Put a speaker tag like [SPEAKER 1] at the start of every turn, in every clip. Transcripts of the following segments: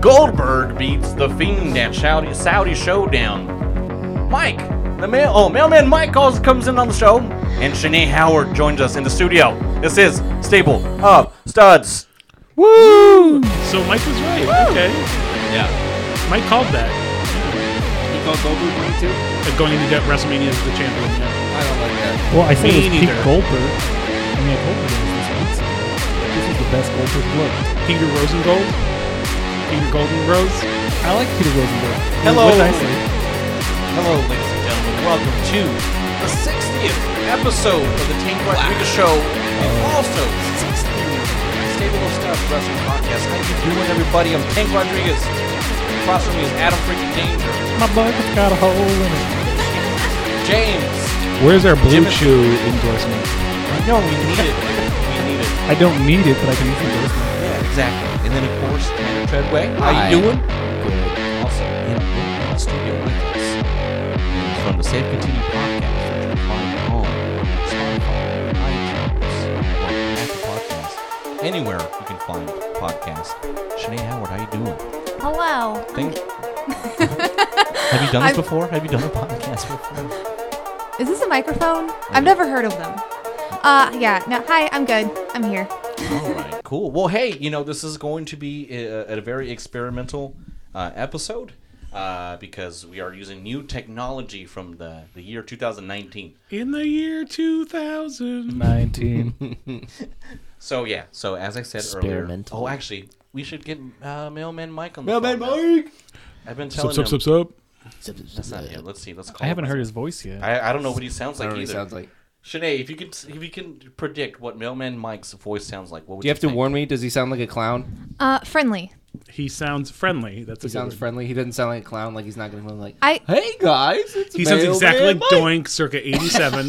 [SPEAKER 1] Goldberg beats the Fiend at Saudi, Saudi Showdown. Mike, the mail, oh mailman Mike calls comes in on the show, and Shanae Howard joins us in the studio. This is Stable of Studs.
[SPEAKER 2] Woo! So Mike was right. Okay.
[SPEAKER 3] Yeah.
[SPEAKER 2] Mike called that.
[SPEAKER 3] You call Goldberg Mike too?
[SPEAKER 2] uh, Going into that WrestleMania as the champion.
[SPEAKER 3] I don't like that.
[SPEAKER 4] Well, I think
[SPEAKER 2] Me
[SPEAKER 4] it was Pete
[SPEAKER 2] neither.
[SPEAKER 4] Goldberg. I mean, Goldberg is this week's. This is the best Goldberg look.
[SPEAKER 2] Peter Rosengold. Peter Golden Rose.
[SPEAKER 4] I like Peter Rosenberg.
[SPEAKER 1] Hello.
[SPEAKER 4] He went nicely.
[SPEAKER 1] Hello, ladies and gentlemen. Welcome to the 60th episode of the Team Quest Week Show, and also 60th Stable of Studs Wrestling Podcast. How you doing, everybody? I'm Tank Rodriguez. Across from me is Adam Freaking Danger,
[SPEAKER 4] My bucket's got a hole in
[SPEAKER 1] James.
[SPEAKER 2] Where's our blue
[SPEAKER 1] Jimmy-
[SPEAKER 2] chew endorsement?
[SPEAKER 1] No, we need it. We need it.
[SPEAKER 4] it. I don't need it, but I can use it. as-
[SPEAKER 1] Yeah, exactly. And then of course, Andrew Treadway. How
[SPEAKER 3] Hi.
[SPEAKER 1] you doing? Good. Also in the studio with us from the Safe Continue podcast, which you can find on Spotify, iTunes, or Apple Podcasts, anywhere you can find podcasts. Shanae Howard, how you doing?
[SPEAKER 5] Oh, Hello.
[SPEAKER 1] Thank. Have you done this
[SPEAKER 5] I'm-
[SPEAKER 1] before? Have you done a podcast before?
[SPEAKER 5] Is this a microphone? I've never heard of them. Uh, yeah. No. Hi. I'm good. I'm here.
[SPEAKER 1] All right, cool. Well, hey, you know, this is going to be a, a very experimental uh, episode uh, because we are using new technology from the, the year 2019.
[SPEAKER 2] In the year 2000.
[SPEAKER 4] 19.
[SPEAKER 1] So, yeah, so as I said earlier.
[SPEAKER 3] Experimental.
[SPEAKER 1] Oh, actually, we should get uh, Mailman Mike on the
[SPEAKER 3] Mailman
[SPEAKER 1] phone now.
[SPEAKER 3] Mike!
[SPEAKER 1] I've been telling
[SPEAKER 2] Sup, sup,
[SPEAKER 1] him.
[SPEAKER 2] sup, sup.
[SPEAKER 1] That's not him. Let's see. Let's call
[SPEAKER 4] I haven't
[SPEAKER 1] him.
[SPEAKER 4] heard his voice yet.
[SPEAKER 1] I, I don't know what he sounds
[SPEAKER 3] I
[SPEAKER 1] like
[SPEAKER 3] don't know what he
[SPEAKER 1] either.
[SPEAKER 3] sounds like.
[SPEAKER 1] Shanae, if you could if you can predict what Mailman Mike's voice sounds like, what would
[SPEAKER 3] Do you have to
[SPEAKER 1] think?
[SPEAKER 3] warn me? Does he sound like a clown?
[SPEAKER 5] Uh, friendly.
[SPEAKER 2] He sounds friendly. That's a
[SPEAKER 3] He
[SPEAKER 2] good
[SPEAKER 3] sounds
[SPEAKER 2] one.
[SPEAKER 3] friendly. He doesn't sound like a clown. Like he's not going to be like,
[SPEAKER 5] I.
[SPEAKER 3] hey guys, it's
[SPEAKER 2] He sounds exactly like
[SPEAKER 3] Mailman Mike."
[SPEAKER 2] Doink circa 87.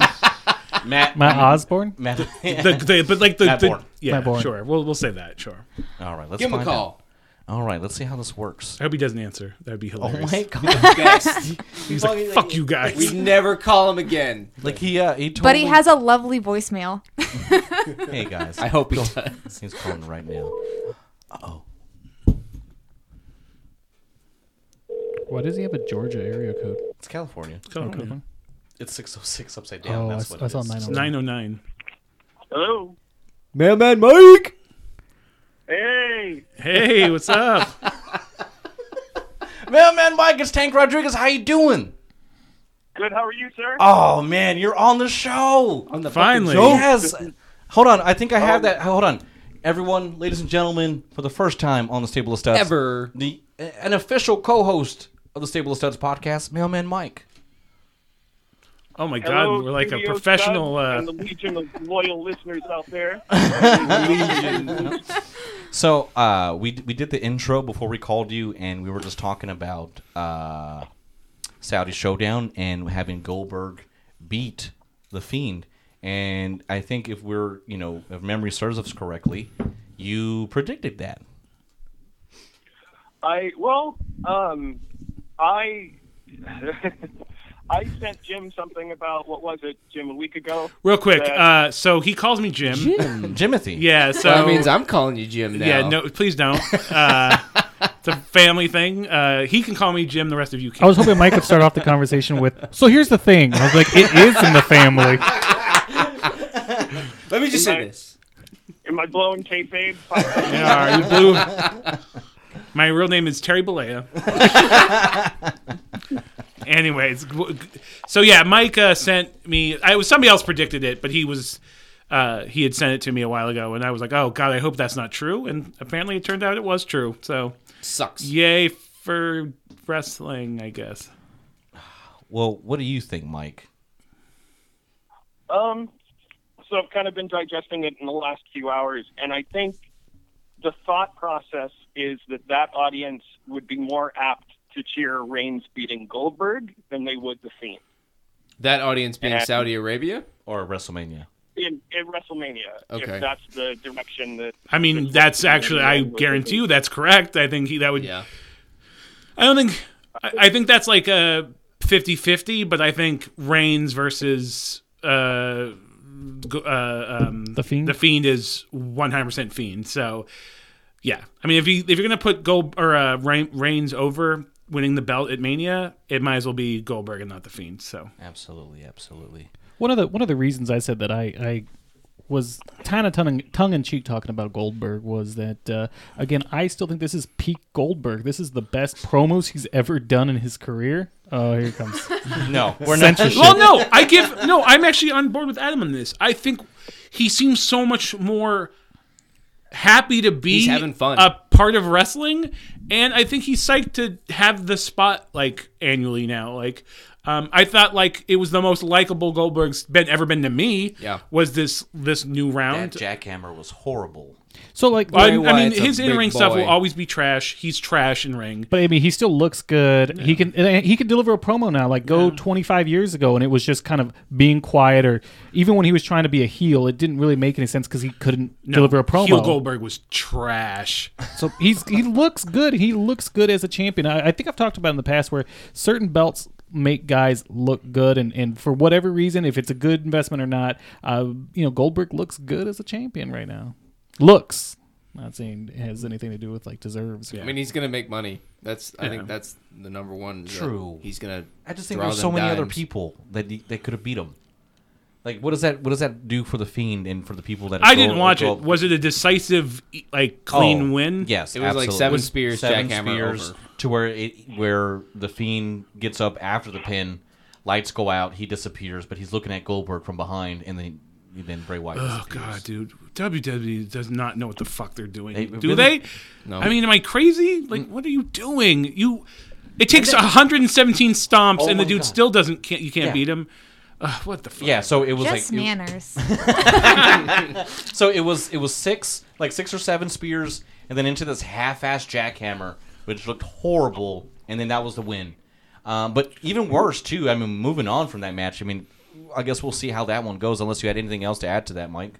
[SPEAKER 1] Matt?
[SPEAKER 4] Matt Osborne?
[SPEAKER 1] Matt.
[SPEAKER 2] the, the, but like the,
[SPEAKER 1] Matt
[SPEAKER 2] the
[SPEAKER 1] Bourne.
[SPEAKER 2] yeah,
[SPEAKER 4] Matt Bourne.
[SPEAKER 2] sure. We'll we'll say that. Sure.
[SPEAKER 1] All right, let's
[SPEAKER 3] Give him a
[SPEAKER 1] find out.
[SPEAKER 3] call.
[SPEAKER 1] All right, let's see how this works.
[SPEAKER 2] I hope he doesn't answer. That'd be
[SPEAKER 1] Oh
[SPEAKER 2] hilarious.
[SPEAKER 1] my god!
[SPEAKER 3] Best.
[SPEAKER 2] He's like, fuck you guys.
[SPEAKER 3] we never call him again.
[SPEAKER 1] like he, uh, he totally.
[SPEAKER 5] But he has a lovely voicemail.
[SPEAKER 1] Hey guys,
[SPEAKER 3] I hope he does.
[SPEAKER 1] he's calling right now. Uh oh.
[SPEAKER 4] Why does he have a Georgia area code?
[SPEAKER 1] It's California.
[SPEAKER 2] Come on.
[SPEAKER 1] It's 606 upside down.
[SPEAKER 4] Oh, I,
[SPEAKER 1] That's
[SPEAKER 4] s-
[SPEAKER 1] what
[SPEAKER 4] I
[SPEAKER 1] it
[SPEAKER 4] saw
[SPEAKER 1] is.
[SPEAKER 4] 909.
[SPEAKER 2] 909.
[SPEAKER 6] Hello.
[SPEAKER 3] Mailman Mike.
[SPEAKER 6] Hey.
[SPEAKER 2] Hey, what's up?
[SPEAKER 4] oh-
[SPEAKER 1] Man, man, Mike, it's Tank Rodriguez. How you doing?
[SPEAKER 6] Good. How are you, sir?
[SPEAKER 1] Oh man, you're on the show.
[SPEAKER 3] On the
[SPEAKER 2] Finally.
[SPEAKER 3] fucking show.
[SPEAKER 1] Yes. Hold on, I think I have that. Hold on, everyone, ladies and gentlemen, for the first time on the Stable of Studs
[SPEAKER 3] Ever.
[SPEAKER 1] the an official co-host of the Stable of Studs podcast, Mailman Mike.
[SPEAKER 2] Oh my god,
[SPEAKER 6] Hello,
[SPEAKER 2] we're like a
[SPEAKER 6] studio
[SPEAKER 2] professional
[SPEAKER 6] subs
[SPEAKER 2] uh,
[SPEAKER 6] and the legion of loyal listeners out there.
[SPEAKER 1] So uh, we we did the intro before we called you, and we were just talking about uh, Saudi Showdown and having Goldberg beat the Fiend. And I think if we're you know if memory serves us correctly, you predicted that.
[SPEAKER 6] I well, um, I I sent Jim something about what was it, Jim, a week ago.
[SPEAKER 2] real quick.
[SPEAKER 6] that-
[SPEAKER 2] Uh, so he calls me Jim.
[SPEAKER 1] Jimothy.
[SPEAKER 2] Yeah, so
[SPEAKER 3] That means I'm calling you Jim now.
[SPEAKER 2] Yeah, no, please don't. Uh, it's a family thing. Uh, he can call me Jim, the rest of you
[SPEAKER 4] I
[SPEAKER 2] can.
[SPEAKER 4] was hoping Mike would start off the conversation with, so here's the thing. I was like, it is in the family.
[SPEAKER 3] Let me just say
[SPEAKER 6] Mike.
[SPEAKER 3] this.
[SPEAKER 6] Am I blowing kayfabe?
[SPEAKER 2] Yeah, you blew. My real name is Terry Balea. Anyways, w- g- so yeah, Mike uh, sent me. I it was somebody else predicted it, but he was uh, he had sent it to me a while ago, and I was like, "Oh God, I hope that's not true." And apparently, it turned out it was true. So
[SPEAKER 3] Sucks.
[SPEAKER 2] yay for wrestling, I guess.
[SPEAKER 1] Well, what do you think, Mike?
[SPEAKER 6] Um, so I've kind of been digesting it in the last few hours, and I think the thought process is that that audience would be more apt to cheer Reigns beating Goldberg than they would the Fiend.
[SPEAKER 3] That audience being Saudi Arabia.
[SPEAKER 1] Or WrestleMania?
[SPEAKER 6] in, in WrestleMania.
[SPEAKER 3] Okay.
[SPEAKER 6] If that's the direction that
[SPEAKER 2] I mean, that's actually I guarantee you that's correct. I think he that would.
[SPEAKER 3] Yeah.
[SPEAKER 2] I don't think. I, I think that's like a 50-50, but I think Reigns versus uh, go- uh um,
[SPEAKER 4] The Fiend?
[SPEAKER 2] The Fiend is one hundred percent Fiend. So yeah, I mean, if you if you're gonna put Gold or uh, Reign- Reigns over winning the belt at Mania, it might as well be Goldberg and not the Fiend. So
[SPEAKER 1] Absolutely, absolutely.
[SPEAKER 4] One of the one of the reasons I said that I, I was kind of tongue tongue in cheek talking about Goldberg was that uh, again I still think this is peak Goldberg. This is the best promos he's ever done in his career. Oh, here it comes
[SPEAKER 1] No, we're not.
[SPEAKER 4] censorship.
[SPEAKER 2] Well, no, I give no. I'm actually on board with Adam on this. I think he seems so much more happy to be
[SPEAKER 3] He's having fun.
[SPEAKER 2] a part of wrestling, and I think he's psyched to have the spot like annually now. Like, um, I thought like it was the most likable Goldberg's been ever been to me.
[SPEAKER 3] Yeah.
[SPEAKER 2] was this this new
[SPEAKER 1] That
[SPEAKER 2] round?
[SPEAKER 1] jackhammer was horrible.
[SPEAKER 4] So like,
[SPEAKER 2] I,
[SPEAKER 3] Bray
[SPEAKER 2] I mean,
[SPEAKER 3] Wyatt's a
[SPEAKER 2] his in ring
[SPEAKER 3] big
[SPEAKER 2] stuff will
[SPEAKER 3] boy.
[SPEAKER 2] always be trash. He's trash in ring.
[SPEAKER 4] But I mean, he still looks good. He can and he can deliver a promo now. Like go 25 years ago, and it was just kind of being quiet, or even when he was trying to be a heel, it didn't really make any sense because he couldn't deliver a promo.
[SPEAKER 2] Heel Goldberg was trash.
[SPEAKER 4] So he's he looks good. He looks good as a champion. I, I think I've talked about in the past where certain belts make guys look good, and, and for whatever reason, if it's a good investment or not, uh, you know Goldberg looks good as a champion right now. Looks. Not saying it has anything to do with like deserves.
[SPEAKER 2] Yeah.
[SPEAKER 4] Yeah.
[SPEAKER 3] I mean, he's gonna make money. That's I
[SPEAKER 2] Yeah.
[SPEAKER 3] think that's the number one. is that
[SPEAKER 1] True.
[SPEAKER 3] He's gonna.
[SPEAKER 1] I just think
[SPEAKER 3] draw
[SPEAKER 1] there's
[SPEAKER 3] them
[SPEAKER 1] so many other
[SPEAKER 3] dimes.
[SPEAKER 1] people that he- that could have beat him. Like, what does that what does that do for the fiend and for the people that
[SPEAKER 2] I
[SPEAKER 1] go-
[SPEAKER 2] didn't watch
[SPEAKER 1] go
[SPEAKER 2] it.
[SPEAKER 1] up-
[SPEAKER 2] Was it a decisive, e, like clean
[SPEAKER 1] Oh,
[SPEAKER 2] win?
[SPEAKER 1] Yes,
[SPEAKER 3] It was like
[SPEAKER 1] absolutely.
[SPEAKER 3] seven
[SPEAKER 1] It was
[SPEAKER 3] spears, jackhammer over.
[SPEAKER 1] to where it where the fiend gets up after the pin, lights go out, he disappears, but he's looking at Goldberg from behind, and then then Bray Wyatt.
[SPEAKER 2] Oh god, dude! WWE does not know what the fuck they're doing.
[SPEAKER 1] They-
[SPEAKER 2] Do
[SPEAKER 1] really- Mm.
[SPEAKER 2] they? No. I mean, am I crazy? Like, what are you doing? You. It takes 117 stomps,
[SPEAKER 1] Oh
[SPEAKER 2] and the
[SPEAKER 1] my
[SPEAKER 2] dude
[SPEAKER 1] God.
[SPEAKER 2] still doesn't. Can't, you can't
[SPEAKER 1] Yeah.
[SPEAKER 2] beat him. Ugh, what the fuck?
[SPEAKER 1] Yeah, so it was
[SPEAKER 5] Just
[SPEAKER 1] like it-
[SPEAKER 5] manners.
[SPEAKER 1] so it was it was six like six or seven spears, and then into this half-ass jackhammer, which looked horrible, and then that was the win. Um, but even worse too. I mean, moving on from that match, I mean, I guess we'll see how that one goes. Unless you had anything else to add to that, Mike.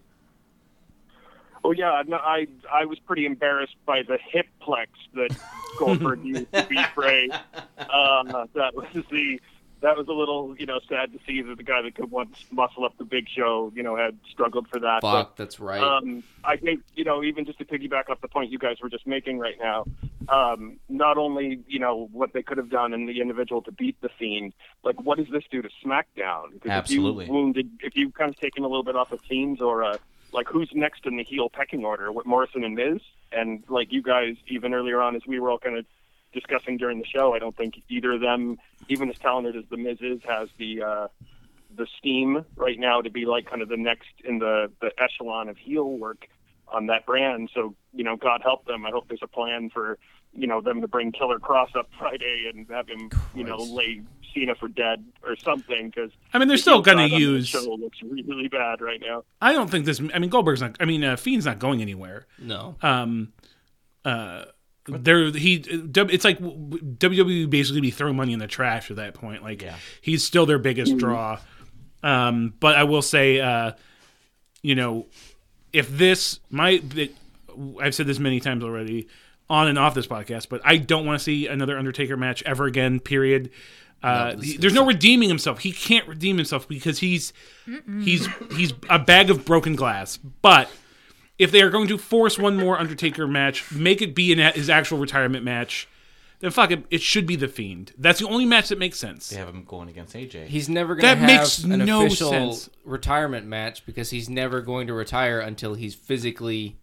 [SPEAKER 6] Oh yeah, no, I I was pretty embarrassed by the hip plex that Goldberg used to beat Bray. Uh, that was the that was a little you know sad to see that the guy that could once muscle up the Big Show you know had struggled for that. But
[SPEAKER 3] Fuck, that's right.
[SPEAKER 6] um, I think you know, even just to piggyback off the point you guys were just making right now, um, not only you know what they could have done in the individual to beat the fiend, like what does this do to SmackDown? 'Cause
[SPEAKER 1] Absolutely.
[SPEAKER 6] If you wounded, if you kind of taken a little bit off of teams or uh, like who's next in the heel pecking order? What Morrison and Miz, and like you guys even earlier on as we were all kind of discussing during the show, I don't think either of them, even as talented as the Miz is, has the uh, the steam right now to be like kind of the next in the, the echelon of heel work on that brand. So, you know, God help them. I hope there's a plan for, you know, them to bring Killer Cross up Friday and have him, you know, lay Cena for dead or something because
[SPEAKER 2] I mean, they're still gonna use.
[SPEAKER 6] show looks really bad right now.
[SPEAKER 2] I don't think this. I mean, Goldberg's not. I mean, uh, Fiend's not going anywhere.
[SPEAKER 3] no.
[SPEAKER 2] um uh there he it's like WWE basically be throwing money in the trash at that point like
[SPEAKER 1] Yeah.
[SPEAKER 2] he's still their biggest draw um but I will say uh you know if this my I've said this many times already on and off this podcast but I don't want to see another Undertaker match ever again period uh,
[SPEAKER 3] No, this
[SPEAKER 2] he-
[SPEAKER 3] is-
[SPEAKER 2] there's no redeeming himself. He can't redeem himself because he's he's he's a bag of broken glass. But if they are going to force one more Undertaker match, make it be in his actual retirement match, then fuck it. It should be the Fiend. That's the only match that makes sense.
[SPEAKER 1] They have him going against AJ.
[SPEAKER 3] He's never going to
[SPEAKER 2] That
[SPEAKER 3] have
[SPEAKER 2] makes
[SPEAKER 3] an
[SPEAKER 2] no
[SPEAKER 3] official
[SPEAKER 2] sense.
[SPEAKER 3] retirement match because he's never going to retire until he's physically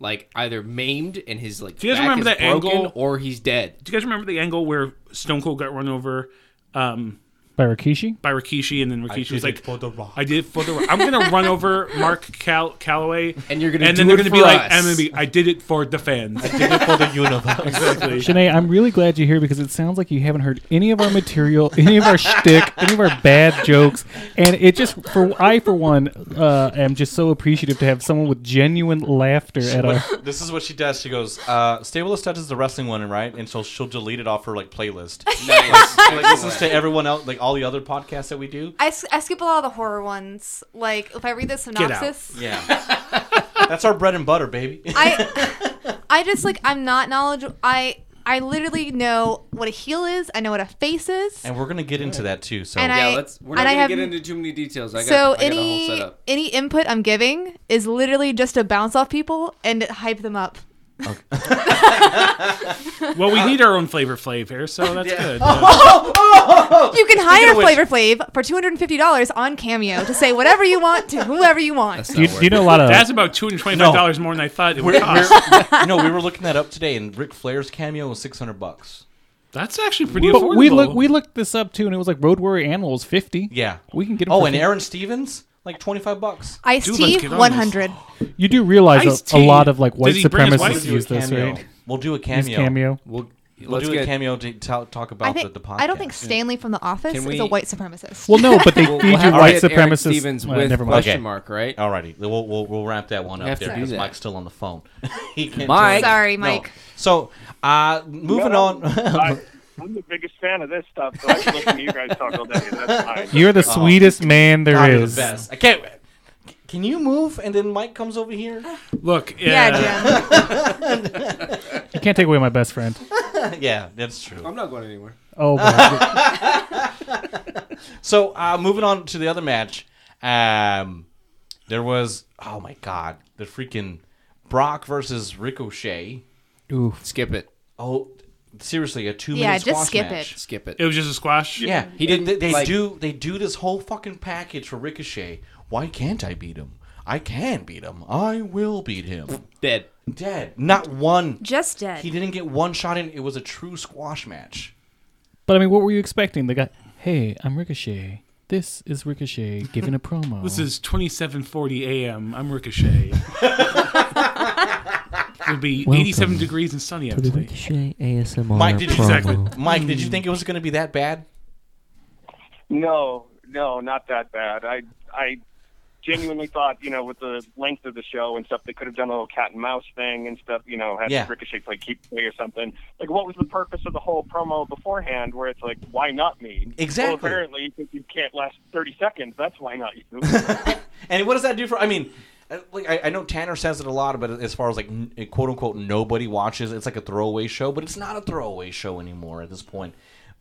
[SPEAKER 3] like either maimed and his like
[SPEAKER 2] you guys
[SPEAKER 3] back
[SPEAKER 2] remember
[SPEAKER 3] is
[SPEAKER 2] that
[SPEAKER 3] broken
[SPEAKER 2] angle?
[SPEAKER 3] or he's dead.
[SPEAKER 2] Do you guys remember the angle where Stone Cold got run over um,
[SPEAKER 4] By Rikishi.
[SPEAKER 2] by Rikishi, and then Rikishi was like,
[SPEAKER 1] the rock.
[SPEAKER 2] "I did it for the. I'm gonna run over Mark Cal- Calloway,
[SPEAKER 3] And you're gonna
[SPEAKER 2] and then
[SPEAKER 3] do
[SPEAKER 2] they're
[SPEAKER 3] it
[SPEAKER 2] gonna be
[SPEAKER 3] for
[SPEAKER 2] like,
[SPEAKER 3] us.
[SPEAKER 2] I'm gonna be, I did it for the fans.
[SPEAKER 1] for the universe.
[SPEAKER 4] Shanae, I'm really glad you're here because it sounds like you haven't heard any of our material, any of our shtick, any of our bad jokes, and it just for I for one uh, am just so appreciative to have someone with genuine laughter at our.
[SPEAKER 1] this is what she does. She goes, uh, "Stable Touch is the wrestling one, right?" And so she'll delete it off her like playlist.
[SPEAKER 3] Nice.
[SPEAKER 1] Like, listens to everyone else, like all the other podcasts that we do.
[SPEAKER 5] I, s- I skip a lot of the horror ones. Like if I read the
[SPEAKER 2] out.
[SPEAKER 5] synopsis,
[SPEAKER 1] Yeah, that's our bread and butter, baby.
[SPEAKER 5] I I just like I'm not knowledgeable. I I literally know what a heel is. I know what a face is.
[SPEAKER 1] and we're gonna get into that too. So
[SPEAKER 5] And
[SPEAKER 3] Yeah,
[SPEAKER 5] I-
[SPEAKER 3] let's. We're
[SPEAKER 5] and
[SPEAKER 3] not
[SPEAKER 5] I
[SPEAKER 3] gonna
[SPEAKER 5] have-
[SPEAKER 3] get into too many details. I got,
[SPEAKER 5] so
[SPEAKER 3] I got a whole
[SPEAKER 5] any
[SPEAKER 3] setup.
[SPEAKER 5] any input I'm giving is literally just to bounce off people and hype them up.
[SPEAKER 2] Well, we need our own flavor flavor, so that's good.
[SPEAKER 5] You can hire
[SPEAKER 1] of which-
[SPEAKER 5] Flavor Flav for two hundred and fifty dollars on Cameo to say whatever you want to whoever you want.
[SPEAKER 4] Do you, do you know a lot of
[SPEAKER 2] That's about two hundred twenty-five dollars more than I thought it would
[SPEAKER 1] we're,
[SPEAKER 2] cost.
[SPEAKER 1] we're, no, we were looking that up today, and Ric Flair's cameo was six hundred bucks.
[SPEAKER 2] That's actually pretty
[SPEAKER 4] But
[SPEAKER 2] affordable.
[SPEAKER 4] we look we looked this up too, and it was like Road Warrior Animals fifty.
[SPEAKER 1] Yeah,
[SPEAKER 4] we can get. 'em
[SPEAKER 1] Oh,
[SPEAKER 4] for
[SPEAKER 1] and
[SPEAKER 4] free.
[SPEAKER 1] Aaron Stevens, like twenty five bucks.
[SPEAKER 5] Ice
[SPEAKER 2] Dude,
[SPEAKER 5] T
[SPEAKER 2] let's get on this.
[SPEAKER 5] one hundred.
[SPEAKER 4] you do realize a, a
[SPEAKER 2] Ice-T.
[SPEAKER 4] lot of like white
[SPEAKER 2] Does he bring his wife?
[SPEAKER 4] supremacists
[SPEAKER 2] Let's
[SPEAKER 4] use
[SPEAKER 1] do a
[SPEAKER 4] this,
[SPEAKER 1] cameo.
[SPEAKER 4] right?
[SPEAKER 1] Oh, We'll do a
[SPEAKER 4] Use
[SPEAKER 1] cameo.
[SPEAKER 4] cameo.
[SPEAKER 3] We'll,
[SPEAKER 1] We'll
[SPEAKER 3] let's
[SPEAKER 1] do
[SPEAKER 3] get.
[SPEAKER 1] a cameo to ta- talk about
[SPEAKER 5] I think
[SPEAKER 1] the, the podcast.
[SPEAKER 5] I don't think Stanley from The Office
[SPEAKER 3] Can
[SPEAKER 5] is
[SPEAKER 3] we-
[SPEAKER 5] a white supremacist.
[SPEAKER 4] Well, no, but they
[SPEAKER 3] We'll,
[SPEAKER 4] feed
[SPEAKER 3] we'll
[SPEAKER 4] you
[SPEAKER 3] have
[SPEAKER 4] white
[SPEAKER 3] to get Eric
[SPEAKER 4] supremacists.
[SPEAKER 3] Stevens
[SPEAKER 4] Well,
[SPEAKER 3] with
[SPEAKER 4] never mind.
[SPEAKER 3] question
[SPEAKER 1] Okay.
[SPEAKER 3] mark, right?
[SPEAKER 1] Alrighty, we'll, we'll we'll wrap that one up
[SPEAKER 3] have to
[SPEAKER 1] there
[SPEAKER 3] do
[SPEAKER 1] because
[SPEAKER 3] that.
[SPEAKER 1] Mike's still on the phone. he can't
[SPEAKER 3] Mike.
[SPEAKER 1] tell-
[SPEAKER 5] Sorry,
[SPEAKER 1] No.
[SPEAKER 5] Mike.
[SPEAKER 1] So, uh, moving
[SPEAKER 6] No,
[SPEAKER 1] on.
[SPEAKER 6] I, I'm the biggest fan of this stuff, so I can listen to you guys talk all day. and That's fine.
[SPEAKER 4] You're the sweetest man
[SPEAKER 1] God,
[SPEAKER 4] there
[SPEAKER 1] you're the
[SPEAKER 4] is.
[SPEAKER 1] best. I can't. Can you move? And then Mike comes over here.
[SPEAKER 2] Look, uh,
[SPEAKER 5] yeah, Jim.
[SPEAKER 4] You can't take away my best friend.
[SPEAKER 1] yeah, that's true.
[SPEAKER 3] I'm not going anywhere.
[SPEAKER 4] Oh, my
[SPEAKER 1] So, uh, moving on to the other match. Um, there was oh my god, the freaking Brock versus Ricochet.
[SPEAKER 4] Oof.
[SPEAKER 3] Skip it.
[SPEAKER 1] Oh, seriously, a two minute
[SPEAKER 5] Yeah, just
[SPEAKER 1] squash
[SPEAKER 5] skip
[SPEAKER 1] match.
[SPEAKER 5] it.
[SPEAKER 3] Skip it.
[SPEAKER 2] it was just a squash.
[SPEAKER 1] Yeah,
[SPEAKER 3] He
[SPEAKER 1] he did.
[SPEAKER 3] didn't,
[SPEAKER 1] They, they
[SPEAKER 3] like-
[SPEAKER 1] do. They do this whole fucking package for Ricochet. Why can't I beat him? I can beat him. I will beat him.
[SPEAKER 3] Dead.
[SPEAKER 1] Dead. Not one.
[SPEAKER 5] Just dead.
[SPEAKER 1] He didn't get one shot in. It was a true squash match.
[SPEAKER 4] But I mean, what were you expecting? The guy, hey, I'm Ricochet. This is Ricochet giving a promo.
[SPEAKER 2] This is 27:40 a.m. I'm Ricochet. It'll be 87 degrees and sunny out today.
[SPEAKER 7] Ricochet ASMR.
[SPEAKER 1] Mike, did you
[SPEAKER 2] Exactly.
[SPEAKER 1] Mike, did you think it was going to be that bad?
[SPEAKER 6] No, no, not that bad. I I genuinely thought, you know, with the length of the show and stuff, they could have done a little cat and mouse thing and stuff, you know, had
[SPEAKER 1] Yeah.
[SPEAKER 6] Ricochet play keep play or something. Like, what was the purpose of the whole promo beforehand where it's like, why not me?
[SPEAKER 1] Exactly.
[SPEAKER 6] Well, apparently, if you can't last 30 seconds, that's why not you.
[SPEAKER 1] And what does that do for? I mean, uh, like I, I know Tanner says it a lot, but as far as like n- uh, quote unquote nobody watches, it's like a throwaway show, but it's not a throwaway show anymore at this point.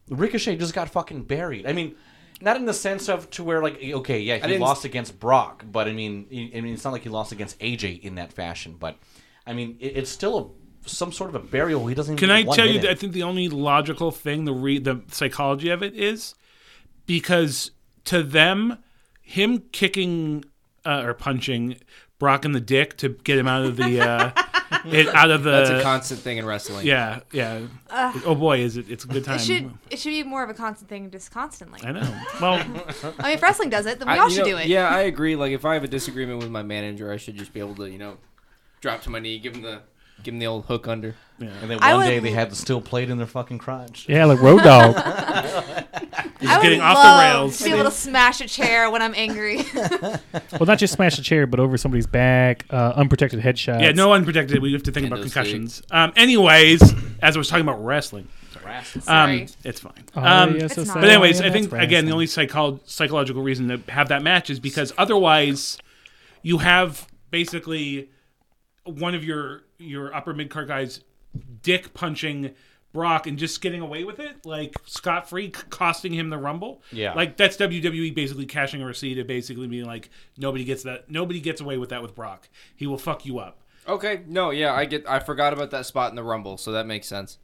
[SPEAKER 1] Ricochet just got fucking buried. I mean, not in the sense of to where like okay, yeah, he
[SPEAKER 3] didn't-
[SPEAKER 1] lost against Brock, but I mean, I I mean, it's not like he lost against AJ in that fashion, but I mean, it, it's still a some sort of a burial. He doesn't.
[SPEAKER 2] Can
[SPEAKER 1] even
[SPEAKER 2] I
[SPEAKER 1] get one
[SPEAKER 2] tell
[SPEAKER 1] hit
[SPEAKER 2] you?
[SPEAKER 1] in.
[SPEAKER 2] That I think the only logical thing, the re- the psychology of it is, because to them, him kicking uh, or punching Brock in the dick to get him out of the uh, it, out of the
[SPEAKER 3] That's a constant thing in wrestling.
[SPEAKER 2] yeah yeah. oh boy, is it? It's a good time.
[SPEAKER 5] It should it should be more of a constant thing, just constantly.
[SPEAKER 2] I know. Well,
[SPEAKER 5] I mean, if wrestling does it, then we
[SPEAKER 3] I,
[SPEAKER 5] all
[SPEAKER 3] you
[SPEAKER 5] should
[SPEAKER 3] know,
[SPEAKER 5] do it.
[SPEAKER 3] Yeah, I agree. Like if I have a disagreement with my manager, I should just be able to, you know, drop to my knee, give him the give him the old hook under.
[SPEAKER 1] And then
[SPEAKER 5] I
[SPEAKER 1] one
[SPEAKER 5] would-
[SPEAKER 1] day they had the steel plate in their fucking crotch.
[SPEAKER 4] yeah, like Road Dog.
[SPEAKER 5] I would
[SPEAKER 2] getting off
[SPEAKER 5] love
[SPEAKER 2] the rails.
[SPEAKER 5] to be able to smash a chair when I'm angry.
[SPEAKER 4] well, not just smash a chair, but over somebody's back, uh, unprotected headshots.
[SPEAKER 2] yeah, no unprotected. We have to think
[SPEAKER 3] And
[SPEAKER 2] about
[SPEAKER 3] those
[SPEAKER 2] concussions. Um, anyways, as I was talking about wrestling, um,
[SPEAKER 5] Sorry.
[SPEAKER 2] it's fine.
[SPEAKER 4] Um,
[SPEAKER 2] Um,
[SPEAKER 5] It's not.
[SPEAKER 2] But
[SPEAKER 5] Oh,
[SPEAKER 2] anyways, I think again the only psychol psychological reason to have that match is because otherwise you have basically one of your your upper mid card guys dick punching Brock and just getting away with it, like scot free, costing him the Rumble.
[SPEAKER 1] Yeah.
[SPEAKER 2] like that's WWE basically cashing a receipt of basically being like nobody gets that, nobody gets away with that with Brock. He will fuck you up.
[SPEAKER 3] Okay. No, yeah, I get I forgot about that spot in the rumble, so that makes sense.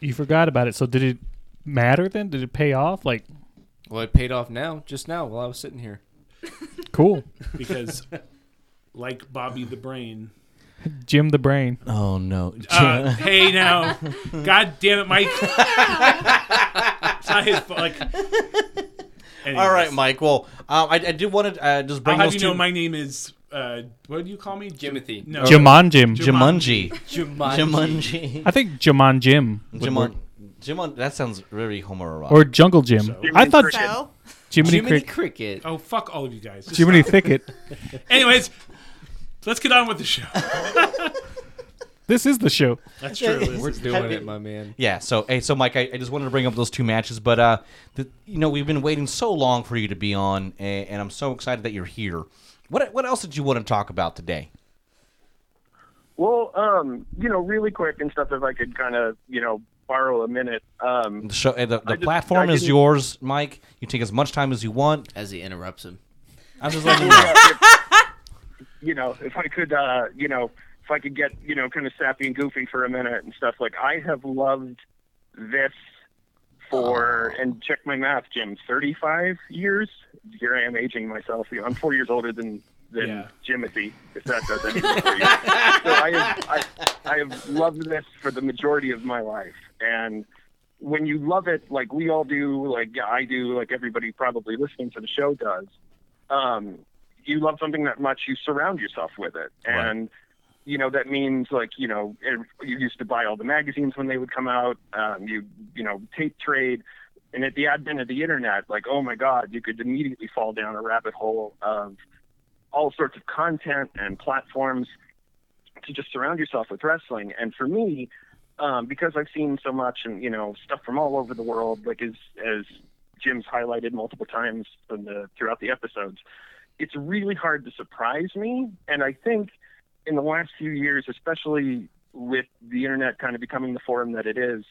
[SPEAKER 4] you forgot about it. So did it matter then? Did it pay off? Like,
[SPEAKER 3] Well, it paid off now, just now while I was sitting here.
[SPEAKER 4] cool,
[SPEAKER 2] because like Bobby the Brain.
[SPEAKER 4] Jim the Brain.
[SPEAKER 1] Oh no!
[SPEAKER 2] Uh, hey now, God damn it, Mike! it's not his fault. Like, anyways.
[SPEAKER 1] All right, Mike. Well, um, I, I did want to uh, just
[SPEAKER 2] I'll
[SPEAKER 1] bring
[SPEAKER 2] have
[SPEAKER 1] those
[SPEAKER 2] you
[SPEAKER 1] two.
[SPEAKER 2] know my name is. Uh, what do you call me? Jim-
[SPEAKER 3] Jimothy.
[SPEAKER 2] No.
[SPEAKER 4] Jamon Jim.
[SPEAKER 1] Jumanji.
[SPEAKER 3] Jumanji.
[SPEAKER 1] Jumanji.
[SPEAKER 4] I think Jamon Jim. would work.
[SPEAKER 1] Jumanji. Jumanji. That sounds very Homer erotic.
[SPEAKER 4] Or Jungle Jim. I thought
[SPEAKER 5] so
[SPEAKER 4] Jiminy
[SPEAKER 3] Jiminy
[SPEAKER 4] Cricket.
[SPEAKER 3] Cricket.
[SPEAKER 2] Oh fuck all of you guys. Just
[SPEAKER 4] Jiminy
[SPEAKER 2] stop.
[SPEAKER 4] Thicket.
[SPEAKER 2] Anyways, let's get on with the show.
[SPEAKER 4] This is the show.
[SPEAKER 2] That's true.
[SPEAKER 3] We're doing it, my man.
[SPEAKER 1] Yeah. So hey, so Mike, I, I just wanted to bring up those two matches, but uh, the, you know we've been waiting so long for you to be on, and, and I'm so excited that you're here. What what else did you want to talk about today?
[SPEAKER 6] Well, um, you know, really quick and stuff. If I could kind of, you know, borrow a minute. Um,
[SPEAKER 1] The show, uh, the, the
[SPEAKER 6] just-
[SPEAKER 1] platform
[SPEAKER 6] I
[SPEAKER 1] is
[SPEAKER 6] didn't-
[SPEAKER 1] yours, Mike. You take as much time as you want.
[SPEAKER 3] As he interrupts him.
[SPEAKER 1] I'm just letting you know.
[SPEAKER 6] you know, if I could, uh, you know, if I could get, you know, kind of sappy and goofy for a minute and stuff. Like I have loved this for and check my math, Jim. Thirty-five years. Here I am aging myself. You know, I'm four years older than than
[SPEAKER 2] Yeah.
[SPEAKER 6] Jimothy. If that does anything for you. so I have I, I have loved this for the majority of my life, and when you love it, like we all do, like yeah, I do, like everybody probably listening to the show does. Um, you love something that much, you surround yourself with it,
[SPEAKER 1] Right.
[SPEAKER 6] and you know that means like you know it, you used to buy all the magazines when they would come out. Um, you you know tape trade, and at the advent of the internet, like oh my god, you could immediately fall down a rabbit hole of all sorts of content and platforms to just surround yourself with wrestling. And for me, um, because I've seen so much and you know stuff from all over the world, like as as Jim's highlighted multiple times in the, throughout the episodes, it's really hard to surprise me. And I think in the last few years, especially with the internet kind of becoming the forum that it is,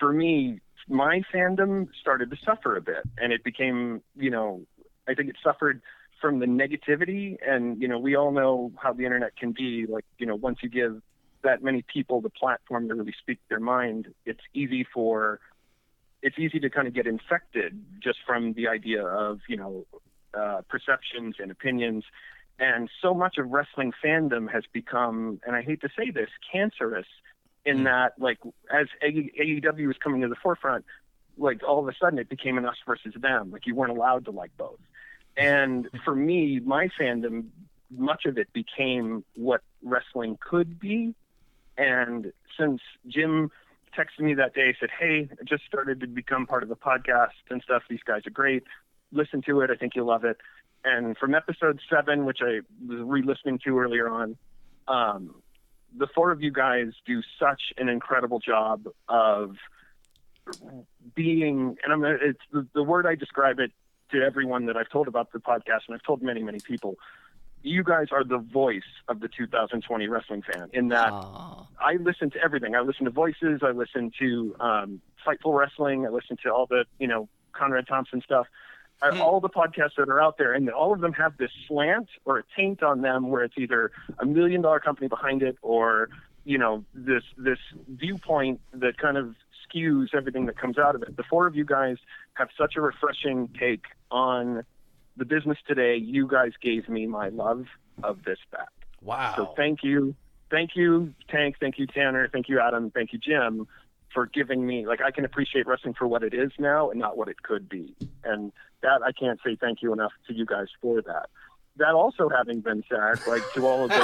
[SPEAKER 6] for me, my fandom started to suffer a bit, and it became you know I think it suffered from the negativity and you know we all know how the internet can be like you know once you give that many people the platform to really speak their mind it's easy for it's easy to kind of get infected just from the idea of you know uh, perceptions and opinions and so much of wrestling fandom has become and i hate to say this cancerous in that like as E, aew was coming to the forefront like all of a sudden it became an us versus them like you weren't allowed to like both and for me, my fandom, much of it became what wrestling could be. And since Jim texted me that day, said, Hey, I just started to become part of the podcast and stuff. These guys are great. Listen to it. I think you'll love it. And from episode seven, which I was re listening to earlier on, um, the four of you guys do such an incredible job of being, and I'm gonna- it's the, the word I describe it to everyone that I've told about the podcast, and I've told many, many people. You guys are the voice of the 2020 wrestling fan. In that,
[SPEAKER 3] Aw.
[SPEAKER 6] I listen to everything. I listen to voices. I listen to um, Fightful Wrestling. I listen to all the you know Conrad Thompson stuff. I- All the podcasts that are out there, and all of them have this slant or a taint on them, where it's either a million dollar company behind it, or you know this this viewpoint that kind of skews everything that comes out of it. The four of you guys have such a refreshing take on the business today. You guys gave me my love of this back.
[SPEAKER 1] Wow.
[SPEAKER 6] So thank you, thank you, Tank, thank you, Tanner, thank you, Adam, thank you, Jim, for giving me like I can appreciate wrestling for what it is now and not what it could be, and that I can't say thank you enough to you guys for that. That also having been said, like to all of the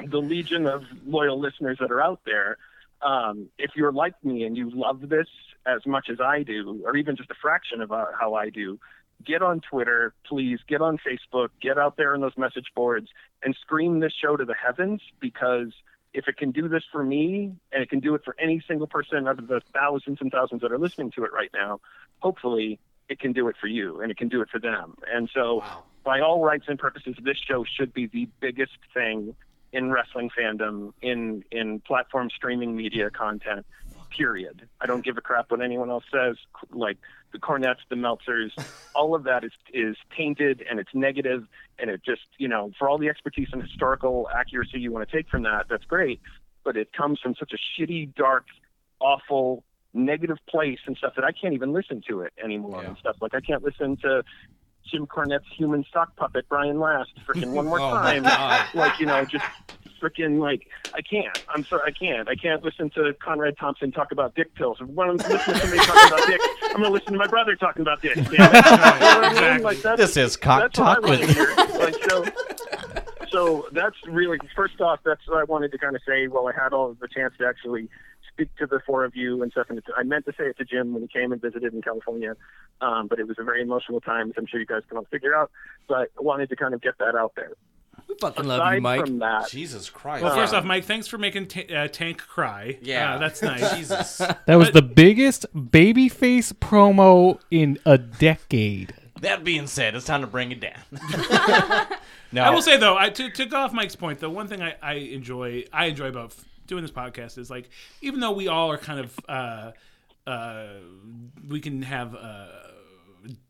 [SPEAKER 6] the, the legion of loyal listeners that are out there, um, if you're like me and you love this as much as I do, or even just a fraction of uh, how I do, get on Twitter, please, get on Facebook, get out there on those message boards and scream this show to the heavens because if it can do this for me and it can do it for any single person out of the thousands and thousands that are listening to it right now, hopefully it can do it for you and it can do it for them. And so, by all rights and purposes, this show should be the biggest thing in wrestling fandom, in in platform streaming media content. Period. I don't give a crap what anyone else says. Like the Cornets, the Meltzers, all of that is is tainted and it's negative, and it just you know for all the expertise and historical accuracy you want to take from that, that's great. But it comes from such a shitty, dark, awful, negative place and stuff that I can't even listen to it anymore and stuff. Like I can't listen to Jim Cornette's human sock puppet, Brian Last, freaking one more
[SPEAKER 3] Oh, my
[SPEAKER 6] time.
[SPEAKER 3] God.
[SPEAKER 6] Like, you know, just freaking like I can't. I'm sorry, I can't. I can't listen to Conrad Thompson talk about dick pills. When I'm listening to somebody talking about dick, I'm gonna listen to my brother talking about dick.
[SPEAKER 2] Exactly.
[SPEAKER 1] This is cock
[SPEAKER 6] That's what
[SPEAKER 1] talk
[SPEAKER 6] I want to
[SPEAKER 1] with.
[SPEAKER 6] hear. Like, so, so that's really first off, that's what I wanted to kind of say. Well, I had all of the chance to actually speak to the four of you and stuff. And it's- I meant to say it to Jim when he came and visited in California, um, but it was a very emotional time, as I'm sure you guys can all figure out. But I wanted to kind of get that out there.
[SPEAKER 3] Fucking love you,
[SPEAKER 6] Aside
[SPEAKER 3] Mike.
[SPEAKER 6] from that,
[SPEAKER 1] Jesus Christ.
[SPEAKER 2] Well, first off, Mike, thanks for making ta uh, Tank cry.
[SPEAKER 1] yeah,
[SPEAKER 2] Uh, that's nice.
[SPEAKER 1] Jesus,
[SPEAKER 4] That
[SPEAKER 3] Uh,
[SPEAKER 4] was the biggest babyface promo in a decade.
[SPEAKER 1] that being said, it's time to bring it down. no,
[SPEAKER 2] I will say though, I, to to go off Mike's point, the one thing I, I enjoy I enjoy about f- doing this podcast is like even though we all are kind of uh, uh, we can have uh,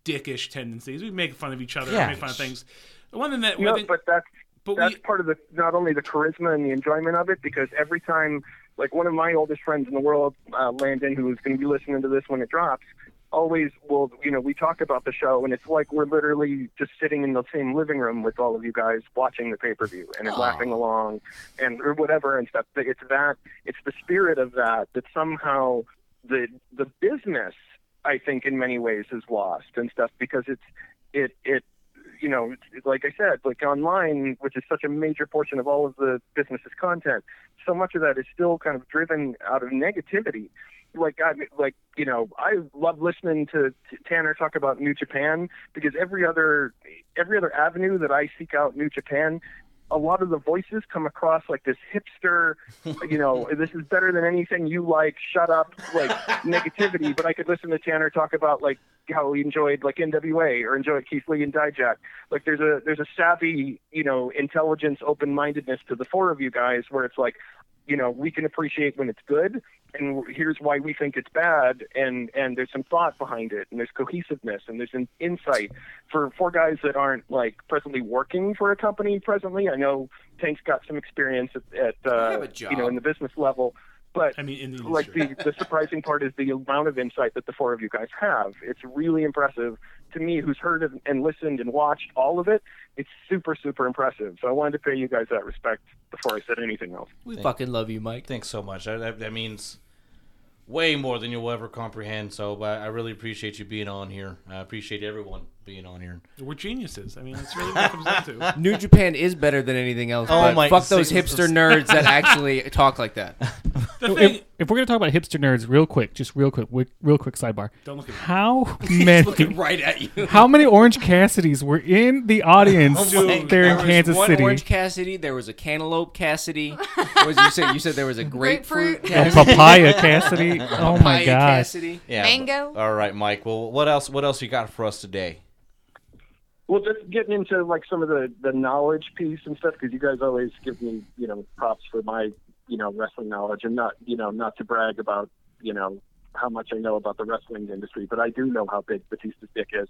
[SPEAKER 2] dickish tendencies, we make fun of each other,
[SPEAKER 1] Yeah.
[SPEAKER 2] make fun of things. The one thing that one
[SPEAKER 6] no,
[SPEAKER 2] thing-
[SPEAKER 6] but that's
[SPEAKER 2] but
[SPEAKER 6] that's
[SPEAKER 2] we-
[SPEAKER 6] part of the not only the charisma and the enjoyment of it because every time like one of my oldest friends in the world uh, landon who's going to be listening to this when it drops always will you know we talk about the show and it's like we're literally just sitting in the same living room with all of you guys watching the pay-per-view and laughing along and or whatever and stuff but it's that it's the spirit of that that somehow the the business i think in many ways is lost and stuff because it's it it you know, like I said, like online, which is such a major portion of all of the business's content, so much of that is still kind of driven out of negativity. Like I, like you know, I love listening to T- Tanner talk about New Japan because every other, every other avenue that I seek out New Japan, a lot of the voices come across like this hipster, you know, this is better than anything you like. Shut up, like negativity. But I could listen to Tanner talk about like how he enjoyed like NWA or enjoyed Keith Lee and Dijak. Like there's a there's a savvy, you know, intelligence, open mindedness to the four of you guys where it's like, you know, we can appreciate when it's good, and here's why we think it's bad, and and there's some thought behind it, and there's cohesiveness, and there's an insight for four guys that aren't like presently working for a company presently. I know Tank's got some experience at, at
[SPEAKER 3] have
[SPEAKER 6] uh,
[SPEAKER 3] a job.
[SPEAKER 6] you know in the business level, but
[SPEAKER 2] I mean, in the
[SPEAKER 6] like
[SPEAKER 2] industry.
[SPEAKER 6] the, the surprising part is the amount of insight that the four of you guys have. It's really impressive to me, who's heard and- and listened and watched all of it. It's super, super impressive. So I wanted to pay you guys that respect before I said anything else.
[SPEAKER 3] We fucking love you, Mike.
[SPEAKER 1] Thanks so much. That, that, that means way more than you'll ever comprehend. So, but I really appreciate you being on here. I appreciate everyone being on here.
[SPEAKER 2] we're geniuses. I mean, that's really what it comes down to.
[SPEAKER 3] New Japan is better than anything else.
[SPEAKER 1] Oh
[SPEAKER 3] but
[SPEAKER 1] my-
[SPEAKER 3] fuck those
[SPEAKER 1] six-
[SPEAKER 3] hipster nerds that actually talk like that.
[SPEAKER 2] The
[SPEAKER 4] If,
[SPEAKER 2] thing,
[SPEAKER 4] if we're gonna talk about hipster nerds, real quick, just real quick, wi- real quick sidebar.
[SPEAKER 2] Don't look at me.
[SPEAKER 4] how many
[SPEAKER 3] right at you.
[SPEAKER 4] how many Orange Cassidy's were in the audience
[SPEAKER 3] Oh
[SPEAKER 1] Dude,
[SPEAKER 4] there in
[SPEAKER 3] was
[SPEAKER 4] Kansas
[SPEAKER 3] one
[SPEAKER 4] City?
[SPEAKER 3] Orange Cassidy. There was a cantaloupe Cassidy. what did you say? You said there was a grapefruit,
[SPEAKER 5] Grapefruit.
[SPEAKER 4] A
[SPEAKER 3] Cassidy.
[SPEAKER 4] papaya Cassidy. Oh my
[SPEAKER 3] papaya
[SPEAKER 4] gosh.
[SPEAKER 3] Cassidy.
[SPEAKER 1] Yeah.
[SPEAKER 5] Mango.
[SPEAKER 1] All right, Mike. Well, what else? What else you got for us today?
[SPEAKER 6] Well, just getting into like some of the the knowledge piece and stuff because you guys always give me you know props for my you know wrestling knowledge and not you know not to brag about you know how much I know about the wrestling industry, but I do know how big Batista's dick is.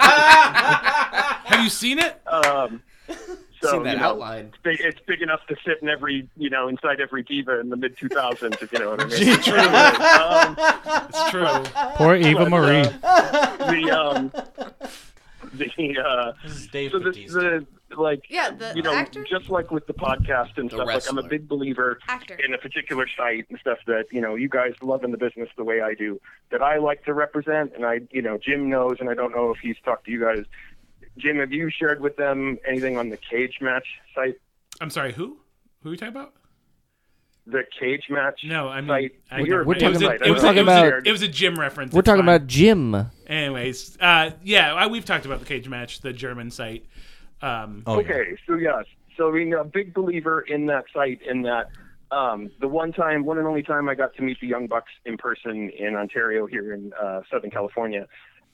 [SPEAKER 2] have you seen it?
[SPEAKER 6] Um, so
[SPEAKER 3] Seen that
[SPEAKER 6] you know,
[SPEAKER 3] outline.
[SPEAKER 6] It's big, it's big enough to fit in every you know inside every diva in the mid 2000s if you know what I mean. um,
[SPEAKER 2] It's true.
[SPEAKER 3] Oh
[SPEAKER 4] Poor Eva Marie.
[SPEAKER 6] the um, the uh,
[SPEAKER 1] This is Dave
[SPEAKER 6] so this
[SPEAKER 1] Bautista.
[SPEAKER 6] the like
[SPEAKER 5] Yeah, the
[SPEAKER 6] you know,
[SPEAKER 5] actor?
[SPEAKER 6] just like with the podcast and
[SPEAKER 3] The
[SPEAKER 6] stuff, like I'm
[SPEAKER 3] wrestler.
[SPEAKER 6] a big believer
[SPEAKER 5] Actor.
[SPEAKER 6] in a particular site and stuff that, you know, you guys love in the business the way I do, that I like to represent. And I, you know, Jim knows, and I don't know if he's talked to you guys. Jim, have you shared with them anything on the cage match site?
[SPEAKER 2] I'm sorry. Who? Who are you talking about?
[SPEAKER 6] The cage match?
[SPEAKER 2] No, I mean,
[SPEAKER 6] Site.
[SPEAKER 2] I-
[SPEAKER 6] Well, you're
[SPEAKER 2] we're
[SPEAKER 6] a
[SPEAKER 2] talking
[SPEAKER 6] big
[SPEAKER 2] about-
[SPEAKER 6] site.
[SPEAKER 2] it was-
[SPEAKER 6] I
[SPEAKER 3] talking
[SPEAKER 6] don't know if
[SPEAKER 3] about-
[SPEAKER 6] you shared.
[SPEAKER 2] It was a gym reference.
[SPEAKER 3] We're
[SPEAKER 2] it's
[SPEAKER 3] talking
[SPEAKER 2] fine.
[SPEAKER 3] about Jim.
[SPEAKER 2] Anyways, uh, yeah, I, we've talked about the cage match, the German site. Um,
[SPEAKER 1] Oh, yeah.
[SPEAKER 6] Okay, so yes, so I mean, a big believer in that site, in that um, the one time, one and only time I got to meet the Young Bucks in person in Ontario here in uh, Southern California,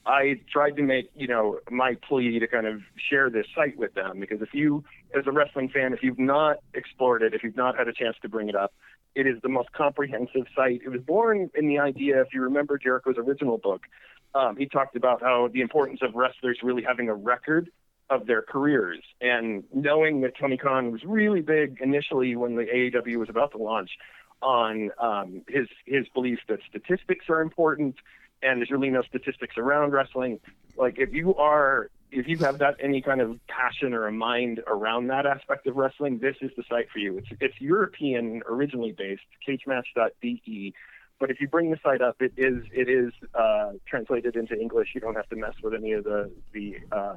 [SPEAKER 6] I tried to make you know my plea to kind of share this site with them because if you, as a wrestling fan, if you've not explored it, if you've not had a chance to bring it up, it is the most comprehensive site. It was born in the idea, if you remember Jericho's original book, um, he talked about how the importance of wrestlers really having a record of their careers. And knowing that Tony Khan was really big initially when the AEW was about to launch on um, his his belief that statistics are important and there's really no statistics around wrestling. Like if you are if you have that any kind of passion or a mind around that aspect of wrestling, this is the site for you. It's it's European originally based, cagematch.de. But if you bring the site up, it is it is uh, translated into English. You don't have to mess with any of the the uh,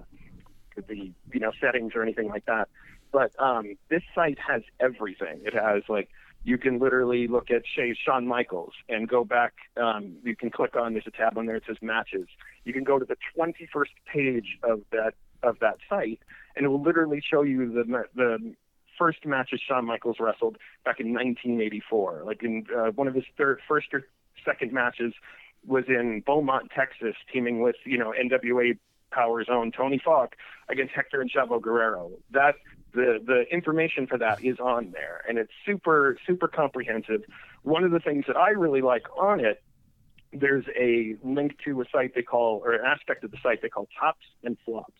[SPEAKER 6] the you know settings or anything like that. But um, this site has everything. It has like you can literally look at say Shawn Michaels and go back. Um, you can click on there's a tab on there. It says matches. You can go to the 21st page of that of that site and it will literally show you the ma- the first matches Shawn Michaels wrestled back in 1984. Like in uh, one of his third, first or second matches was in Beaumont, Texas, teaming with you know NWA Power's own Tony Falk against Hector and Chavo Guerrero. That the the information for that is on there, and it's super super comprehensive. One of the things that I really like on it there's a link to a site they call, or an aspect of the site they call tops and flops.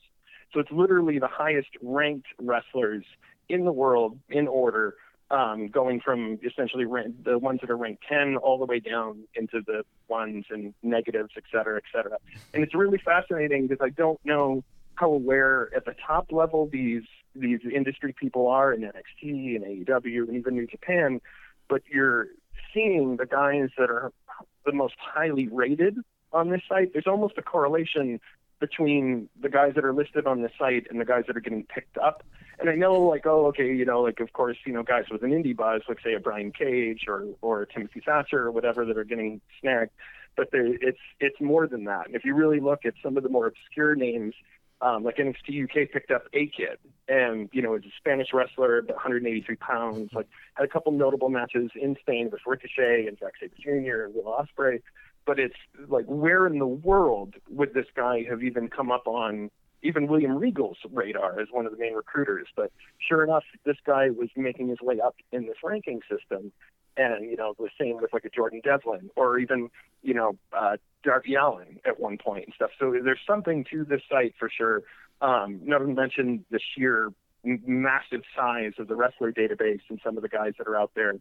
[SPEAKER 6] So it's literally the highest ranked wrestlers in the world in order, um, going from essentially rank, the ones that are ranked 10 all the way down into the ones and negatives, et cetera, et cetera. And it's really fascinating because I don't know how aware at the top level these these industry people are in NXT and AEW and even New Japan, but you're seeing the guys that are the most highly rated on this site, there's almost a correlation between the guys that are listed on this site and the guys that are getting picked up. And I know, like, oh, okay, you know, like, of course, you know, guys with an indie buzz, like, say, a Brian Cage or or a Timothy Thatcher or whatever, that are getting snagged. But there, it's it's more than that. And if you really look at some of the more obscure names, um, like NXT UK picked up A Kid, and you know, is a Spanish wrestler, but 183 pounds. Like, had a couple notable matches in Spain with Ricochet and Zack Sabre Jr. and Will Ospreay. But it's like, where in the world would this guy have even come up on even William Regal's radar as one of the main recruiters? But sure enough, this guy was making his way up in this ranking system. And, you know, the same with like a Jordan Devlin or even, you know, uh, Darby Allen at one point and stuff. So there's something to this site for sure. Um, not to mention the sheer m- massive size of the wrestler database and some of the guys that are out there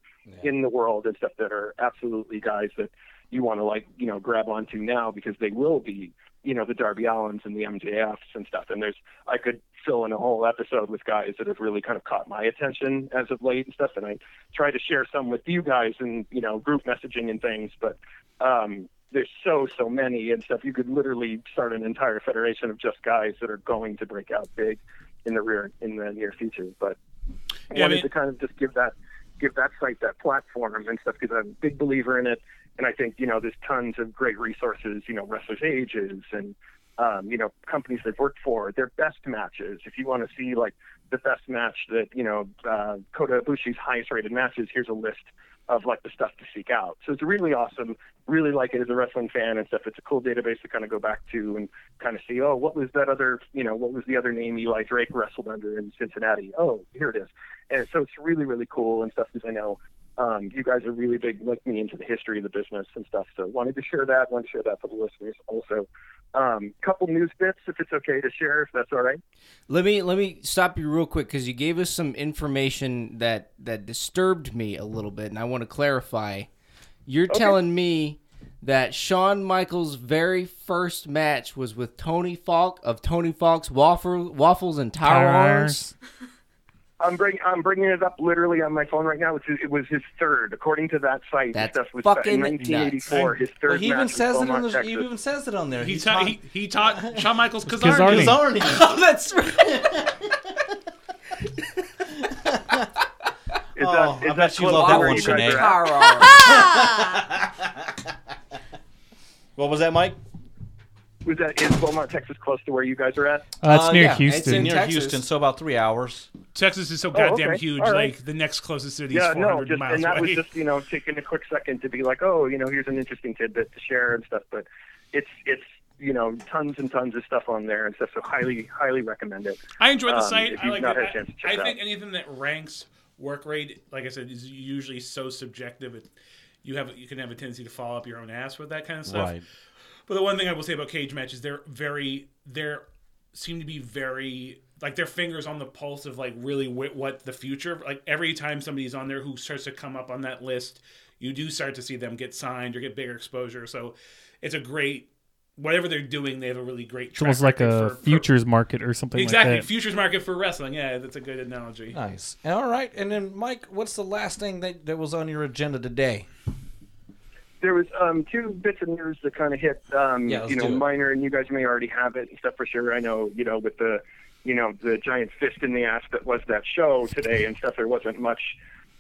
[SPEAKER 6] in the world and stuff that are absolutely guys that you want to like you know grab onto now because they will be you know the Darby Allens and the MJFs and stuff. And there's I could fill in a whole episode with guys that have really kind of caught my attention as of late and stuff. And I try to share some with you guys and you know group messaging and things, but. Um, there's so so many and stuff. You could literally start an entire federation of just guys that are going to break out big in the rear in the near future. But I
[SPEAKER 2] Yeah, I
[SPEAKER 6] wanted
[SPEAKER 2] mean-
[SPEAKER 6] to kind of just give that give that site that platform and stuff because I'm a big believer in it. And I think you know there's tons of great resources. You know, wrestlers' ages and um, you know companies they've worked for, their best matches. If you want to see like the best match that you know uh, Kota Ibushi's highest rated matches, here's a list of like the stuff to seek out. So it's really awesome. Really like it as a wrestling fan and stuff. It's a cool database to kind of go back to and kind of see, oh, what was that other, you know, what was the other name Eli Drake wrestled under in Cincinnati? Oh, here it is. And so it's really, really cool and stuff because I know um, you guys are really big, like me, into the history of the business and stuff. So wanted to share that. Wanted to share that for the listeners also. Um, couple news bits, if it's okay to share, if that's all right.
[SPEAKER 3] Let me let me stop you real quick because you gave us some information that that disturbed me a little bit, and I want to clarify. You're telling me that Shawn Michaels' very first match was with Tony Falk of Tony Falk's Waffle, Waffles and Tower Arms.
[SPEAKER 6] I'm bring I'm bringing it up literally on my phone right now. It's his, it was his third, according to that site.
[SPEAKER 3] That's
[SPEAKER 6] stuff was
[SPEAKER 3] fucking
[SPEAKER 6] in 1984. His third.
[SPEAKER 1] Well, he even
[SPEAKER 6] match was
[SPEAKER 1] says it on
[SPEAKER 6] Beaumont,
[SPEAKER 1] the, he
[SPEAKER 6] Texas.
[SPEAKER 1] even says it on there.
[SPEAKER 2] He,
[SPEAKER 1] Oh, He's
[SPEAKER 2] ta- he, he taught Shawn Michaels Kazarian.
[SPEAKER 4] Kazarian.
[SPEAKER 1] Zarni.
[SPEAKER 3] That's right.
[SPEAKER 6] Is
[SPEAKER 1] Oh,
[SPEAKER 6] that, is
[SPEAKER 1] I
[SPEAKER 6] that
[SPEAKER 1] bet you
[SPEAKER 6] close
[SPEAKER 1] love
[SPEAKER 6] to
[SPEAKER 1] that
[SPEAKER 6] where
[SPEAKER 1] one,
[SPEAKER 6] you guys
[SPEAKER 1] Sinead.
[SPEAKER 6] are at?
[SPEAKER 3] Tower Arms.
[SPEAKER 5] Ah!
[SPEAKER 1] What was that, Mike?
[SPEAKER 6] Was that is Beaumont, Texas, close to where you guys are at?
[SPEAKER 4] Uh, it's
[SPEAKER 3] Uh,
[SPEAKER 4] near
[SPEAKER 3] yeah, it's
[SPEAKER 4] Houston.
[SPEAKER 3] in-
[SPEAKER 1] Near
[SPEAKER 3] Texas.
[SPEAKER 1] Houston, so about three hours.
[SPEAKER 2] Texas is so goddamn
[SPEAKER 6] Oh, okay.
[SPEAKER 2] huge.
[SPEAKER 6] All right.
[SPEAKER 2] Like the next closest city
[SPEAKER 6] Yeah,
[SPEAKER 2] is 400
[SPEAKER 6] no, just
[SPEAKER 2] miles
[SPEAKER 6] and that
[SPEAKER 2] away.
[SPEAKER 6] was just you know taking a quick second to be like, oh, you know, here's an interesting tidbit to share and stuff. But it's it's you know tons and tons of stuff on there and stuff. So highly highly recommend it.
[SPEAKER 2] I enjoy the
[SPEAKER 6] Um,
[SPEAKER 2] site.
[SPEAKER 6] if
[SPEAKER 2] I
[SPEAKER 6] you've
[SPEAKER 2] like
[SPEAKER 6] not
[SPEAKER 2] it.
[SPEAKER 6] had a chance to
[SPEAKER 2] I,
[SPEAKER 6] check it
[SPEAKER 2] I think
[SPEAKER 6] out.
[SPEAKER 2] anything that ranks work rate, like I said, is usually so subjective. It, you have you can have a tendency to fall up your own ass with that kind of stuff. But the one thing I will say about cage matches, they're very they're seem to be very like their fingers on the pulse of like really wh- what the future. Like every time somebody's on there who starts to come up on that list, you do start to see them get signed or get bigger exposure. So it's a great whatever they're doing. They have a really great.
[SPEAKER 4] It's almost like a futures market or something
[SPEAKER 2] Exactly,
[SPEAKER 4] like that.
[SPEAKER 2] futures market for wrestling. Yeah, that's a good analogy.
[SPEAKER 1] Nice. And all right. And then, Mike, what's the last thing that, that was on your agenda today?
[SPEAKER 6] There was um, two bits of news that kind of hit, um,
[SPEAKER 1] Yeah, let's
[SPEAKER 6] you know,
[SPEAKER 1] do it.
[SPEAKER 6] minor, and you guys may already have it and stuff for sure. I know, you know, with the, you know, the giant fist in the ass that was that show today and stuff. There wasn't much,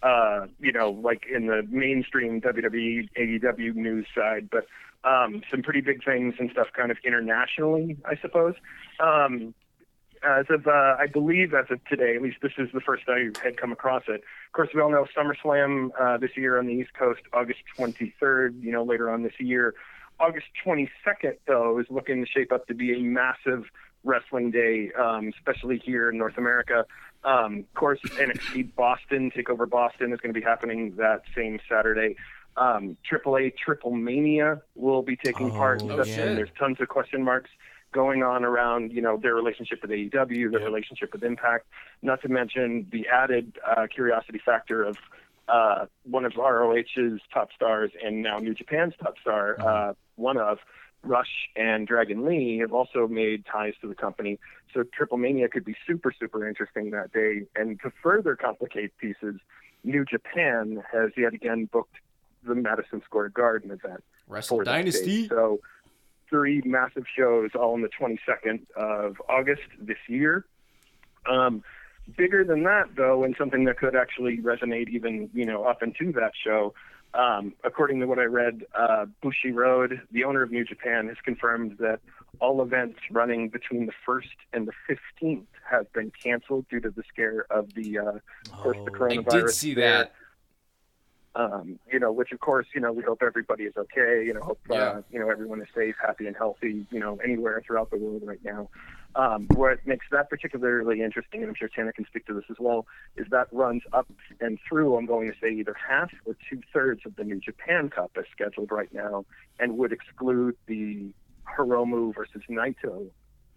[SPEAKER 6] uh, you know, like in the mainstream E, WWE AEW news side, but um, some pretty big things and stuff, kind of internationally, I suppose. Um, as of uh, I believe as of today, at least this is the first I had come across it. Of course, we all know SummerSlam uh, this year on the East Coast, August 23rd. You know, later on this year, August 22nd though is looking to shape up to be a massive wrestling day, um, especially here in North America. Um, of course, NXT Boston Takeover Boston is going to be happening that same Saturday. Um, AAA Triple Mania will be taking part.
[SPEAKER 1] Oh,
[SPEAKER 6] That's-
[SPEAKER 3] shit.
[SPEAKER 6] and There's tons of question marks going on around you know their relationship with AEW, their relationship with Impact, not to mention the added uh, curiosity factor of uh, one of ROH's top stars and now New Japan's top star, uh, one of Rush and Dragon Lee have also made ties to the company. So Triple Mania could be super, super interesting that day. And to further complicate pieces, New Japan has yet again booked the Madison Square Garden event
[SPEAKER 3] Wrestle
[SPEAKER 6] for that
[SPEAKER 3] Dynasty.
[SPEAKER 6] date. So three massive shows all on the 22nd of August this year. Um, bigger than that, though, and something that could actually resonate even you know up into that show. Um, according to what I read, uh, Bushi Road, the owner of New Japan, has confirmed that all events running between the first and the fifteenth have been canceled due to the scare of the, uh, of course, the
[SPEAKER 1] Oh.
[SPEAKER 3] I
[SPEAKER 6] coronavirus.
[SPEAKER 3] did see
[SPEAKER 6] scare
[SPEAKER 3] that.
[SPEAKER 6] um, you know, which of course, you know, we hope everybody is okay. You know, hope
[SPEAKER 3] Yeah.
[SPEAKER 6] uh, you know everyone is safe, happy, and healthy. You know, anywhere throughout the world right now. Um, what makes that particularly interesting, and I'm sure Tana can speak to this as well, is that runs up and through. I'm going to say either half or two thirds of the New Japan Cup as scheduled right now, and would exclude the Hiromu versus Naito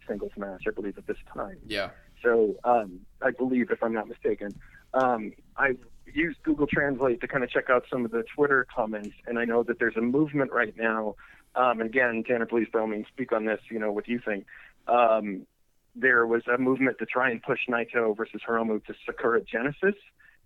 [SPEAKER 6] singles match, I believe, at this time.
[SPEAKER 3] Yeah.
[SPEAKER 6] So um, I believe, if I'm not mistaken, um, I used Google Translate to kind of check out some of the Twitter comments, and I know that there's a movement right now. Um, and again, Tanner, please by all means speak on this. You know what you think. Um, there was a movement to try and push Naito versus Hiromu to Sakura Genesis,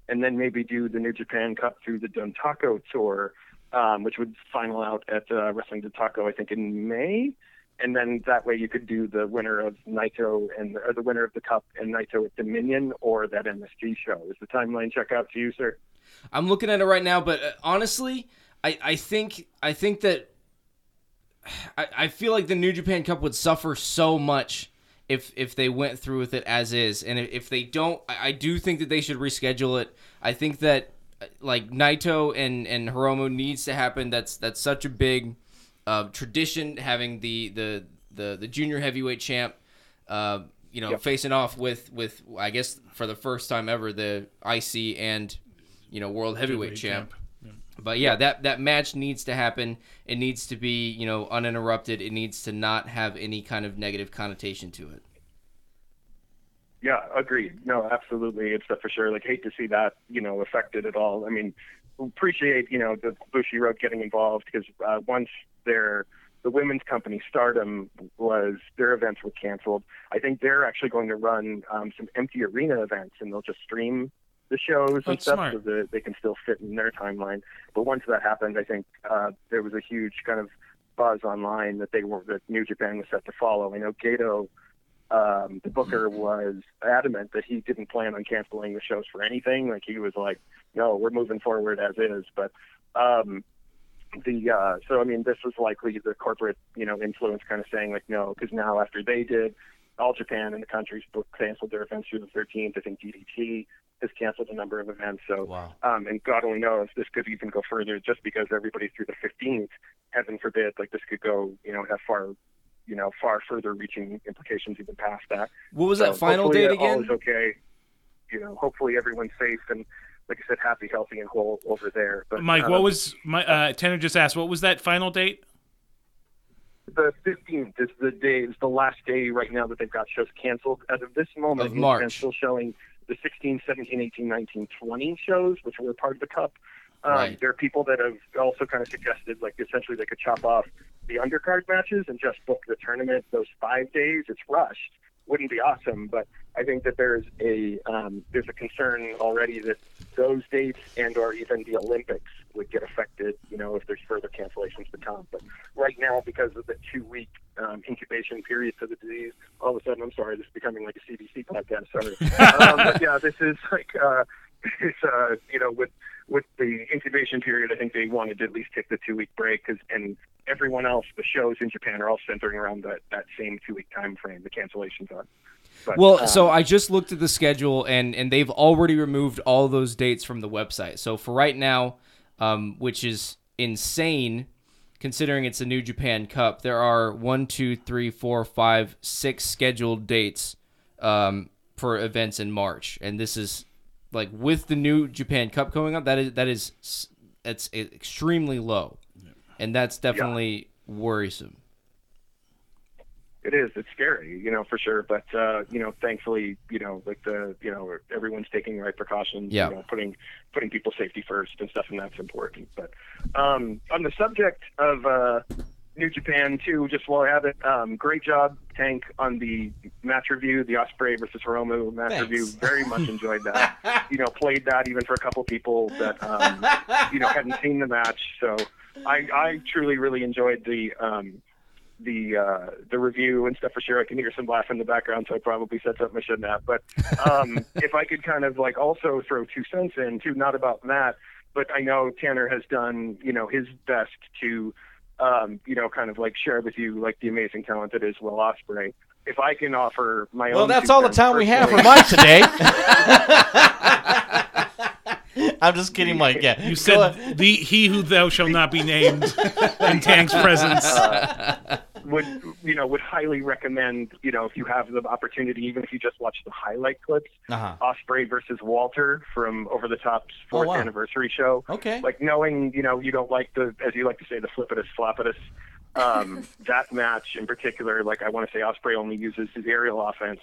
[SPEAKER 6] and then maybe do the New Japan Cup through the Dontaco tour, um, which would final out at uh, Wrestling Dontaco, I think, in May and then that way you could do the winner of Naito and or the winner of the Cup and Naito at Dominion or that MSG show. Is the timeline check out to you, sir?
[SPEAKER 3] I'm looking at it right now, but uh, honestly, I, I think I think that I, I feel like the New Japan Cup would suffer so much if if they went through with it as is, and if, if they don't, I, I do think that they should reschedule it. I think that uh, like Naito and and Hiromu needs to happen. That's that's such a big uh, tradition having the the the the junior heavyweight champ. Uh, you know, facing off with with I guess for the first time ever the IC and you know world heavyweight champ. But yeah, that that match needs to happen. It needs to be you know uninterrupted. It needs to not have any kind of negative connotation to it.
[SPEAKER 6] Yeah, agreed. No, absolutely. It's for sure. Like, hate to see that, you know, affected at all. I mean, appreciate, you know, the Bushi Road getting involved because uh, once their the women's company Stardom was their events were canceled. I think they're actually going to run um, some empty arena events, and they'll just stream the shows and
[SPEAKER 2] That's
[SPEAKER 6] stuff
[SPEAKER 2] smart.
[SPEAKER 6] so that they can still fit in their timeline. But once that happened, I think uh, there was a huge kind of buzz online that they were that New Japan was set to follow. I know Gato um, the booker was adamant that he didn't plan on canceling the shows for anything. Like he was like, no, we're moving forward as is. But um, the uh, so I mean, this was likely the corporate you know influence kind of saying like no, because now after they did, all Japan and the countries book canceled their events through the 13th. I think DDT has canceled a number of events. So
[SPEAKER 1] Wow.
[SPEAKER 6] um, and God only knows this could even go further just because everybody's through the 15th. Heaven forbid, like this could go, you know, have far, you know, far further reaching implications even past that.
[SPEAKER 3] What was
[SPEAKER 6] So
[SPEAKER 3] that final
[SPEAKER 6] hopefully
[SPEAKER 3] date
[SPEAKER 6] All
[SPEAKER 3] again?
[SPEAKER 6] is okay. You know, hopefully everyone's safe and, like I said, happy, healthy, and whole over there. But
[SPEAKER 2] Mike,
[SPEAKER 6] uh,
[SPEAKER 2] what was my uh, Tanner just asked? What was that final date?
[SPEAKER 6] the 15th is the day is the last day right now that they've got shows canceled as of this moment
[SPEAKER 3] Of
[SPEAKER 6] New
[SPEAKER 3] March.
[SPEAKER 6] Japan's still showing the 16 17 18 19 20 shows which were part of the cup um,
[SPEAKER 3] Right.
[SPEAKER 6] there are people that have also kind of suggested like essentially they could chop off the undercard matches and just book the tournament those five days it's rushed wouldn't be awesome but i think that there's a um, there's a concern already that those dates and or even the olympics would get affected you know if there's further cancellations to come but right now because of the two week um, incubation period for the disease. All of a sudden, I'm sorry, this is becoming like a CBC podcast. Sorry. um, but yeah, this is like uh, it's uh, you know with with the incubation period, I think they wanted to at least take the two week break, 'cause- and everyone else, the shows in Japan are all centering around that, that same two week time frame. The cancellations are. But,
[SPEAKER 3] Well,
[SPEAKER 6] um,
[SPEAKER 3] so I just looked at the schedule, and and they've already removed all those dates from the website. So for right now, um, which is insane, considering it's a New Japan Cup, there are one, two, three, four, five, six scheduled dates um, for events in March, and this is like with the New Japan Cup coming up. That is that is s- it's extremely low, and that's definitely worrisome.
[SPEAKER 6] it is it's scary you know for sure but uh you know thankfully you know like the you know everyone's taking the right precautions
[SPEAKER 3] Yeah.
[SPEAKER 6] you know putting putting people's safety first and stuff and that's important but um on the subject of uh new japan too just while i have it um great job tank on the match review the osprey versus Hiromu match
[SPEAKER 1] Thanks.
[SPEAKER 6] review very much enjoyed that you know played that even for a couple people that um you know hadn't seen the match so i i truly really enjoyed the um the uh, the review and stuff for sure. I can hear some laugh in the background, so I probably said something I shouldn't have. But um, if I could kind of like also throw two cents in too, not about Matt, but I know Tanner has done you know his best to um, you know kind of like share with you like the amazing talent that is Will Osprey. If I can offer my
[SPEAKER 1] Well,
[SPEAKER 6] own,
[SPEAKER 1] that's
[SPEAKER 6] two
[SPEAKER 1] all the
[SPEAKER 6] cents
[SPEAKER 1] time we have for
[SPEAKER 6] personally-
[SPEAKER 1] Mike today. I'm just kidding, Mike. Yeah,
[SPEAKER 2] You said the he who thou shall not be named in Tank's presence.
[SPEAKER 6] would you know would highly recommend you know if you have the opportunity even if you just watch the highlight clips
[SPEAKER 1] Uh-huh.
[SPEAKER 6] osprey versus walter from over the top's
[SPEAKER 1] Oh,
[SPEAKER 6] fourth
[SPEAKER 1] wow.
[SPEAKER 6] anniversary show
[SPEAKER 1] Okay.
[SPEAKER 6] like knowing you know you don't like the as you like to say the flippitus floppitus um, that match in particular like i want to say osprey only uses his aerial offense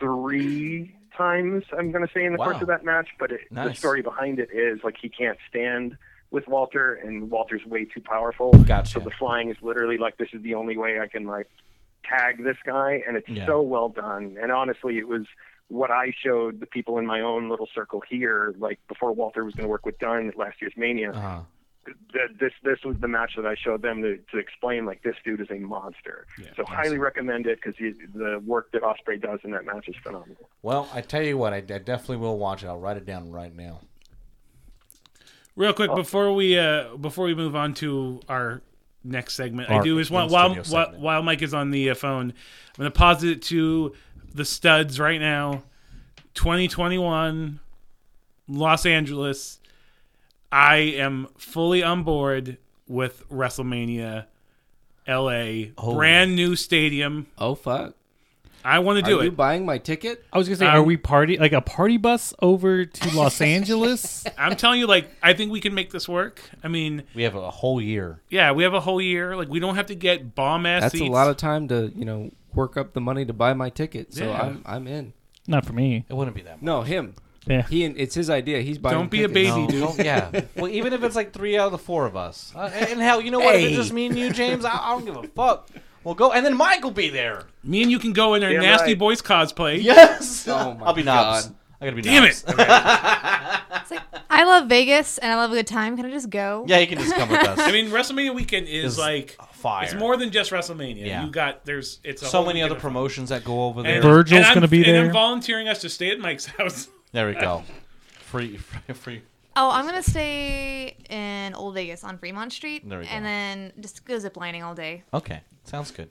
[SPEAKER 6] three times i'm going to say in the
[SPEAKER 1] Wow.
[SPEAKER 6] course of that match but it, the
[SPEAKER 1] Nice.
[SPEAKER 6] story behind it is like he can't stand with walter and walter's way too powerful
[SPEAKER 1] Gotcha.
[SPEAKER 6] so the flying is literally like this is the only way I can like tag this guy, and it's
[SPEAKER 1] Yeah.
[SPEAKER 6] so well done. And honestly, it was what I showed the people in my own little circle here, like before Walter was going to work with Dunn at last year's Mania.
[SPEAKER 1] Uh-huh.
[SPEAKER 6] That this this was the match that I showed them to, to explain like this dude is a monster. so highly recommend it because the work that Osprey does in that match is phenomenal.
[SPEAKER 1] Well, I tell you what, I, I definitely will watch it. I'll write it down right now.
[SPEAKER 2] Real quick before we uh, before we move on to our next segment, I
[SPEAKER 1] Our
[SPEAKER 2] do is want, while
[SPEAKER 1] in-studio
[SPEAKER 2] while,
[SPEAKER 1] segment.
[SPEAKER 2] while Mike is on the uh, phone, I'm going to pause it to the studs right now. 2021, Los Angeles. I am fully on board with WrestleMania, LA, brand new stadium.
[SPEAKER 3] Oh fuck!
[SPEAKER 2] I want to
[SPEAKER 3] Are
[SPEAKER 2] do
[SPEAKER 3] you
[SPEAKER 2] it.
[SPEAKER 3] buying my ticket?
[SPEAKER 4] I was gonna say,
[SPEAKER 2] Um,
[SPEAKER 4] are we party like a party bus over to Los Angeles?
[SPEAKER 2] I'm telling you, like I think we can make this work. I mean,
[SPEAKER 1] We have a whole year.
[SPEAKER 2] yeah, we have a whole year. Like we don't have to get bomb ass.
[SPEAKER 3] That's
[SPEAKER 2] seats.
[SPEAKER 3] a lot of time to you know work up the money to buy my ticket. So
[SPEAKER 2] Yeah.
[SPEAKER 3] I'm I'm in.
[SPEAKER 4] Not for me.
[SPEAKER 1] It wouldn't be that much.
[SPEAKER 3] No, him.
[SPEAKER 4] Yeah.
[SPEAKER 3] He and it's his idea. He's buying.
[SPEAKER 2] Don't be a
[SPEAKER 3] tickets.
[SPEAKER 2] baby, dude.
[SPEAKER 1] don't- yeah. Well, even if it's like three out of the four of us, uh, and and hell, you know what? If
[SPEAKER 3] Hey.
[SPEAKER 1] it's just me and you, James, I, I don't give a fuck. We'll go, and then Mike will be there.
[SPEAKER 2] Me and you can go in our
[SPEAKER 6] Yeah,
[SPEAKER 2] nasty
[SPEAKER 6] right.
[SPEAKER 2] boys cosplay.
[SPEAKER 1] Yes.
[SPEAKER 3] Oh my
[SPEAKER 1] I'll be Knobs.
[SPEAKER 3] God.
[SPEAKER 1] I gotta be.
[SPEAKER 2] Damn
[SPEAKER 1] Knobs.
[SPEAKER 2] it!
[SPEAKER 5] It's like, I love Vegas and I love a good time. Can I just go?
[SPEAKER 1] Yeah, you can just come with us.
[SPEAKER 2] I mean, WrestleMania weekend is,
[SPEAKER 1] Is
[SPEAKER 2] like
[SPEAKER 1] fire.
[SPEAKER 2] It's more than just WrestleMania.
[SPEAKER 1] Yeah.
[SPEAKER 2] You got there's it's a
[SPEAKER 1] so
[SPEAKER 2] whole
[SPEAKER 1] many
[SPEAKER 2] weekend
[SPEAKER 1] other
[SPEAKER 2] of-
[SPEAKER 1] promotions that go over there.
[SPEAKER 2] And,
[SPEAKER 4] Virgil's
[SPEAKER 2] and I'm-
[SPEAKER 4] gonna be
[SPEAKER 2] And
[SPEAKER 4] there.
[SPEAKER 2] I'm volunteering us to stay at Mike's house.
[SPEAKER 1] There we go. Free, free, free.
[SPEAKER 5] Oh, I'm gonna stay in Old Vegas on Fremont Street,
[SPEAKER 1] There we
[SPEAKER 5] and
[SPEAKER 1] go.
[SPEAKER 5] then just go ziplining all day.
[SPEAKER 1] Okay, sounds good.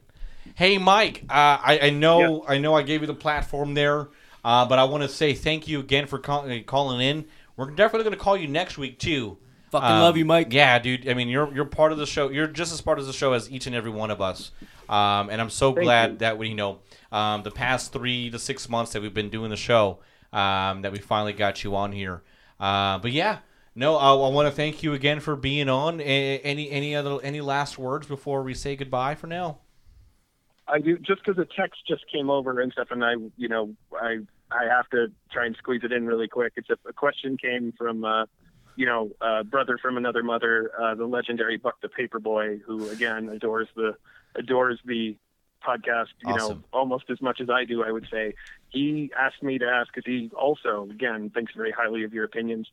[SPEAKER 1] Hey, Mike. Uh, I, I know I know I gave you the platform there, uh, but I want to say thank you again for call, uh, calling in. We're definitely going to call you next week too. Um,
[SPEAKER 3] Fucking love you, Mike.
[SPEAKER 1] Yeah, dude. I mean, you're you're part of the show. You're just as part of the show as each and every one of us. Um, and I'm so glad
[SPEAKER 6] you.
[SPEAKER 1] that we you know um, the past three to six months that we've been doing the show um, that we finally got you on here. Uh, but yeah, no, I, I want to thank you again for being on. A- any any other any last words before we say goodbye for now?
[SPEAKER 6] I do just 'cause a text just came over and stuff, and I, you know, I I have to try and squeeze it in really quick. It's a, a question came from, uh, you know, uh, brother from another mother, uh, the legendary Buck the Paperboy, who again adores the adores the podcast, you
[SPEAKER 1] Awesome.
[SPEAKER 6] know, almost as much as I do. I would say he asked me to ask because he also again thinks very highly of your opinions.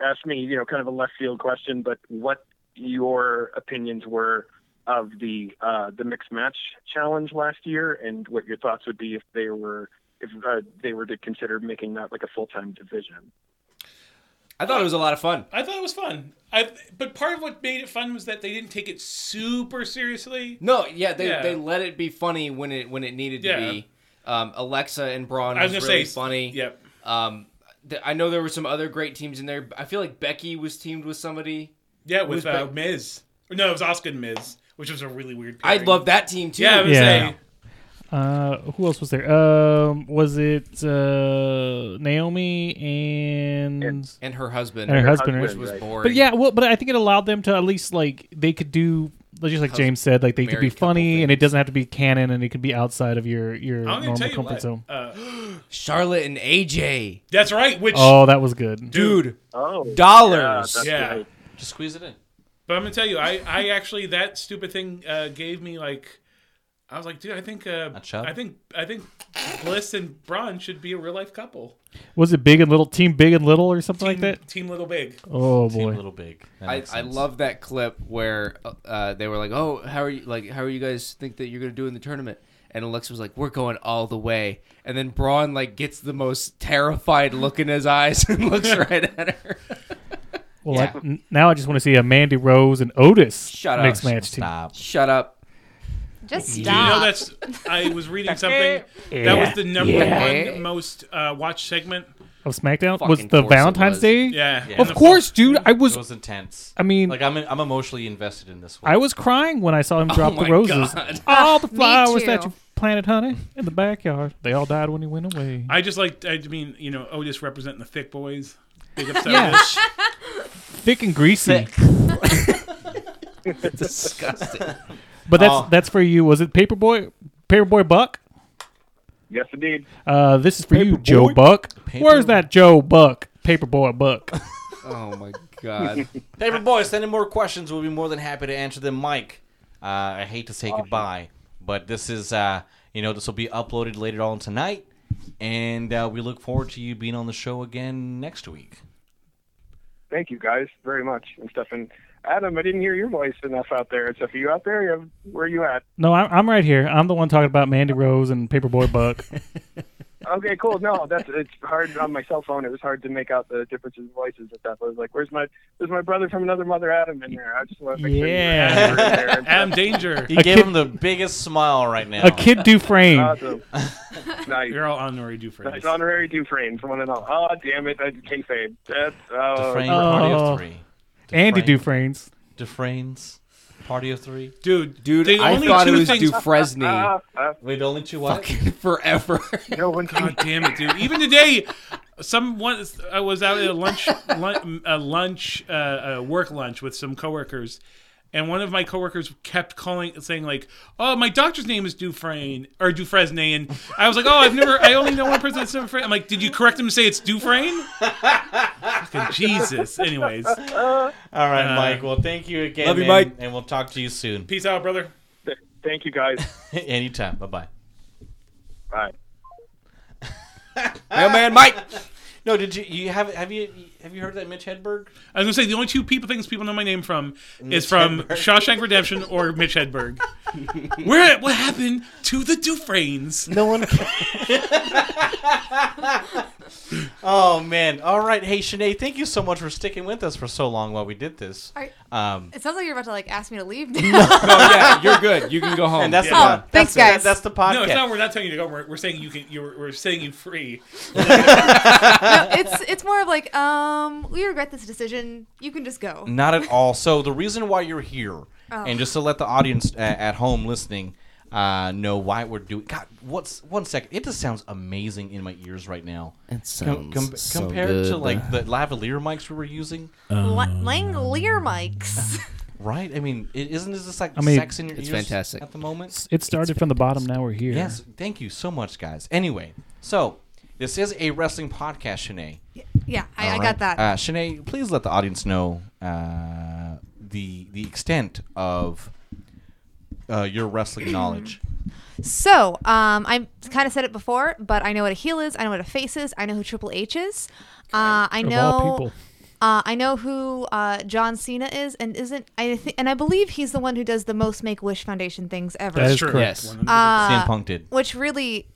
[SPEAKER 6] Asked me, you know, kind of a left field question, but what your opinions were of the uh, the mixed match challenge last year, and what your thoughts would be if they were if uh, they were to consider making that like a full time division.
[SPEAKER 3] I thought it was a lot of fun.
[SPEAKER 2] I thought it was fun. I, but part of what made it fun was that they didn't take it super seriously.
[SPEAKER 3] No, yeah, they,
[SPEAKER 2] Yeah.
[SPEAKER 3] they let it be funny when it when it needed to
[SPEAKER 2] Yeah.
[SPEAKER 3] be. Um, Alexa and Braun
[SPEAKER 2] I
[SPEAKER 3] was,
[SPEAKER 2] was gonna
[SPEAKER 3] really
[SPEAKER 2] say
[SPEAKER 3] funny.
[SPEAKER 2] Yep.
[SPEAKER 3] Um, th- I know there were some other great teams in there. I feel like Becky was teamed with somebody.
[SPEAKER 2] Yeah, with
[SPEAKER 3] Who's
[SPEAKER 2] uh,
[SPEAKER 3] back?
[SPEAKER 2] Miz. No, it was Oscar and Miz, which was a really weird.
[SPEAKER 3] I
[SPEAKER 2] Pairing.
[SPEAKER 3] love that team too.
[SPEAKER 2] Yeah, I was
[SPEAKER 4] Yeah.
[SPEAKER 2] saying.
[SPEAKER 4] Uh, who else was there? Um, was it uh, Naomi and and
[SPEAKER 3] and her husband,
[SPEAKER 4] her husband?
[SPEAKER 3] which
[SPEAKER 4] right?
[SPEAKER 7] husband.
[SPEAKER 3] was
[SPEAKER 7] Right.
[SPEAKER 3] boring.
[SPEAKER 4] But yeah, well, but I think it allowed them to at least like they could do. Just like James said, like they could be
[SPEAKER 3] married couple
[SPEAKER 4] funny, and it
[SPEAKER 3] things.
[SPEAKER 4] doesn't have to be canon, and it could be outside of your your
[SPEAKER 2] I'm
[SPEAKER 4] normal
[SPEAKER 2] gonna tell you
[SPEAKER 4] comfort
[SPEAKER 2] what.
[SPEAKER 4] zone.
[SPEAKER 2] Uh,
[SPEAKER 3] Charlotte and AJ,
[SPEAKER 2] that's right. Which,
[SPEAKER 4] Oh, that was good.
[SPEAKER 3] dude,
[SPEAKER 7] Oh, yeah,
[SPEAKER 3] dollars.
[SPEAKER 7] that's
[SPEAKER 2] Yeah.
[SPEAKER 7] right.
[SPEAKER 1] Just squeeze it in.
[SPEAKER 2] but I'm gonna tell you, I, I actually that stupid thing uh, gave me like, I was like, dude, I think, uh,
[SPEAKER 1] A chub?
[SPEAKER 2] I think, I think, Bliss and Braun should be a real life couple.
[SPEAKER 4] Was it Big and Little Team Big and Little or something
[SPEAKER 2] Team-
[SPEAKER 4] like that?
[SPEAKER 2] Team Little Big.
[SPEAKER 4] Oh
[SPEAKER 1] Team
[SPEAKER 4] boy,
[SPEAKER 1] Little Big. That
[SPEAKER 3] I,
[SPEAKER 1] makes
[SPEAKER 3] I
[SPEAKER 1] sense.
[SPEAKER 3] love that clip where uh, they were like, "Oh, how are you like how are you guys think that you're gonna do in the tournament?" And Alexa was like, "We're going all the way." And then Braun like gets the most terrified look in his eyes and looks right at her.
[SPEAKER 4] Well, I- n- now I just want to see a Mandy Rose and Otis
[SPEAKER 3] Shut up.
[SPEAKER 4] mixed match team.
[SPEAKER 1] Stop.
[SPEAKER 3] Shut up.
[SPEAKER 5] Just stop.
[SPEAKER 2] Do you know that's? I was reading something. That was the number
[SPEAKER 3] Yeah.
[SPEAKER 2] one most uh, watched segment.
[SPEAKER 4] of SmackDown
[SPEAKER 3] Fucking
[SPEAKER 4] was the
[SPEAKER 3] course it
[SPEAKER 4] Valentine's
[SPEAKER 3] was.
[SPEAKER 4] Day.
[SPEAKER 2] Yeah.
[SPEAKER 1] Yeah.
[SPEAKER 2] And
[SPEAKER 4] Of
[SPEAKER 2] the-
[SPEAKER 4] course, dude. I was,
[SPEAKER 1] It was intense.
[SPEAKER 4] I mean,
[SPEAKER 1] Like I'm, I'm emotionally invested in this one.
[SPEAKER 4] I was crying when I saw him drop
[SPEAKER 3] Oh my
[SPEAKER 4] the roses.
[SPEAKER 3] God.
[SPEAKER 4] All the
[SPEAKER 5] Me
[SPEAKER 4] flowers that
[SPEAKER 5] too.
[SPEAKER 4] you planted, honey, in the backyard. They all died when he went away.
[SPEAKER 2] I just like. I mean, you know, Otis representing the thick boys. Big up
[SPEAKER 4] Yeah.
[SPEAKER 2] Otis.
[SPEAKER 4] Thick and greasy.
[SPEAKER 3] Disgusting.
[SPEAKER 4] But that's
[SPEAKER 1] Oh.
[SPEAKER 4] that's for you. Was it Paperboy? Paperboy Buck.
[SPEAKER 6] Yes, indeed.
[SPEAKER 4] Uh, this is for you, Joe Buck. Where's that Joe Buck? Paperboy Buck.
[SPEAKER 3] oh my god.
[SPEAKER 1] Paper boy, send in more questions. We'll be more than happy to answer them, Mike. Uh, I hate to say goodbye, but this is, uh, you know, this will be uploaded later on tonight, and uh, we look forward to you being on the show again next week.
[SPEAKER 6] Thank you guys very much and stuff. And Adam, I didn't hear your voice enough out there. So if you out there, you- where you at?
[SPEAKER 4] no, I'm, I'm right here. I'm the one talking about Mandy Rose and Paperboy Buck.
[SPEAKER 6] Okay, cool. No, that's it's hard on my cell phone. It was hard to make out the differences in voices at that. I was like, "Where's my where's my brother from another mother, Adam, in there?" I just want to make sure you
[SPEAKER 4] Yeah.
[SPEAKER 6] guys were in there and stuff.
[SPEAKER 2] Adam Danger.
[SPEAKER 1] He
[SPEAKER 4] A
[SPEAKER 1] gave
[SPEAKER 4] kid-
[SPEAKER 1] him the biggest smile right now.
[SPEAKER 4] A kid Dufresne.
[SPEAKER 6] Awesome. nice.
[SPEAKER 2] You're all honorary Dufresne.
[SPEAKER 6] Nice honorary Dufresne from one and all. Oh, damn it. I kayfabe. That's, oh,
[SPEAKER 1] Dufresne,
[SPEAKER 4] Oh.
[SPEAKER 1] party of three.
[SPEAKER 4] Andy
[SPEAKER 1] Dufresne-
[SPEAKER 4] Dufresne's.
[SPEAKER 1] Dufresne's party of three.
[SPEAKER 2] Dude,
[SPEAKER 3] Dude,
[SPEAKER 2] the
[SPEAKER 3] I
[SPEAKER 2] only
[SPEAKER 3] thought it
[SPEAKER 2] two
[SPEAKER 3] was
[SPEAKER 2] things.
[SPEAKER 3] Dufresne
[SPEAKER 6] ah, ah,
[SPEAKER 1] Wait, only two what?
[SPEAKER 3] forever.
[SPEAKER 6] no one
[SPEAKER 2] God damn it, dude! Even today, someone I was out at a lunch, lunch, a lunch, uh, a work lunch with some coworkers, and one of my coworkers kept calling, saying like, "Oh, my doctor's name is Dufresne or Dufresne," and I was like, "Oh, I've never, I only know one person that's Dufresne." I'm like, "Did you correct him to say it's Dufresne?" Fucking Jesus. Anyways,
[SPEAKER 1] All right,
[SPEAKER 2] Uh,
[SPEAKER 1] Mike. Well, thank you again,
[SPEAKER 3] Love you,
[SPEAKER 1] man,
[SPEAKER 3] Mike.
[SPEAKER 1] and we'll talk to you soon.
[SPEAKER 2] peace out, brother.
[SPEAKER 6] Th- Thank you guys.
[SPEAKER 1] Anytime. Bye bye.
[SPEAKER 6] Bye.
[SPEAKER 3] Mailman Mike.
[SPEAKER 1] No, did you you have have you have you heard that Mitch Hedberg?
[SPEAKER 2] I was gonna say the only two people things people know my name from
[SPEAKER 1] Mitch
[SPEAKER 2] is from
[SPEAKER 1] Hedberg.
[SPEAKER 2] Shawshank Redemption or Mitch Hedberg. Where what happened to the Dufresnes?
[SPEAKER 1] No one. oh man! All right, hey Sinead, thank you so much for sticking with us for so long while we did this.
[SPEAKER 5] Are-
[SPEAKER 1] Um,
[SPEAKER 5] It sounds like you're about to like ask me to leave. Now.
[SPEAKER 3] No, yeah, you're good. You can go home.
[SPEAKER 1] and that's
[SPEAKER 2] Yeah.
[SPEAKER 1] the
[SPEAKER 5] Oh, thanks,
[SPEAKER 1] that's-
[SPEAKER 5] guys.
[SPEAKER 1] That's the podcast.
[SPEAKER 2] No, it's not. We're not telling you to go. We're, we're saying you can. You're, we're saying you free.
[SPEAKER 5] No, it's it's more of like um we regret this decision. You can just go.
[SPEAKER 1] Not at all. So the reason why you're here,
[SPEAKER 5] Oh.
[SPEAKER 1] and just to let the audience uh, at home listening uh, know why we're doing. God, what's one second? It just sounds amazing in my ears right now.
[SPEAKER 3] It
[SPEAKER 1] Com-
[SPEAKER 3] sounds
[SPEAKER 1] com-
[SPEAKER 3] so
[SPEAKER 1] compared to
[SPEAKER 3] good.
[SPEAKER 1] like the lavalier mics we were using,
[SPEAKER 5] La- Langolier mics.
[SPEAKER 1] right? I mean, it, isn't this just like
[SPEAKER 4] I mean,
[SPEAKER 1] sex in your
[SPEAKER 3] it's
[SPEAKER 1] ears
[SPEAKER 3] fantastic.
[SPEAKER 1] at the moment?
[SPEAKER 4] It started from the bottom. Now we're here.
[SPEAKER 1] Yes, thank you so much, guys. Anyway, so this is a wrestling podcast, Shanae.
[SPEAKER 5] yeah, I, I
[SPEAKER 1] All
[SPEAKER 5] got
[SPEAKER 1] right?
[SPEAKER 5] that.
[SPEAKER 1] Uh, Shanae, please let the audience know uh, the the extent of uh, your wrestling knowledge.
[SPEAKER 5] So, um, I kind of said it before, but I know what a heel is. I know what a face is. I know who Triple H is. Uh, I
[SPEAKER 4] Of
[SPEAKER 5] know.
[SPEAKER 4] all people.
[SPEAKER 5] Uh, I know who uh, John Cena is, and isn't. I th- and I believe he's the one who does the most Make Wish Foundation things ever.
[SPEAKER 4] That is
[SPEAKER 2] Sure.
[SPEAKER 4] correct.
[SPEAKER 3] Yes.
[SPEAKER 5] Uh,
[SPEAKER 2] One hundred percent.
[SPEAKER 1] CM Punk did.
[SPEAKER 5] which really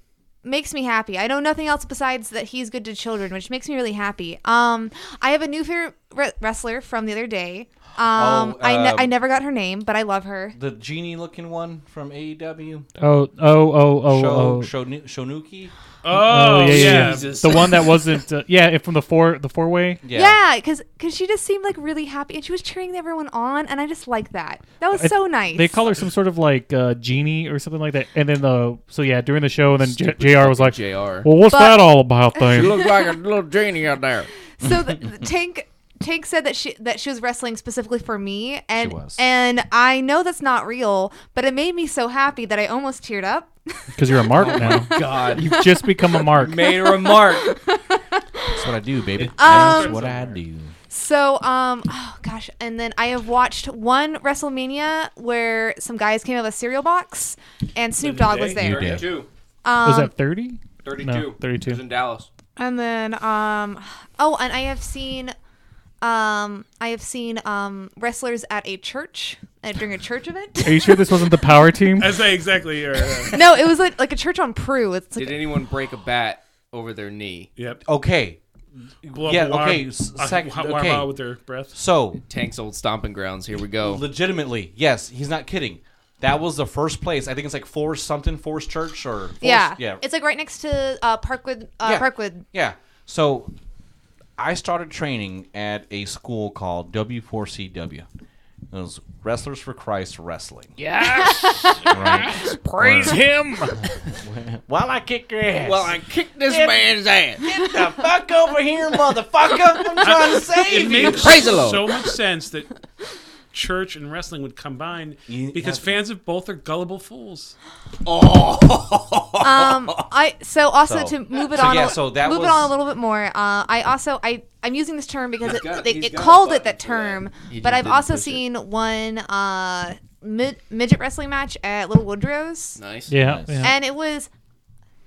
[SPEAKER 5] makes me happy. I know nothing else besides that he's good to children, which makes me really happy. Um, I have a new favorite re- wrestler from the other day. Um,
[SPEAKER 1] Oh,
[SPEAKER 5] I, ne-
[SPEAKER 1] um,
[SPEAKER 5] I never got her name, but I love her.
[SPEAKER 1] The genie looking one from E AEW.
[SPEAKER 4] Oh, oh, oh, oh,
[SPEAKER 1] Sho,
[SPEAKER 4] oh.
[SPEAKER 1] Shonu- Shonuki.
[SPEAKER 2] Oh, yeah, yeah.
[SPEAKER 3] Jesus.
[SPEAKER 4] The one that wasn't, uh, yeah, it- from the four, the four way.
[SPEAKER 5] Yeah, because she just seemed like really happy, and she was cheering everyone on, and I just like that. That was so nice.
[SPEAKER 4] They call her some sort of like uh, genie or something like that. And then the so yeah, during the show, and then J- Jr. was like,
[SPEAKER 3] Jr.
[SPEAKER 4] "Well, what's
[SPEAKER 5] But-
[SPEAKER 4] that all about?" Then
[SPEAKER 3] You look like a little genie out there.
[SPEAKER 5] so the, the Tank Tank said that she that she was wrestling specifically for me, and
[SPEAKER 1] was.
[SPEAKER 5] and I know that's not real, but it made me so happy that I almost teared up.
[SPEAKER 4] because you're a mark now.
[SPEAKER 3] God, you
[SPEAKER 4] You've just become a mark.
[SPEAKER 3] made a remark.
[SPEAKER 1] That's what I do, baby. That's
[SPEAKER 2] Um,
[SPEAKER 1] what I do.
[SPEAKER 5] So, um, oh gosh, and then I have watched one WrestleMania where some guys came out of a cereal box, and Snoop Dogg was
[SPEAKER 1] You
[SPEAKER 5] there,
[SPEAKER 1] did.
[SPEAKER 4] was that thirty?
[SPEAKER 3] 32.
[SPEAKER 4] No,
[SPEAKER 3] It was in
[SPEAKER 4] thirty-two.
[SPEAKER 3] Dallas.
[SPEAKER 5] and then um, oh, and I have seen. Um, I have seen um, wrestlers at a church uh, during a church event.
[SPEAKER 4] Are you sure this wasn't the power team?
[SPEAKER 2] I say exactly. Or, uh,
[SPEAKER 5] no, it was like, like a church on Prue. It's like,
[SPEAKER 3] Did anyone break a bat over their knee?
[SPEAKER 2] yep.
[SPEAKER 1] Okay,
[SPEAKER 2] Blow up
[SPEAKER 1] Yeah,
[SPEAKER 2] a wire-
[SPEAKER 1] okay, s-
[SPEAKER 2] a
[SPEAKER 1] second-
[SPEAKER 2] hot wire
[SPEAKER 1] okay.
[SPEAKER 2] ball with their breath.
[SPEAKER 1] so
[SPEAKER 3] Tank's old stomping grounds. Here we go.
[SPEAKER 1] legitimately, yes, he's not kidding. That was the first place. I think it's like Forest something, Forest Church or Forest,
[SPEAKER 5] yeah,
[SPEAKER 1] yeah,
[SPEAKER 5] It's like right next to uh, Parkwood. Uh,
[SPEAKER 1] Yeah.
[SPEAKER 5] Parkwood.
[SPEAKER 1] yeah. So I started training at a school called W4CW. It was Wrestlers for Christ Wrestling.
[SPEAKER 4] Yes,
[SPEAKER 1] Right.
[SPEAKER 4] praise him.
[SPEAKER 1] While I kick your ass.
[SPEAKER 3] kicked this man's ass.
[SPEAKER 1] get the fuck over here, motherfucker. I'm trying to
[SPEAKER 2] It
[SPEAKER 1] save you.
[SPEAKER 2] makes
[SPEAKER 3] Praise the Lord.
[SPEAKER 2] so much sense that church and wrestling would combine
[SPEAKER 1] You
[SPEAKER 2] because
[SPEAKER 1] have-
[SPEAKER 2] fans of both are gullible fools.
[SPEAKER 5] Um, I so
[SPEAKER 1] So-
[SPEAKER 5] also to move it
[SPEAKER 1] so
[SPEAKER 5] on.
[SPEAKER 1] yeah,
[SPEAKER 5] a,
[SPEAKER 1] so that
[SPEAKER 5] move
[SPEAKER 1] was-
[SPEAKER 5] it on a little bit more. Uh, I also I I'm using this term because it,
[SPEAKER 3] got-
[SPEAKER 5] they,
[SPEAKER 3] he's
[SPEAKER 5] it
[SPEAKER 3] got a
[SPEAKER 5] called
[SPEAKER 3] button
[SPEAKER 5] it that
[SPEAKER 3] for that.
[SPEAKER 5] term,
[SPEAKER 3] He
[SPEAKER 5] but
[SPEAKER 3] just
[SPEAKER 5] I've
[SPEAKER 3] didn't
[SPEAKER 5] also
[SPEAKER 3] push it.
[SPEAKER 5] seen one uh mid, midget wrestling match at Little Woodrow's,
[SPEAKER 3] Nice.
[SPEAKER 4] Yeah,
[SPEAKER 1] Nice.
[SPEAKER 4] yeah.
[SPEAKER 5] and it was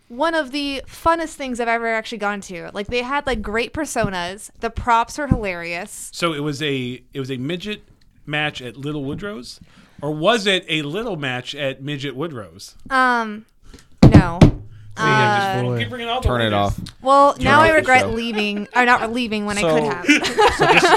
[SPEAKER 5] one of the funnest things I've ever actually gone to. Like they had like great personas. The props were hilarious.
[SPEAKER 2] So it was a it was a midget match at Little Woodrow's, or was it a little match at Midget Woodrow's?
[SPEAKER 5] Um, no.
[SPEAKER 4] Yeah, just
[SPEAKER 5] Uh,
[SPEAKER 4] full of-
[SPEAKER 2] Keep bringing all the
[SPEAKER 3] Turn it
[SPEAKER 2] ladies.
[SPEAKER 3] off.
[SPEAKER 5] Well, now
[SPEAKER 3] off
[SPEAKER 5] I
[SPEAKER 3] the
[SPEAKER 5] regret
[SPEAKER 3] show.
[SPEAKER 5] leaving or not leaving when I could
[SPEAKER 1] So-
[SPEAKER 5] have.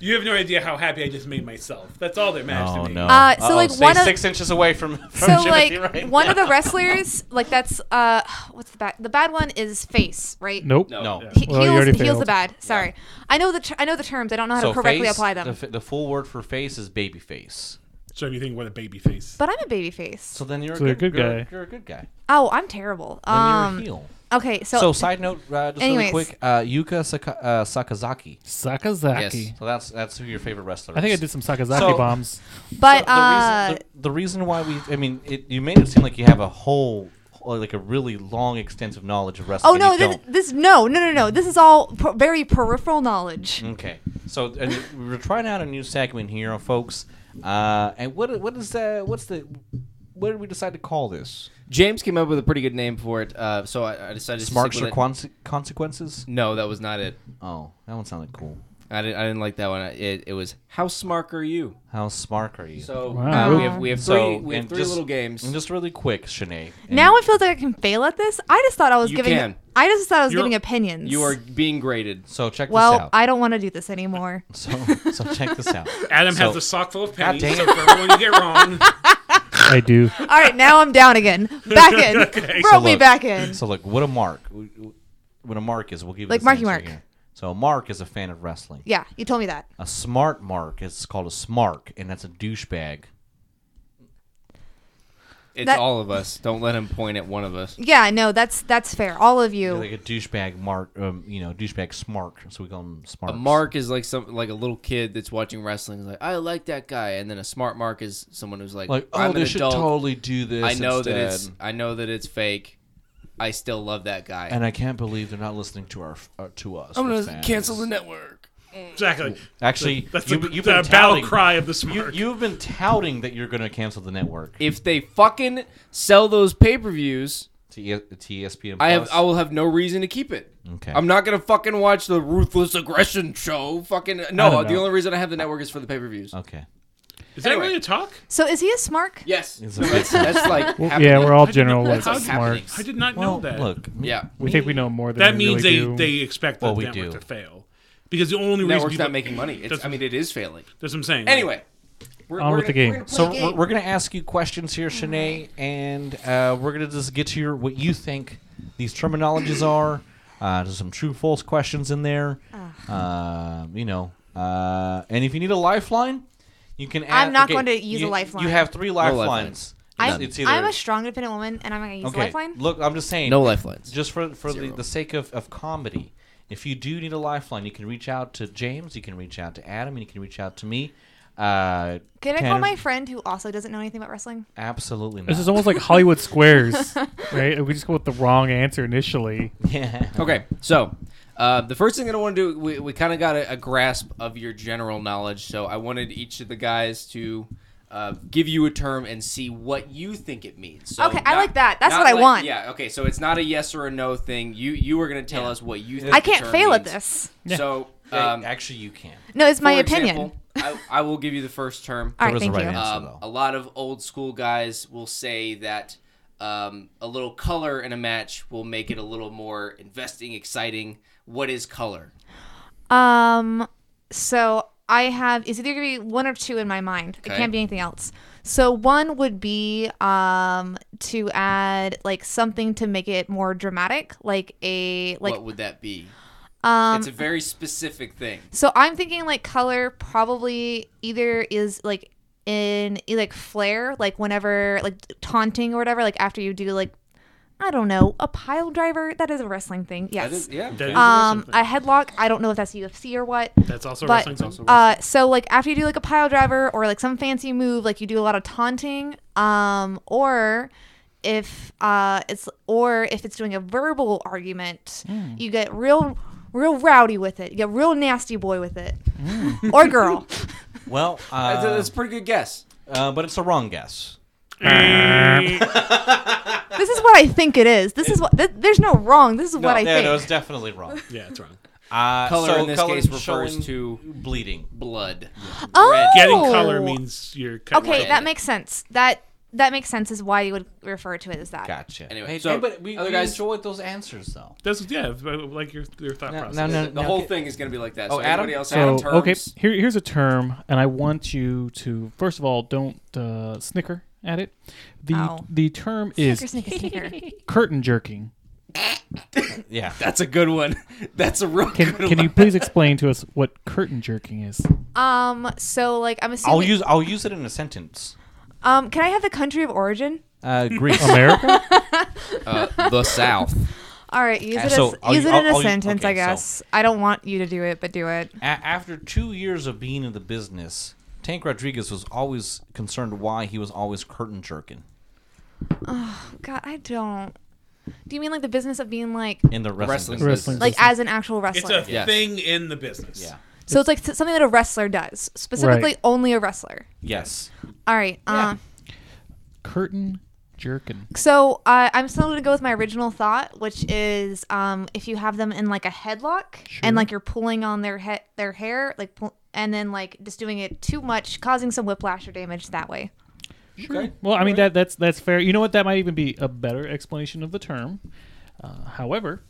[SPEAKER 2] You have no idea how happy I just made myself. That's all that matters
[SPEAKER 1] Oh
[SPEAKER 2] to me.
[SPEAKER 1] no!
[SPEAKER 5] Uh, so,
[SPEAKER 1] Uh-oh,
[SPEAKER 5] like,
[SPEAKER 1] stay
[SPEAKER 5] one of-
[SPEAKER 1] six inches away from, from
[SPEAKER 5] so
[SPEAKER 1] Jimothy
[SPEAKER 5] like
[SPEAKER 1] right
[SPEAKER 5] one
[SPEAKER 1] now.
[SPEAKER 5] of the wrestlers like that's uh what's the bad the bad one is face right
[SPEAKER 4] Nope.
[SPEAKER 1] no.
[SPEAKER 5] he,
[SPEAKER 4] Well, you
[SPEAKER 5] heels,
[SPEAKER 4] already
[SPEAKER 5] heels the
[SPEAKER 4] failed.
[SPEAKER 5] bad sorry i know the ter- i know the terms i don't know how
[SPEAKER 1] So
[SPEAKER 5] to correctly
[SPEAKER 1] face,
[SPEAKER 5] apply them
[SPEAKER 1] The, f- the full word for face is baby face.
[SPEAKER 2] So if you think what a baby face.
[SPEAKER 5] but i'm a baby face
[SPEAKER 1] So then you're
[SPEAKER 4] So
[SPEAKER 1] a
[SPEAKER 4] you're
[SPEAKER 1] good,
[SPEAKER 4] a good
[SPEAKER 1] you're-
[SPEAKER 4] guy.
[SPEAKER 1] You're a good guy.
[SPEAKER 5] oh i'm terrible
[SPEAKER 1] Then
[SPEAKER 5] um
[SPEAKER 1] you're a heel.
[SPEAKER 5] okay so,
[SPEAKER 1] So, side note, uh, just
[SPEAKER 5] anyways.
[SPEAKER 1] really quick, uh, Yuka Saka- uh, Sakazaki.
[SPEAKER 4] Sakazaki.
[SPEAKER 1] So that's that's who your favorite wrestler.
[SPEAKER 4] I think I
[SPEAKER 1] is.
[SPEAKER 4] did some Sakazaki
[SPEAKER 1] So-
[SPEAKER 4] bombs.
[SPEAKER 5] but
[SPEAKER 1] the,
[SPEAKER 5] uh
[SPEAKER 1] reason, the, the reason why we, I mean, it, you made it seem like you have a whole, whole- like a really long, extensive knowledge of wrestling.
[SPEAKER 5] oh no
[SPEAKER 1] and you
[SPEAKER 5] this, this no no no no this is all per- very peripheral knowledge
[SPEAKER 1] don't. Okay. So and we're trying out a new segment here, folks. Uh, and what what is that? What's the what did we decide to call this?
[SPEAKER 3] James came up with a pretty good name for it, uh, so I, I decided
[SPEAKER 1] Smart
[SPEAKER 3] to stick with it.
[SPEAKER 1] conse- consequences?
[SPEAKER 3] No, that was not it.
[SPEAKER 1] Oh, that one sounded cool.
[SPEAKER 3] I didn't, I didn't like that one. I- It, it was how smart are you?
[SPEAKER 1] How smart are you?
[SPEAKER 3] So
[SPEAKER 4] Wow.
[SPEAKER 3] uh, we have we have three
[SPEAKER 1] So,
[SPEAKER 3] we have
[SPEAKER 1] and
[SPEAKER 3] three
[SPEAKER 1] just-
[SPEAKER 3] little games.
[SPEAKER 1] And just really quick, Shanae. and-
[SPEAKER 5] now it feels like i can fail at this i just thought i was
[SPEAKER 3] You
[SPEAKER 5] giving
[SPEAKER 3] can.
[SPEAKER 5] i just thought i was
[SPEAKER 2] You're-
[SPEAKER 5] giving opinions
[SPEAKER 3] you are being graded.
[SPEAKER 1] so check this
[SPEAKER 5] well
[SPEAKER 1] out.
[SPEAKER 5] i don't want to do this anymore
[SPEAKER 1] so so check this out.
[SPEAKER 2] Adam
[SPEAKER 1] So-
[SPEAKER 2] has a sock full of pennies.
[SPEAKER 1] damn.
[SPEAKER 2] So for everyone you get wrong,
[SPEAKER 4] I do.
[SPEAKER 5] all right now i'm down again back in
[SPEAKER 2] Okay.
[SPEAKER 1] So
[SPEAKER 5] roll me
[SPEAKER 1] look-
[SPEAKER 5] back in
[SPEAKER 1] So look, what a mark. What a mark is. We'll give you
[SPEAKER 5] Like
[SPEAKER 1] this
[SPEAKER 5] Marky
[SPEAKER 1] answer
[SPEAKER 5] Mark.
[SPEAKER 1] here. So a mark is a fan of wrestling.
[SPEAKER 5] Yeah, you told me that.
[SPEAKER 1] A smart mark is called a smark, and that's a douchebag.
[SPEAKER 3] It's
[SPEAKER 5] That-
[SPEAKER 3] all of us. Don't let him point at one of us.
[SPEAKER 5] Yeah, no, that's that's fair. All of you.
[SPEAKER 1] Like a douchebag mark, um, you know, douchebag smark. So we call him smart.
[SPEAKER 3] A mark is like some like a little kid that's watching wrestling. Is like I like that guy, and then a smart mark is someone who's like,
[SPEAKER 1] Like,
[SPEAKER 3] I'm
[SPEAKER 1] oh,
[SPEAKER 3] an
[SPEAKER 1] they should
[SPEAKER 3] adult.
[SPEAKER 1] totally do this.
[SPEAKER 3] I know
[SPEAKER 1] instead.
[SPEAKER 3] that it's I know that it's fake. I still love that guy.
[SPEAKER 1] And I can't believe they're not listening to our uh, to us.
[SPEAKER 3] I'm
[SPEAKER 1] the
[SPEAKER 3] gonna
[SPEAKER 1] fans.
[SPEAKER 3] cancel the network.
[SPEAKER 2] exactly.
[SPEAKER 1] Actually,
[SPEAKER 2] That's
[SPEAKER 1] you,
[SPEAKER 2] the,
[SPEAKER 1] you've
[SPEAKER 2] the
[SPEAKER 1] been
[SPEAKER 2] battle
[SPEAKER 1] touting,
[SPEAKER 2] cry of the
[SPEAKER 1] You,
[SPEAKER 2] smart.
[SPEAKER 1] you've been touting that you're going to cancel the network
[SPEAKER 3] If they fucking sell those pay per views,
[SPEAKER 1] to, E- to ESPN.
[SPEAKER 3] I have
[SPEAKER 1] Plus.
[SPEAKER 3] I will have no reason to keep it.
[SPEAKER 1] Okay.
[SPEAKER 3] I'm not gonna fucking watch the ruthless aggression show. Fucking
[SPEAKER 4] I
[SPEAKER 3] no.
[SPEAKER 4] don't
[SPEAKER 3] The
[SPEAKER 4] know.
[SPEAKER 3] only reason I have the network is for the pay per views.
[SPEAKER 1] okay.
[SPEAKER 2] Is
[SPEAKER 3] Anyway.
[SPEAKER 2] that really a talk?
[SPEAKER 5] So is he a smark?
[SPEAKER 3] Yes.
[SPEAKER 1] It's
[SPEAKER 3] No,
[SPEAKER 1] a-
[SPEAKER 3] that's, that's like
[SPEAKER 4] Well,
[SPEAKER 3] happening.
[SPEAKER 4] yeah, we're all
[SPEAKER 2] I did
[SPEAKER 4] general
[SPEAKER 2] not-
[SPEAKER 4] what's
[SPEAKER 2] that's
[SPEAKER 4] smart.
[SPEAKER 3] happening.
[SPEAKER 2] I did not know
[SPEAKER 1] Well,
[SPEAKER 2] that.
[SPEAKER 1] look,
[SPEAKER 3] Yeah.
[SPEAKER 4] We think we know more than
[SPEAKER 2] that
[SPEAKER 4] we
[SPEAKER 2] means
[SPEAKER 4] really
[SPEAKER 2] they,
[SPEAKER 4] do.
[SPEAKER 2] they expect the
[SPEAKER 1] Well, we
[SPEAKER 2] network
[SPEAKER 1] do.
[SPEAKER 2] to fail because the only reason
[SPEAKER 3] Network's
[SPEAKER 2] people,
[SPEAKER 3] not making money. It's, I mean, it is failing.
[SPEAKER 2] that's what I'm saying.
[SPEAKER 3] Anyway, we're,
[SPEAKER 4] On
[SPEAKER 3] we're
[SPEAKER 4] with the
[SPEAKER 3] gonna-
[SPEAKER 4] game.
[SPEAKER 3] we're gonna play
[SPEAKER 1] So
[SPEAKER 3] a
[SPEAKER 1] we're, we're gonna ask you questions here, Shanae, and uh, we're gonna just get to your what you think these terminologies are. Uh, there's some true false questions in there.
[SPEAKER 5] Uh-huh.
[SPEAKER 1] Uh, you know, uh, and if you need a lifeline, you can. Add,
[SPEAKER 5] not
[SPEAKER 1] okay,
[SPEAKER 5] going to use a
[SPEAKER 1] you-
[SPEAKER 5] lifeline.
[SPEAKER 1] You have three lifelines.
[SPEAKER 3] lifelines.
[SPEAKER 5] I'm,
[SPEAKER 1] It's either-
[SPEAKER 5] I'm a strong, independent woman, and I'm not gonna use
[SPEAKER 1] okay.
[SPEAKER 5] a lifeline.
[SPEAKER 1] Look, I'm just saying.
[SPEAKER 3] no lifelines.
[SPEAKER 1] Just for for the,
[SPEAKER 3] Zero.
[SPEAKER 1] the sake of, of comedy, if you do need a lifeline, you can reach out to James, you can reach out to Adam, and you can reach out to me. Uh,
[SPEAKER 5] Can I
[SPEAKER 1] Tanner-
[SPEAKER 5] call my friend who also doesn't know anything about wrestling?
[SPEAKER 1] Absolutely not.
[SPEAKER 4] This is almost like Hollywood Squares, right? We just go with the wrong answer initially.
[SPEAKER 1] yeah.
[SPEAKER 3] Okay, so uh, the first thing that I want to do, we, we kind of got a, a grasp of your general knowledge. So I wanted each of the guys to uh, give you a term and see what you think it means. So
[SPEAKER 5] Okay, I
[SPEAKER 3] not-
[SPEAKER 5] like that. That's
[SPEAKER 3] not
[SPEAKER 5] what I
[SPEAKER 3] like-
[SPEAKER 5] want.
[SPEAKER 3] Yeah. Okay, so it's not a yes or a no thing. You you were going to tell us what you think.
[SPEAKER 5] I
[SPEAKER 3] the
[SPEAKER 5] can't
[SPEAKER 3] term
[SPEAKER 5] fail at
[SPEAKER 3] means.
[SPEAKER 5] this.
[SPEAKER 3] So um,
[SPEAKER 1] Um, actually, you can.
[SPEAKER 5] No, it's my
[SPEAKER 3] for
[SPEAKER 5] opinion.
[SPEAKER 3] example, I, I will give you the first term.
[SPEAKER 5] All right,
[SPEAKER 1] was a
[SPEAKER 5] thank
[SPEAKER 1] right
[SPEAKER 5] you.
[SPEAKER 1] answer.
[SPEAKER 3] Um,
[SPEAKER 1] though.
[SPEAKER 3] a lot of old school guys will say that um, a little color in a match will make it a little more investing, exciting. What is color?
[SPEAKER 5] Um, so I have is either gonna be one or two in my mind. It
[SPEAKER 3] Okay.
[SPEAKER 5] can't be anything else. So one would be um to add like something to make it more dramatic, like a like.
[SPEAKER 3] what would that be?
[SPEAKER 5] Um,
[SPEAKER 3] it's a very specific thing.
[SPEAKER 5] So I'm thinking like color probably either is like in like flair, like whenever like taunting or whatever, like after you do like I don't know a pile driver. That is a wrestling thing. Yes.
[SPEAKER 3] That is, yeah.
[SPEAKER 2] That is
[SPEAKER 5] um,
[SPEAKER 2] something.
[SPEAKER 5] a headlock. I don't know if that's UFC or what.
[SPEAKER 2] that's also
[SPEAKER 5] but
[SPEAKER 2] wrestling's also
[SPEAKER 5] uh, so like after you do like a pile driver or like some fancy move, like you do a lot of taunting, um, or if uh, it's or if it's doing a verbal argument, you get real real rowdy with it. You get real nasty boy with it, or girl.
[SPEAKER 1] Well,
[SPEAKER 3] That's, a,
[SPEAKER 1] uh,
[SPEAKER 3] that's a pretty good guess.
[SPEAKER 1] uh, but it's a wrong guess.
[SPEAKER 5] this is what I think it is. This is what th- there's no wrong. This is what I
[SPEAKER 1] yeah,
[SPEAKER 5] think.
[SPEAKER 1] no, it's definitely wrong.
[SPEAKER 2] yeah, it's wrong.
[SPEAKER 1] Uh,
[SPEAKER 3] Color
[SPEAKER 1] so
[SPEAKER 3] in this
[SPEAKER 1] color
[SPEAKER 3] case refers
[SPEAKER 1] showing
[SPEAKER 3] to
[SPEAKER 1] bleeding.
[SPEAKER 3] blood.
[SPEAKER 5] oh,
[SPEAKER 2] Getting color means you're cut
[SPEAKER 5] okay.
[SPEAKER 3] red.
[SPEAKER 5] That makes sense. That that makes sense. Is why you would refer to it as that.
[SPEAKER 1] Gotcha.
[SPEAKER 3] Anyway,
[SPEAKER 1] Hey,
[SPEAKER 3] so
[SPEAKER 1] hey, but we,
[SPEAKER 3] other
[SPEAKER 1] we
[SPEAKER 3] guys-
[SPEAKER 1] enjoyed those answers though.
[SPEAKER 2] That's yeah, uh, like your your thought process.
[SPEAKER 1] no, no,
[SPEAKER 3] The
[SPEAKER 1] no.
[SPEAKER 3] whole thing is going to be like that. So
[SPEAKER 1] Oh, Adam?
[SPEAKER 3] everybody else
[SPEAKER 4] So
[SPEAKER 3] have terms.
[SPEAKER 4] okay, here, here's a term, and I want you to first of all don't uh, snicker at it. The
[SPEAKER 5] Ow.
[SPEAKER 4] the term
[SPEAKER 5] Snicker,
[SPEAKER 4] is
[SPEAKER 5] snicker, snicker.
[SPEAKER 4] curtain jerking.
[SPEAKER 1] Yeah.
[SPEAKER 3] That's a good one. That's a real
[SPEAKER 4] Can
[SPEAKER 3] good one.
[SPEAKER 4] can you please explain to us what curtain jerking is?
[SPEAKER 5] um. So like I'm assuming.
[SPEAKER 1] I'll use I'll use it in a sentence.
[SPEAKER 5] Um, can I have the country of origin?
[SPEAKER 1] Uh, Greece.
[SPEAKER 4] America?
[SPEAKER 3] Uh, the South.
[SPEAKER 5] All right, use
[SPEAKER 1] Uh,
[SPEAKER 5] it.
[SPEAKER 1] so
[SPEAKER 5] as,
[SPEAKER 1] I'll-
[SPEAKER 5] use it
[SPEAKER 1] I'll-
[SPEAKER 5] in a
[SPEAKER 1] I'll use-
[SPEAKER 5] sentence,
[SPEAKER 1] okay,
[SPEAKER 5] I guess.
[SPEAKER 1] so-
[SPEAKER 5] I don't want you to do it, but do it.
[SPEAKER 1] A- after two years of being in the business, Tank Rodriguez was always concerned why he was always curtain jerking
[SPEAKER 5] God, I don't. Do you mean like the business of being like,
[SPEAKER 1] in the wrestling.
[SPEAKER 3] Wrestling.
[SPEAKER 1] business.
[SPEAKER 4] Wrestling.
[SPEAKER 5] like as an actual
[SPEAKER 2] It's
[SPEAKER 5] wrestler?
[SPEAKER 2] a
[SPEAKER 3] Yes.
[SPEAKER 2] thing in the business.
[SPEAKER 1] Yeah.
[SPEAKER 5] so it's like s- something that a wrestler does, specifically
[SPEAKER 4] Right.
[SPEAKER 5] only a wrestler.
[SPEAKER 1] Yes.
[SPEAKER 5] All right. Uh,
[SPEAKER 4] curtain jerking.
[SPEAKER 5] So uh, I'm still gonna go with my original thought, which is um, if you have them in like a headlock and like you're pulling on their head, their hair, like, pull- and then like just doing it too much, causing some whiplash or damage that way.
[SPEAKER 1] Okay.
[SPEAKER 4] Well, I mean that that's that's fair. You know what? That might even be a better explanation of the term. Uh, however,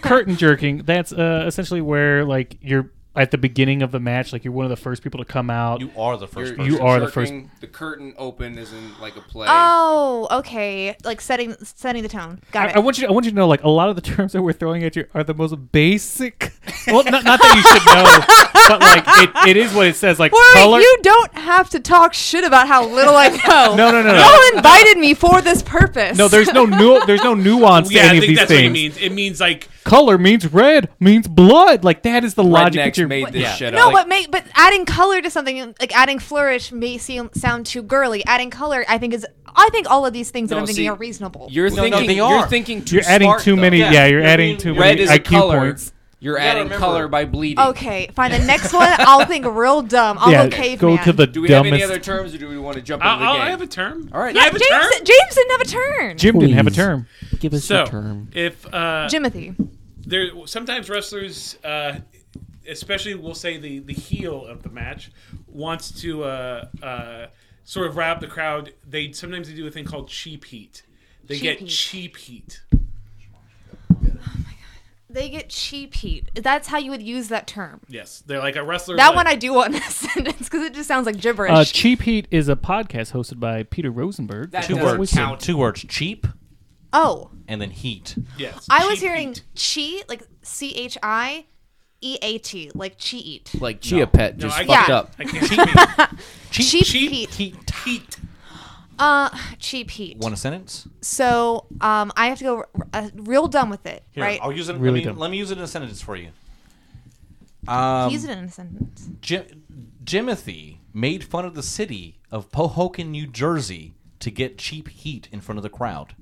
[SPEAKER 4] curtain jerking—that's uh, essentially where like you're at the beginning of the match, like you're one of the first people to come out.
[SPEAKER 1] You are the 1st person.
[SPEAKER 4] you are the
[SPEAKER 3] jerking, The curtain open is in like a play.
[SPEAKER 5] Oh, okay. Like setting setting the tone. Got
[SPEAKER 4] I,
[SPEAKER 5] it.
[SPEAKER 4] I want you. To, I want you to know, like a lot of the terms that we're throwing at you are the most basic. Well, not, not that you should know, but like it, it is what it says. Like
[SPEAKER 5] Wait,
[SPEAKER 4] color.
[SPEAKER 5] you don't have to talk shit about how little I know.
[SPEAKER 4] No, no, no,
[SPEAKER 5] Y'all
[SPEAKER 4] no.
[SPEAKER 5] invited me for this purpose.
[SPEAKER 4] no, there's no nu- there's no nuance to
[SPEAKER 2] Yeah,
[SPEAKER 4] any
[SPEAKER 2] I
[SPEAKER 4] of
[SPEAKER 2] think
[SPEAKER 4] these
[SPEAKER 2] that's what it
[SPEAKER 4] things.
[SPEAKER 2] means. It means like
[SPEAKER 4] Color means red, means blood. Like that is the logic. that
[SPEAKER 3] Rednecks
[SPEAKER 4] you're-
[SPEAKER 3] made this
[SPEAKER 1] Yeah.
[SPEAKER 3] shit
[SPEAKER 5] No,
[SPEAKER 3] up.
[SPEAKER 5] but make, but adding color to something like adding flourish may seem sound too girly. Adding color, I think is I think all of these things that
[SPEAKER 3] No,
[SPEAKER 5] I'm thinking
[SPEAKER 3] see,
[SPEAKER 5] are reasonable.
[SPEAKER 3] You're
[SPEAKER 1] No, no,
[SPEAKER 3] thinking.
[SPEAKER 1] they
[SPEAKER 3] You're
[SPEAKER 1] are.
[SPEAKER 3] thinking too
[SPEAKER 4] You're adding
[SPEAKER 3] smart,
[SPEAKER 4] too
[SPEAKER 3] though.
[SPEAKER 4] many.
[SPEAKER 1] Yeah.
[SPEAKER 4] Yeah, you're
[SPEAKER 1] I
[SPEAKER 4] adding
[SPEAKER 1] mean,
[SPEAKER 4] too
[SPEAKER 1] red
[SPEAKER 4] many
[SPEAKER 3] Red is a
[SPEAKER 4] IQ
[SPEAKER 3] color.
[SPEAKER 4] points.
[SPEAKER 3] You're
[SPEAKER 1] gotta
[SPEAKER 3] adding
[SPEAKER 1] remember.
[SPEAKER 3] color by bleeding.
[SPEAKER 5] okay, fine. The next one, I'll think real dumb. I'll
[SPEAKER 4] yeah,
[SPEAKER 5] go caveman.
[SPEAKER 4] go to the
[SPEAKER 3] Do we have any
[SPEAKER 4] dumbest.
[SPEAKER 3] other terms, or do we want to jump into
[SPEAKER 2] I'll,
[SPEAKER 3] the
[SPEAKER 2] I'll-
[SPEAKER 3] game?
[SPEAKER 2] I have a term.
[SPEAKER 3] All right.
[SPEAKER 2] I
[SPEAKER 5] yeah,
[SPEAKER 2] have a
[SPEAKER 5] James,
[SPEAKER 2] term.
[SPEAKER 5] James didn't have a turn.
[SPEAKER 4] Jim didn't have a
[SPEAKER 7] Please.
[SPEAKER 4] term.
[SPEAKER 7] Give us a
[SPEAKER 2] So
[SPEAKER 7] term.
[SPEAKER 2] if uh,
[SPEAKER 5] Jimothy.
[SPEAKER 2] there sometimes wrestlers uh, especially we'll say the the heel of the match wants to uh, uh, sort of rile up the crowd. They sometimes they do a thing called cheap heat. They
[SPEAKER 5] Cheap
[SPEAKER 2] get
[SPEAKER 5] heat.
[SPEAKER 2] cheap heat.
[SPEAKER 5] They get cheap heat. That's how you would use that term.
[SPEAKER 2] Yes, they're like a wrestler.
[SPEAKER 5] That
[SPEAKER 2] like-
[SPEAKER 5] one I do want in a sentence because it just sounds like gibberish.
[SPEAKER 4] Uh, Cheap Heat is a podcast hosted by Peter Rosenberg.
[SPEAKER 3] That
[SPEAKER 4] That's
[SPEAKER 1] Two
[SPEAKER 3] doesn't
[SPEAKER 4] what we
[SPEAKER 1] words.
[SPEAKER 4] said.
[SPEAKER 3] count.
[SPEAKER 1] Two words. Cheap
[SPEAKER 5] oh,
[SPEAKER 1] and then heat.
[SPEAKER 2] yes,
[SPEAKER 5] I was
[SPEAKER 2] cheap
[SPEAKER 5] hearing
[SPEAKER 2] heat.
[SPEAKER 5] chi, like C H I E A T, like chi eat.
[SPEAKER 3] Like Chia Pet
[SPEAKER 2] No,
[SPEAKER 3] just
[SPEAKER 2] I
[SPEAKER 3] fucked
[SPEAKER 5] can't.
[SPEAKER 3] up.
[SPEAKER 2] I can't cheap heat.
[SPEAKER 1] Cheap.
[SPEAKER 5] Cheap,
[SPEAKER 2] cheap
[SPEAKER 5] heat.
[SPEAKER 1] Heat.
[SPEAKER 2] heat.
[SPEAKER 5] Uh, cheap heat.
[SPEAKER 1] One sentence.
[SPEAKER 5] So, um, I have to go r- uh, real dumb with it,
[SPEAKER 1] Here,
[SPEAKER 5] right?
[SPEAKER 1] I'll use it.
[SPEAKER 4] Really
[SPEAKER 1] I mean,
[SPEAKER 4] dumb.
[SPEAKER 1] let me use it in a sentence for you. Um,
[SPEAKER 5] use it in a sentence.
[SPEAKER 1] Jim- Jimothy made fun of the city of Pohoken, New Jersey, to get cheap heat in front of the crowd.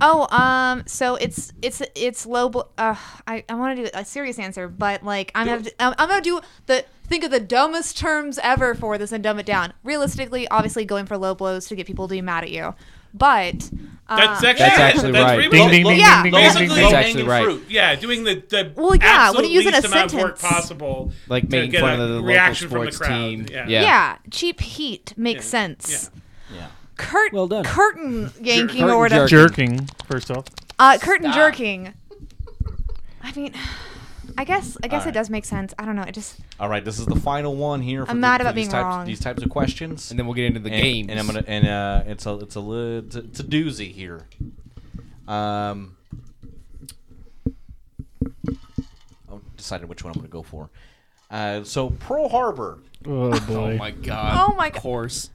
[SPEAKER 5] Oh, um, so it's it's it's low. Bl- uh, I I want to do a serious answer, but like I'm gonna I'm, I'm gonna do the think of the dumbest terms ever for this and dumb it down. Realistically, obviously, going for low blows to get people to be mad at you, but um,
[SPEAKER 2] That's actually
[SPEAKER 3] That's
[SPEAKER 2] it.
[SPEAKER 3] actually
[SPEAKER 2] That's
[SPEAKER 3] right.
[SPEAKER 2] pretty
[SPEAKER 4] Ding,
[SPEAKER 2] much-
[SPEAKER 4] ding,
[SPEAKER 1] Low-
[SPEAKER 4] ding,
[SPEAKER 5] yeah.
[SPEAKER 4] ding, ding,
[SPEAKER 2] Basically,
[SPEAKER 4] ding, ding,
[SPEAKER 3] That's
[SPEAKER 4] ding.
[SPEAKER 3] actually
[SPEAKER 2] low-hanging
[SPEAKER 3] right.
[SPEAKER 2] fruit. Yeah, doing the the
[SPEAKER 5] Well, yeah, what
[SPEAKER 2] absolute
[SPEAKER 5] do you use in a
[SPEAKER 2] least amount of work
[SPEAKER 5] sentence?
[SPEAKER 2] possible,
[SPEAKER 3] Like
[SPEAKER 2] to
[SPEAKER 3] making
[SPEAKER 2] get
[SPEAKER 3] fun
[SPEAKER 2] a
[SPEAKER 3] of the local
[SPEAKER 2] reaction
[SPEAKER 3] sports
[SPEAKER 2] from the crowd.
[SPEAKER 3] team.
[SPEAKER 2] Yeah.
[SPEAKER 5] yeah.
[SPEAKER 3] Yeah.
[SPEAKER 5] cheap heat makes
[SPEAKER 2] Yeah.
[SPEAKER 5] sense.
[SPEAKER 1] Yeah.
[SPEAKER 5] Curt,
[SPEAKER 3] Well done.
[SPEAKER 5] curtain yanking
[SPEAKER 3] Curtain
[SPEAKER 5] or whatever.
[SPEAKER 3] jerk.
[SPEAKER 4] Jerking, first off.
[SPEAKER 5] Uh, curtain jerking. I mean, I guess I guess
[SPEAKER 1] All right.
[SPEAKER 5] it does make sense. I don't know. It just
[SPEAKER 1] All right, this is the final one here. For
[SPEAKER 5] I'm
[SPEAKER 1] the-
[SPEAKER 5] mad
[SPEAKER 1] for
[SPEAKER 5] about
[SPEAKER 1] these
[SPEAKER 5] being
[SPEAKER 1] types,
[SPEAKER 5] wrong.
[SPEAKER 1] These types of questions.
[SPEAKER 3] And then we'll get into the
[SPEAKER 1] and,
[SPEAKER 3] games.
[SPEAKER 1] And I'm gonna and uh, it's a it's a li- it's a, it's a doozy here. Um, I decided which one I'm gonna go for. Uh, so Pearl Harbor.
[SPEAKER 4] Oh, boy.
[SPEAKER 3] Oh my god.
[SPEAKER 5] Oh my God.
[SPEAKER 3] Of course.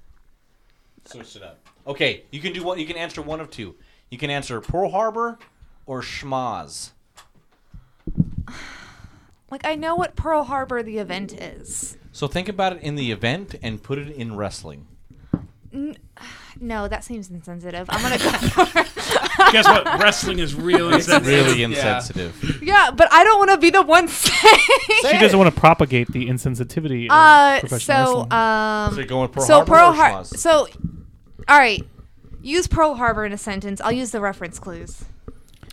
[SPEAKER 1] Switch it up. Okay, you can do one. You can answer one of two. You can answer Pearl Harbor or Schmaz.
[SPEAKER 5] like I know what Pearl Harbor the event is.
[SPEAKER 1] So think about it in the event and put it in wrestling.
[SPEAKER 5] No, that seems insensitive. I'm gonna go.
[SPEAKER 2] Guess what? Wrestling is real. insensitive.
[SPEAKER 1] Really insensitive.
[SPEAKER 5] yeah, but I don't want to be the one saying.
[SPEAKER 4] She doesn't want to propagate the insensitivity of
[SPEAKER 5] uh,
[SPEAKER 4] professional
[SPEAKER 5] so
[SPEAKER 4] wrestling.
[SPEAKER 5] um,
[SPEAKER 1] So you're going with Pearl
[SPEAKER 5] so
[SPEAKER 1] Harbor
[SPEAKER 5] Pearl
[SPEAKER 1] or
[SPEAKER 5] Harbor.
[SPEAKER 1] Schmaz?
[SPEAKER 5] So, all right, use Pearl Harbor in a sentence. I'll use the reference clues.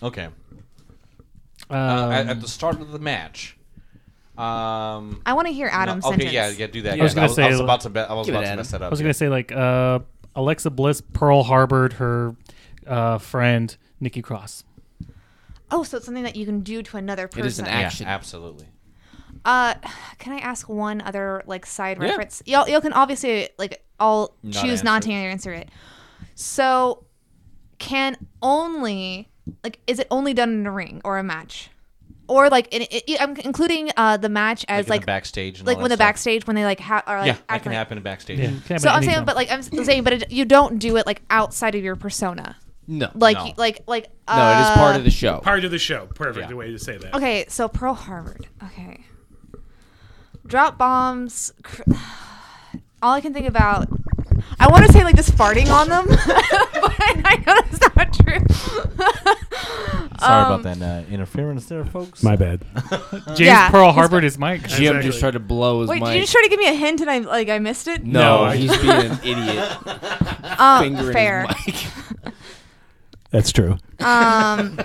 [SPEAKER 1] okay. Uh,
[SPEAKER 4] Um,
[SPEAKER 1] at, at the start of the match. Um,
[SPEAKER 5] I want to hear Adam's
[SPEAKER 1] no, okay,
[SPEAKER 5] sentence.
[SPEAKER 1] yeah, yeah, do that.
[SPEAKER 4] I was
[SPEAKER 1] yeah.
[SPEAKER 4] gonna say,
[SPEAKER 1] I was
[SPEAKER 4] like-
[SPEAKER 1] about to, be- I was
[SPEAKER 3] Give it,
[SPEAKER 1] about to
[SPEAKER 3] Adam.
[SPEAKER 1] mess that up.
[SPEAKER 4] I was
[SPEAKER 1] yeah.
[SPEAKER 4] going to say, like, uh, Alexa Bliss Pearl Harbored her uh, friend, Nikki Cross.
[SPEAKER 5] Oh, so it's something that you can do to another person.
[SPEAKER 3] It is an action.
[SPEAKER 1] Yeah, absolutely.
[SPEAKER 5] Uh, can I ask one other like side reference? Y'all, y'all can obviously like all
[SPEAKER 1] Not
[SPEAKER 5] choose not to
[SPEAKER 1] answer
[SPEAKER 5] answer it. So, can only like is it only done in a ring or a match, or like in, i i I'm including uh the match
[SPEAKER 1] like,
[SPEAKER 5] as like
[SPEAKER 1] in the backstage, and
[SPEAKER 5] like
[SPEAKER 1] all
[SPEAKER 5] when
[SPEAKER 1] that
[SPEAKER 5] the
[SPEAKER 1] stuff.
[SPEAKER 5] backstage when they like ha- are like
[SPEAKER 1] Yeah, that
[SPEAKER 5] act
[SPEAKER 1] can
[SPEAKER 5] like-
[SPEAKER 1] happen in backstage.
[SPEAKER 4] Yeah. can't have
[SPEAKER 5] So
[SPEAKER 4] it
[SPEAKER 5] I'm saying,
[SPEAKER 4] anytime.
[SPEAKER 5] but like I'm s- saying, but it, you don't do it like outside of your persona.
[SPEAKER 3] No.
[SPEAKER 5] Like
[SPEAKER 1] No.
[SPEAKER 5] like like uh,
[SPEAKER 3] no, it is part of the show.
[SPEAKER 2] Part of the show. Perfect
[SPEAKER 1] Yeah.
[SPEAKER 2] way to say that.
[SPEAKER 5] Okay, so Pearl Harbor. Okay. Drop bombs. Cr- All I can think about. I want to say like just farting on them, but I know that's not true.
[SPEAKER 1] Sorry
[SPEAKER 5] Um,
[SPEAKER 1] about that uh, interference there, folks.
[SPEAKER 7] My bad.
[SPEAKER 4] James
[SPEAKER 5] yeah,
[SPEAKER 4] Pearl
[SPEAKER 5] he's
[SPEAKER 4] Harbored is Mike.
[SPEAKER 3] Jim
[SPEAKER 2] Exactly.
[SPEAKER 3] just tried to blow his
[SPEAKER 5] Wait, did
[SPEAKER 3] mic.
[SPEAKER 5] you just try to give me a hint and I like I missed it?
[SPEAKER 3] no,
[SPEAKER 2] No, I-
[SPEAKER 3] he's being an idiot.
[SPEAKER 5] um,
[SPEAKER 3] Fingering
[SPEAKER 5] fair.
[SPEAKER 3] his mic.
[SPEAKER 7] That's true.
[SPEAKER 5] Um,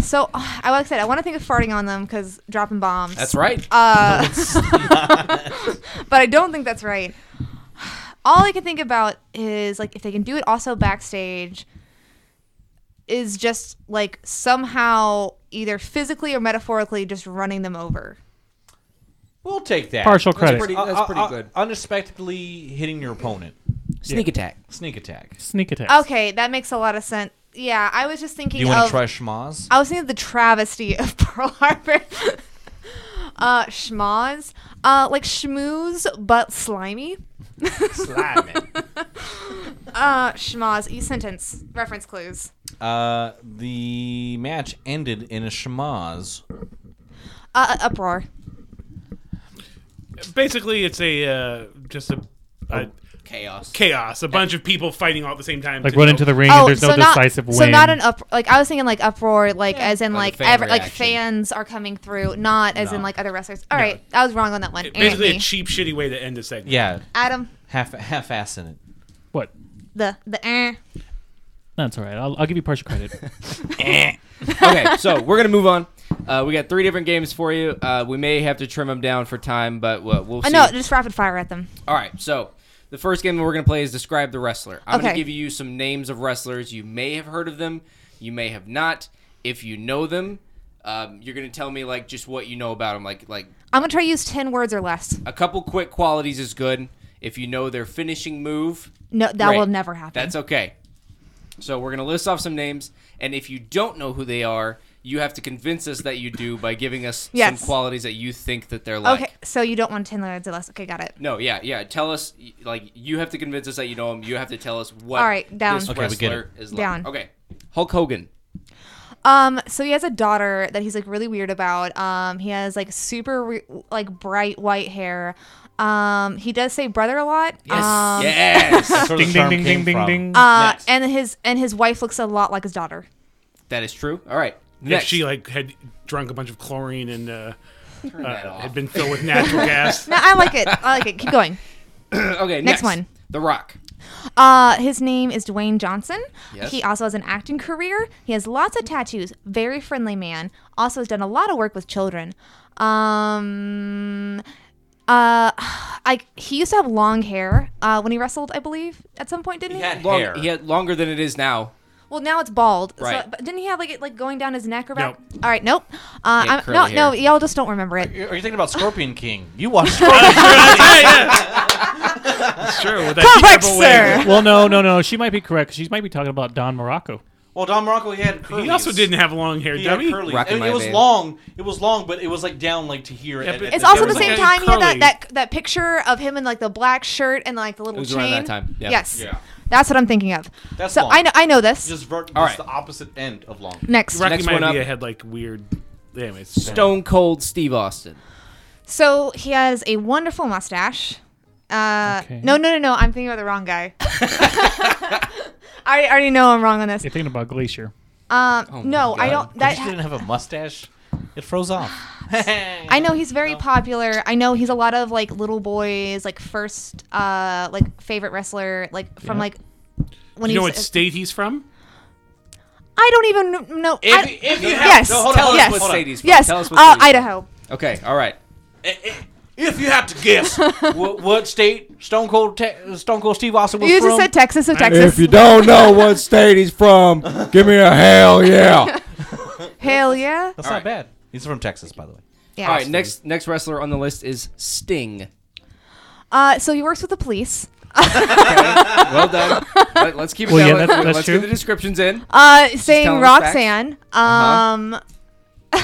[SPEAKER 5] so I like I said I want to think of farting on them because dropping bombs.
[SPEAKER 3] That's right.
[SPEAKER 5] Uh, but I don't think that's right. All I can think about is like if they can do it also backstage is just like somehow either physically or metaphorically just running them over.
[SPEAKER 1] We'll take that.
[SPEAKER 4] Partial
[SPEAKER 1] That's
[SPEAKER 4] credit.
[SPEAKER 3] pretty-
[SPEAKER 1] Uh,
[SPEAKER 3] that's
[SPEAKER 1] uh,
[SPEAKER 3] pretty
[SPEAKER 1] uh,
[SPEAKER 3] good.
[SPEAKER 1] Unexpectedly hitting your opponent.
[SPEAKER 3] Sneak attack.
[SPEAKER 1] Sneak attack.
[SPEAKER 4] Sneak attack.
[SPEAKER 5] Okay, that makes a lot of sense. Yeah, I was just thinking
[SPEAKER 1] you want
[SPEAKER 5] of
[SPEAKER 1] to try schmaz?
[SPEAKER 5] I was thinking of the travesty of Pearl Harbor. uh schmoz. Uh like schmooze but slimy. Uh schmoz, e sentence, reference clues.
[SPEAKER 1] Uh, the match ended in a schmaz.
[SPEAKER 5] Uh, uh, uproar.
[SPEAKER 2] Basically, it's a uh, just a,
[SPEAKER 3] Oh.
[SPEAKER 2] a
[SPEAKER 3] Chaos.
[SPEAKER 2] chaos. A bunch of people fighting all at the same time.
[SPEAKER 4] Like
[SPEAKER 2] to
[SPEAKER 4] run
[SPEAKER 2] go-
[SPEAKER 4] into the ring and there's no decisive
[SPEAKER 5] not,
[SPEAKER 4] win.
[SPEAKER 5] Oh, So not an up like I was thinking like uproar like as in
[SPEAKER 3] Like
[SPEAKER 5] like
[SPEAKER 3] a fan
[SPEAKER 5] ever like
[SPEAKER 3] reaction.
[SPEAKER 5] fans are coming through, not as in like other wrestlers. All right, I was wrong on that one.
[SPEAKER 2] Basically,
[SPEAKER 5] Anthony.
[SPEAKER 2] a cheap, shitty way to end a segment.
[SPEAKER 1] Yeah,
[SPEAKER 5] Adam,
[SPEAKER 1] half half ass in it.
[SPEAKER 4] What?
[SPEAKER 5] the the eh.
[SPEAKER 4] That's all right. I'll, I'll give you partial credit.
[SPEAKER 3] okay, so we're gonna move on. Uh, we got three different games for you. Uh, we may have to trim them down for time, but we'll, we'll
[SPEAKER 5] I
[SPEAKER 3] see.
[SPEAKER 5] know, Uh, just rapid fire at them.
[SPEAKER 3] All right, so the first game we're going to play is Describe the Wrestler. I'm going
[SPEAKER 5] Okay.
[SPEAKER 3] to give you some names of wrestlers. You may have heard of them, you may have not. If you know them, um, you're going to tell me like just what you know about them. Like like
[SPEAKER 5] I'm gonna try to use ten words or less.
[SPEAKER 3] a couple quick qualities is good. If you know their finishing move,
[SPEAKER 5] No, that
[SPEAKER 3] Great.
[SPEAKER 5] will never happen.
[SPEAKER 3] that's okay. So we're going to list off some names, and if you don't know who they are, you have to convince us that you do by giving us
[SPEAKER 5] Yes.
[SPEAKER 3] some qualities that you think that they're like.
[SPEAKER 5] okay. So you don't want ten words or less. Okay, got it.
[SPEAKER 3] No, yeah, yeah. Tell us, y- like, you have to convince us that you know him. You have to tell us what
[SPEAKER 5] All right, down.
[SPEAKER 3] this
[SPEAKER 1] Okay, we get
[SPEAKER 3] wrestler is like.
[SPEAKER 5] Down.
[SPEAKER 3] Okay, Hulk Hogan.
[SPEAKER 5] Um, so he has a daughter that he's like really weird about. Um, he has like super re- like bright white hair. Um, he does say brother a lot. Yes. Um,
[SPEAKER 3] yes,
[SPEAKER 1] That's where the term came from.
[SPEAKER 5] uh,
[SPEAKER 3] Next.
[SPEAKER 5] and his and his wife looks a lot like his daughter.
[SPEAKER 3] that is true. All right,
[SPEAKER 2] If
[SPEAKER 3] next.
[SPEAKER 1] uh,
[SPEAKER 2] she like had drunk a bunch of chlorine and uh,
[SPEAKER 3] Turn that
[SPEAKER 2] uh,
[SPEAKER 3] off.
[SPEAKER 2] had been filled with natural gas.
[SPEAKER 5] No, I like it. I like it. Keep going.
[SPEAKER 3] okay, next,
[SPEAKER 5] next one.
[SPEAKER 3] The Rock.
[SPEAKER 5] Uh, his name is Dwayne Johnson.
[SPEAKER 3] Yes.
[SPEAKER 5] He also has an acting career. He has lots of tattoos. Very friendly man. Also has done a lot of work with children. Um, uh, I he used to have long hair uh, when he wrestled, I believe, at some point, didn't he?
[SPEAKER 3] Long,
[SPEAKER 1] hair.
[SPEAKER 3] He had longer than it is now.
[SPEAKER 5] Well, now it's bald.
[SPEAKER 3] Right.
[SPEAKER 5] So, but didn't he have like it like going down his neck or back?
[SPEAKER 2] Nope.
[SPEAKER 5] All right. Nope. Uh,
[SPEAKER 3] He had
[SPEAKER 5] I'm, no,
[SPEAKER 3] curly
[SPEAKER 5] no.
[SPEAKER 3] hair.
[SPEAKER 5] Y'all just don't remember it.
[SPEAKER 1] Are you thinking about Scorpion King? You watched Scorpion
[SPEAKER 2] Sure, with that
[SPEAKER 5] Correct,
[SPEAKER 2] terrible
[SPEAKER 5] sir.
[SPEAKER 2] wig.
[SPEAKER 4] Well, no, no, no. She might be correct. She might be talking about Don Morocco.
[SPEAKER 1] Well, Don Morocco, he had curly.
[SPEAKER 2] He also didn't have long hair,
[SPEAKER 1] He had
[SPEAKER 2] dummy.
[SPEAKER 1] curly.
[SPEAKER 3] Rocking
[SPEAKER 1] It,
[SPEAKER 3] my
[SPEAKER 1] it was
[SPEAKER 3] vein.
[SPEAKER 1] long. It was long, but it was like down like to here.
[SPEAKER 2] Yeah,
[SPEAKER 1] at-
[SPEAKER 2] but-
[SPEAKER 1] at
[SPEAKER 5] It's
[SPEAKER 2] There
[SPEAKER 5] also
[SPEAKER 1] there
[SPEAKER 5] the
[SPEAKER 2] was,
[SPEAKER 5] same
[SPEAKER 2] like, a
[SPEAKER 5] time he had that,
[SPEAKER 2] curly-
[SPEAKER 5] that that picture of him in like the black shirt and like the little
[SPEAKER 3] It was
[SPEAKER 5] chain.
[SPEAKER 3] around that time, yeah.
[SPEAKER 5] Yes.
[SPEAKER 1] Yeah.
[SPEAKER 5] That's what I'm thinking of.
[SPEAKER 1] That's
[SPEAKER 5] so
[SPEAKER 1] long.
[SPEAKER 5] I know I know this.
[SPEAKER 1] Just vert,
[SPEAKER 3] All
[SPEAKER 1] just
[SPEAKER 3] right.
[SPEAKER 1] the opposite end of long.
[SPEAKER 5] Next.
[SPEAKER 2] Rocky
[SPEAKER 3] Next one up.
[SPEAKER 2] Maivia had like weird. Anyways,
[SPEAKER 3] Stone Cold Steve Austin.
[SPEAKER 5] So he has a wonderful mustache. Uh,
[SPEAKER 4] Okay.
[SPEAKER 5] No, no, no, no. I'm thinking about the wrong guy. I already know I'm wrong on this.
[SPEAKER 4] You're thinking about Glacier.
[SPEAKER 5] Um,
[SPEAKER 3] Oh my
[SPEAKER 5] no, I
[SPEAKER 3] God.
[SPEAKER 5] don't. That
[SPEAKER 1] didn't have a mustache. It froze off.
[SPEAKER 5] I know he's very popular. I know he's a lot of like little boys, like first, uh, like favorite wrestler, like from
[SPEAKER 4] Yeah.
[SPEAKER 5] like when
[SPEAKER 2] you know what
[SPEAKER 5] he's.
[SPEAKER 2] state he's from?
[SPEAKER 5] I don't even know. I-
[SPEAKER 1] If, if you have,
[SPEAKER 5] yes,
[SPEAKER 1] no, hold on,
[SPEAKER 3] Tell
[SPEAKER 1] hold on,
[SPEAKER 5] yes,
[SPEAKER 3] us
[SPEAKER 1] hold
[SPEAKER 3] what
[SPEAKER 1] on.
[SPEAKER 3] Sadie's from.
[SPEAKER 5] yes,
[SPEAKER 3] Tell us what
[SPEAKER 5] uh,
[SPEAKER 3] state he's from.
[SPEAKER 5] Idaho.
[SPEAKER 3] Okay, all right.
[SPEAKER 1] I- I- Eh, If you had to guess, what, what state Stone Cold Te- Stone Cold Steve Austin was
[SPEAKER 5] You
[SPEAKER 1] from?
[SPEAKER 5] just said Texas, so
[SPEAKER 7] If
[SPEAKER 5] Texas.
[SPEAKER 7] you don't know what state he's from, give me a hell yeah.
[SPEAKER 5] Hell yeah.
[SPEAKER 1] That's
[SPEAKER 3] All
[SPEAKER 1] not
[SPEAKER 3] right.
[SPEAKER 1] bad. He's from Texas, by the way.
[SPEAKER 5] Yeah.
[SPEAKER 3] All right, next next wrestler on the list is Sting.
[SPEAKER 5] Uh, so he works with the police.
[SPEAKER 3] Well done. Let, us keep it
[SPEAKER 4] Well,
[SPEAKER 3] down. Let-
[SPEAKER 4] yeah, that's- that's
[SPEAKER 3] let's
[SPEAKER 4] true.
[SPEAKER 3] get the descriptions in.
[SPEAKER 5] Uh, saying
[SPEAKER 3] telling us facts. Uh-huh.
[SPEAKER 5] Roxanne. Um,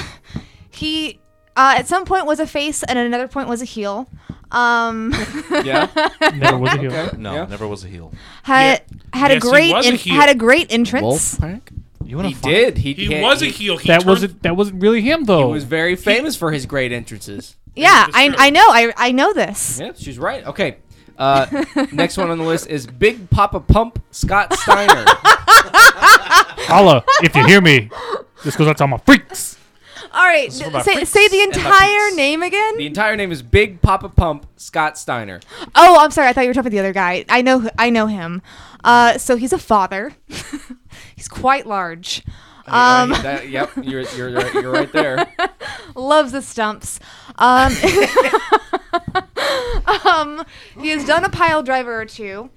[SPEAKER 5] he uh, at some point was a face, and at another point was a heel. Um,
[SPEAKER 3] Yeah.
[SPEAKER 4] Never was a heel.
[SPEAKER 3] Okay.
[SPEAKER 1] No,
[SPEAKER 3] Yeah.
[SPEAKER 1] never was a heel.
[SPEAKER 5] had
[SPEAKER 2] Yes,
[SPEAKER 5] had a
[SPEAKER 2] he
[SPEAKER 5] great
[SPEAKER 2] was a
[SPEAKER 5] en-
[SPEAKER 2] heel.
[SPEAKER 5] had a great entrance.
[SPEAKER 1] You wanna
[SPEAKER 3] He
[SPEAKER 1] find-
[SPEAKER 3] did. He,
[SPEAKER 2] He was a
[SPEAKER 3] he-
[SPEAKER 2] heel. He
[SPEAKER 4] That
[SPEAKER 2] turned-
[SPEAKER 4] wasn't. That wasn't really him though.
[SPEAKER 3] He was very famous for his great entrances.
[SPEAKER 5] Yeah,
[SPEAKER 2] It's
[SPEAKER 5] I
[SPEAKER 2] true.
[SPEAKER 5] I know I I know this.
[SPEAKER 3] Yeah, she's right. Okay. Uh, next one on the list is Big Papa Pump Scott Steiner.
[SPEAKER 4] Holla, if you hear me, this goes out to all my freaks.
[SPEAKER 5] All right,
[SPEAKER 2] for my
[SPEAKER 5] say, say the
[SPEAKER 3] and my
[SPEAKER 5] entire
[SPEAKER 3] peeps.
[SPEAKER 5] name again.
[SPEAKER 3] the entire name is Big Papa Pump Scott Steiner.
[SPEAKER 5] Oh, I'm sorry. I thought you were talking about the other guy. I know. I know him. Uh, so he's a father. he's quite large. Um,
[SPEAKER 3] That- yep, you're, you're, right- you're right there.
[SPEAKER 5] loves the stumps. Um, um, he has done a pile driver or two.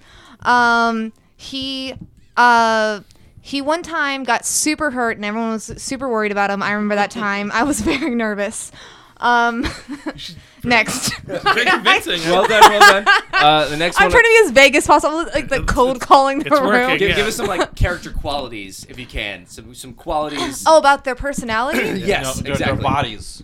[SPEAKER 5] Um, he uh, he one time got super hurt and everyone was super worried about him. I remember that time. I was very nervous. Um, next,
[SPEAKER 2] Very convincing.
[SPEAKER 3] Well done, well done. Uh, the next
[SPEAKER 5] I'm
[SPEAKER 3] one.
[SPEAKER 5] trying to be as vague as possible, like the cold calling the
[SPEAKER 2] it's
[SPEAKER 5] room.
[SPEAKER 2] working.
[SPEAKER 3] give,
[SPEAKER 2] Yeah.
[SPEAKER 3] give us some like character qualities if you can. Some some qualities.
[SPEAKER 5] Oh, about their personality.
[SPEAKER 3] yes,
[SPEAKER 1] No, their-
[SPEAKER 3] exactly.
[SPEAKER 1] Their bodies.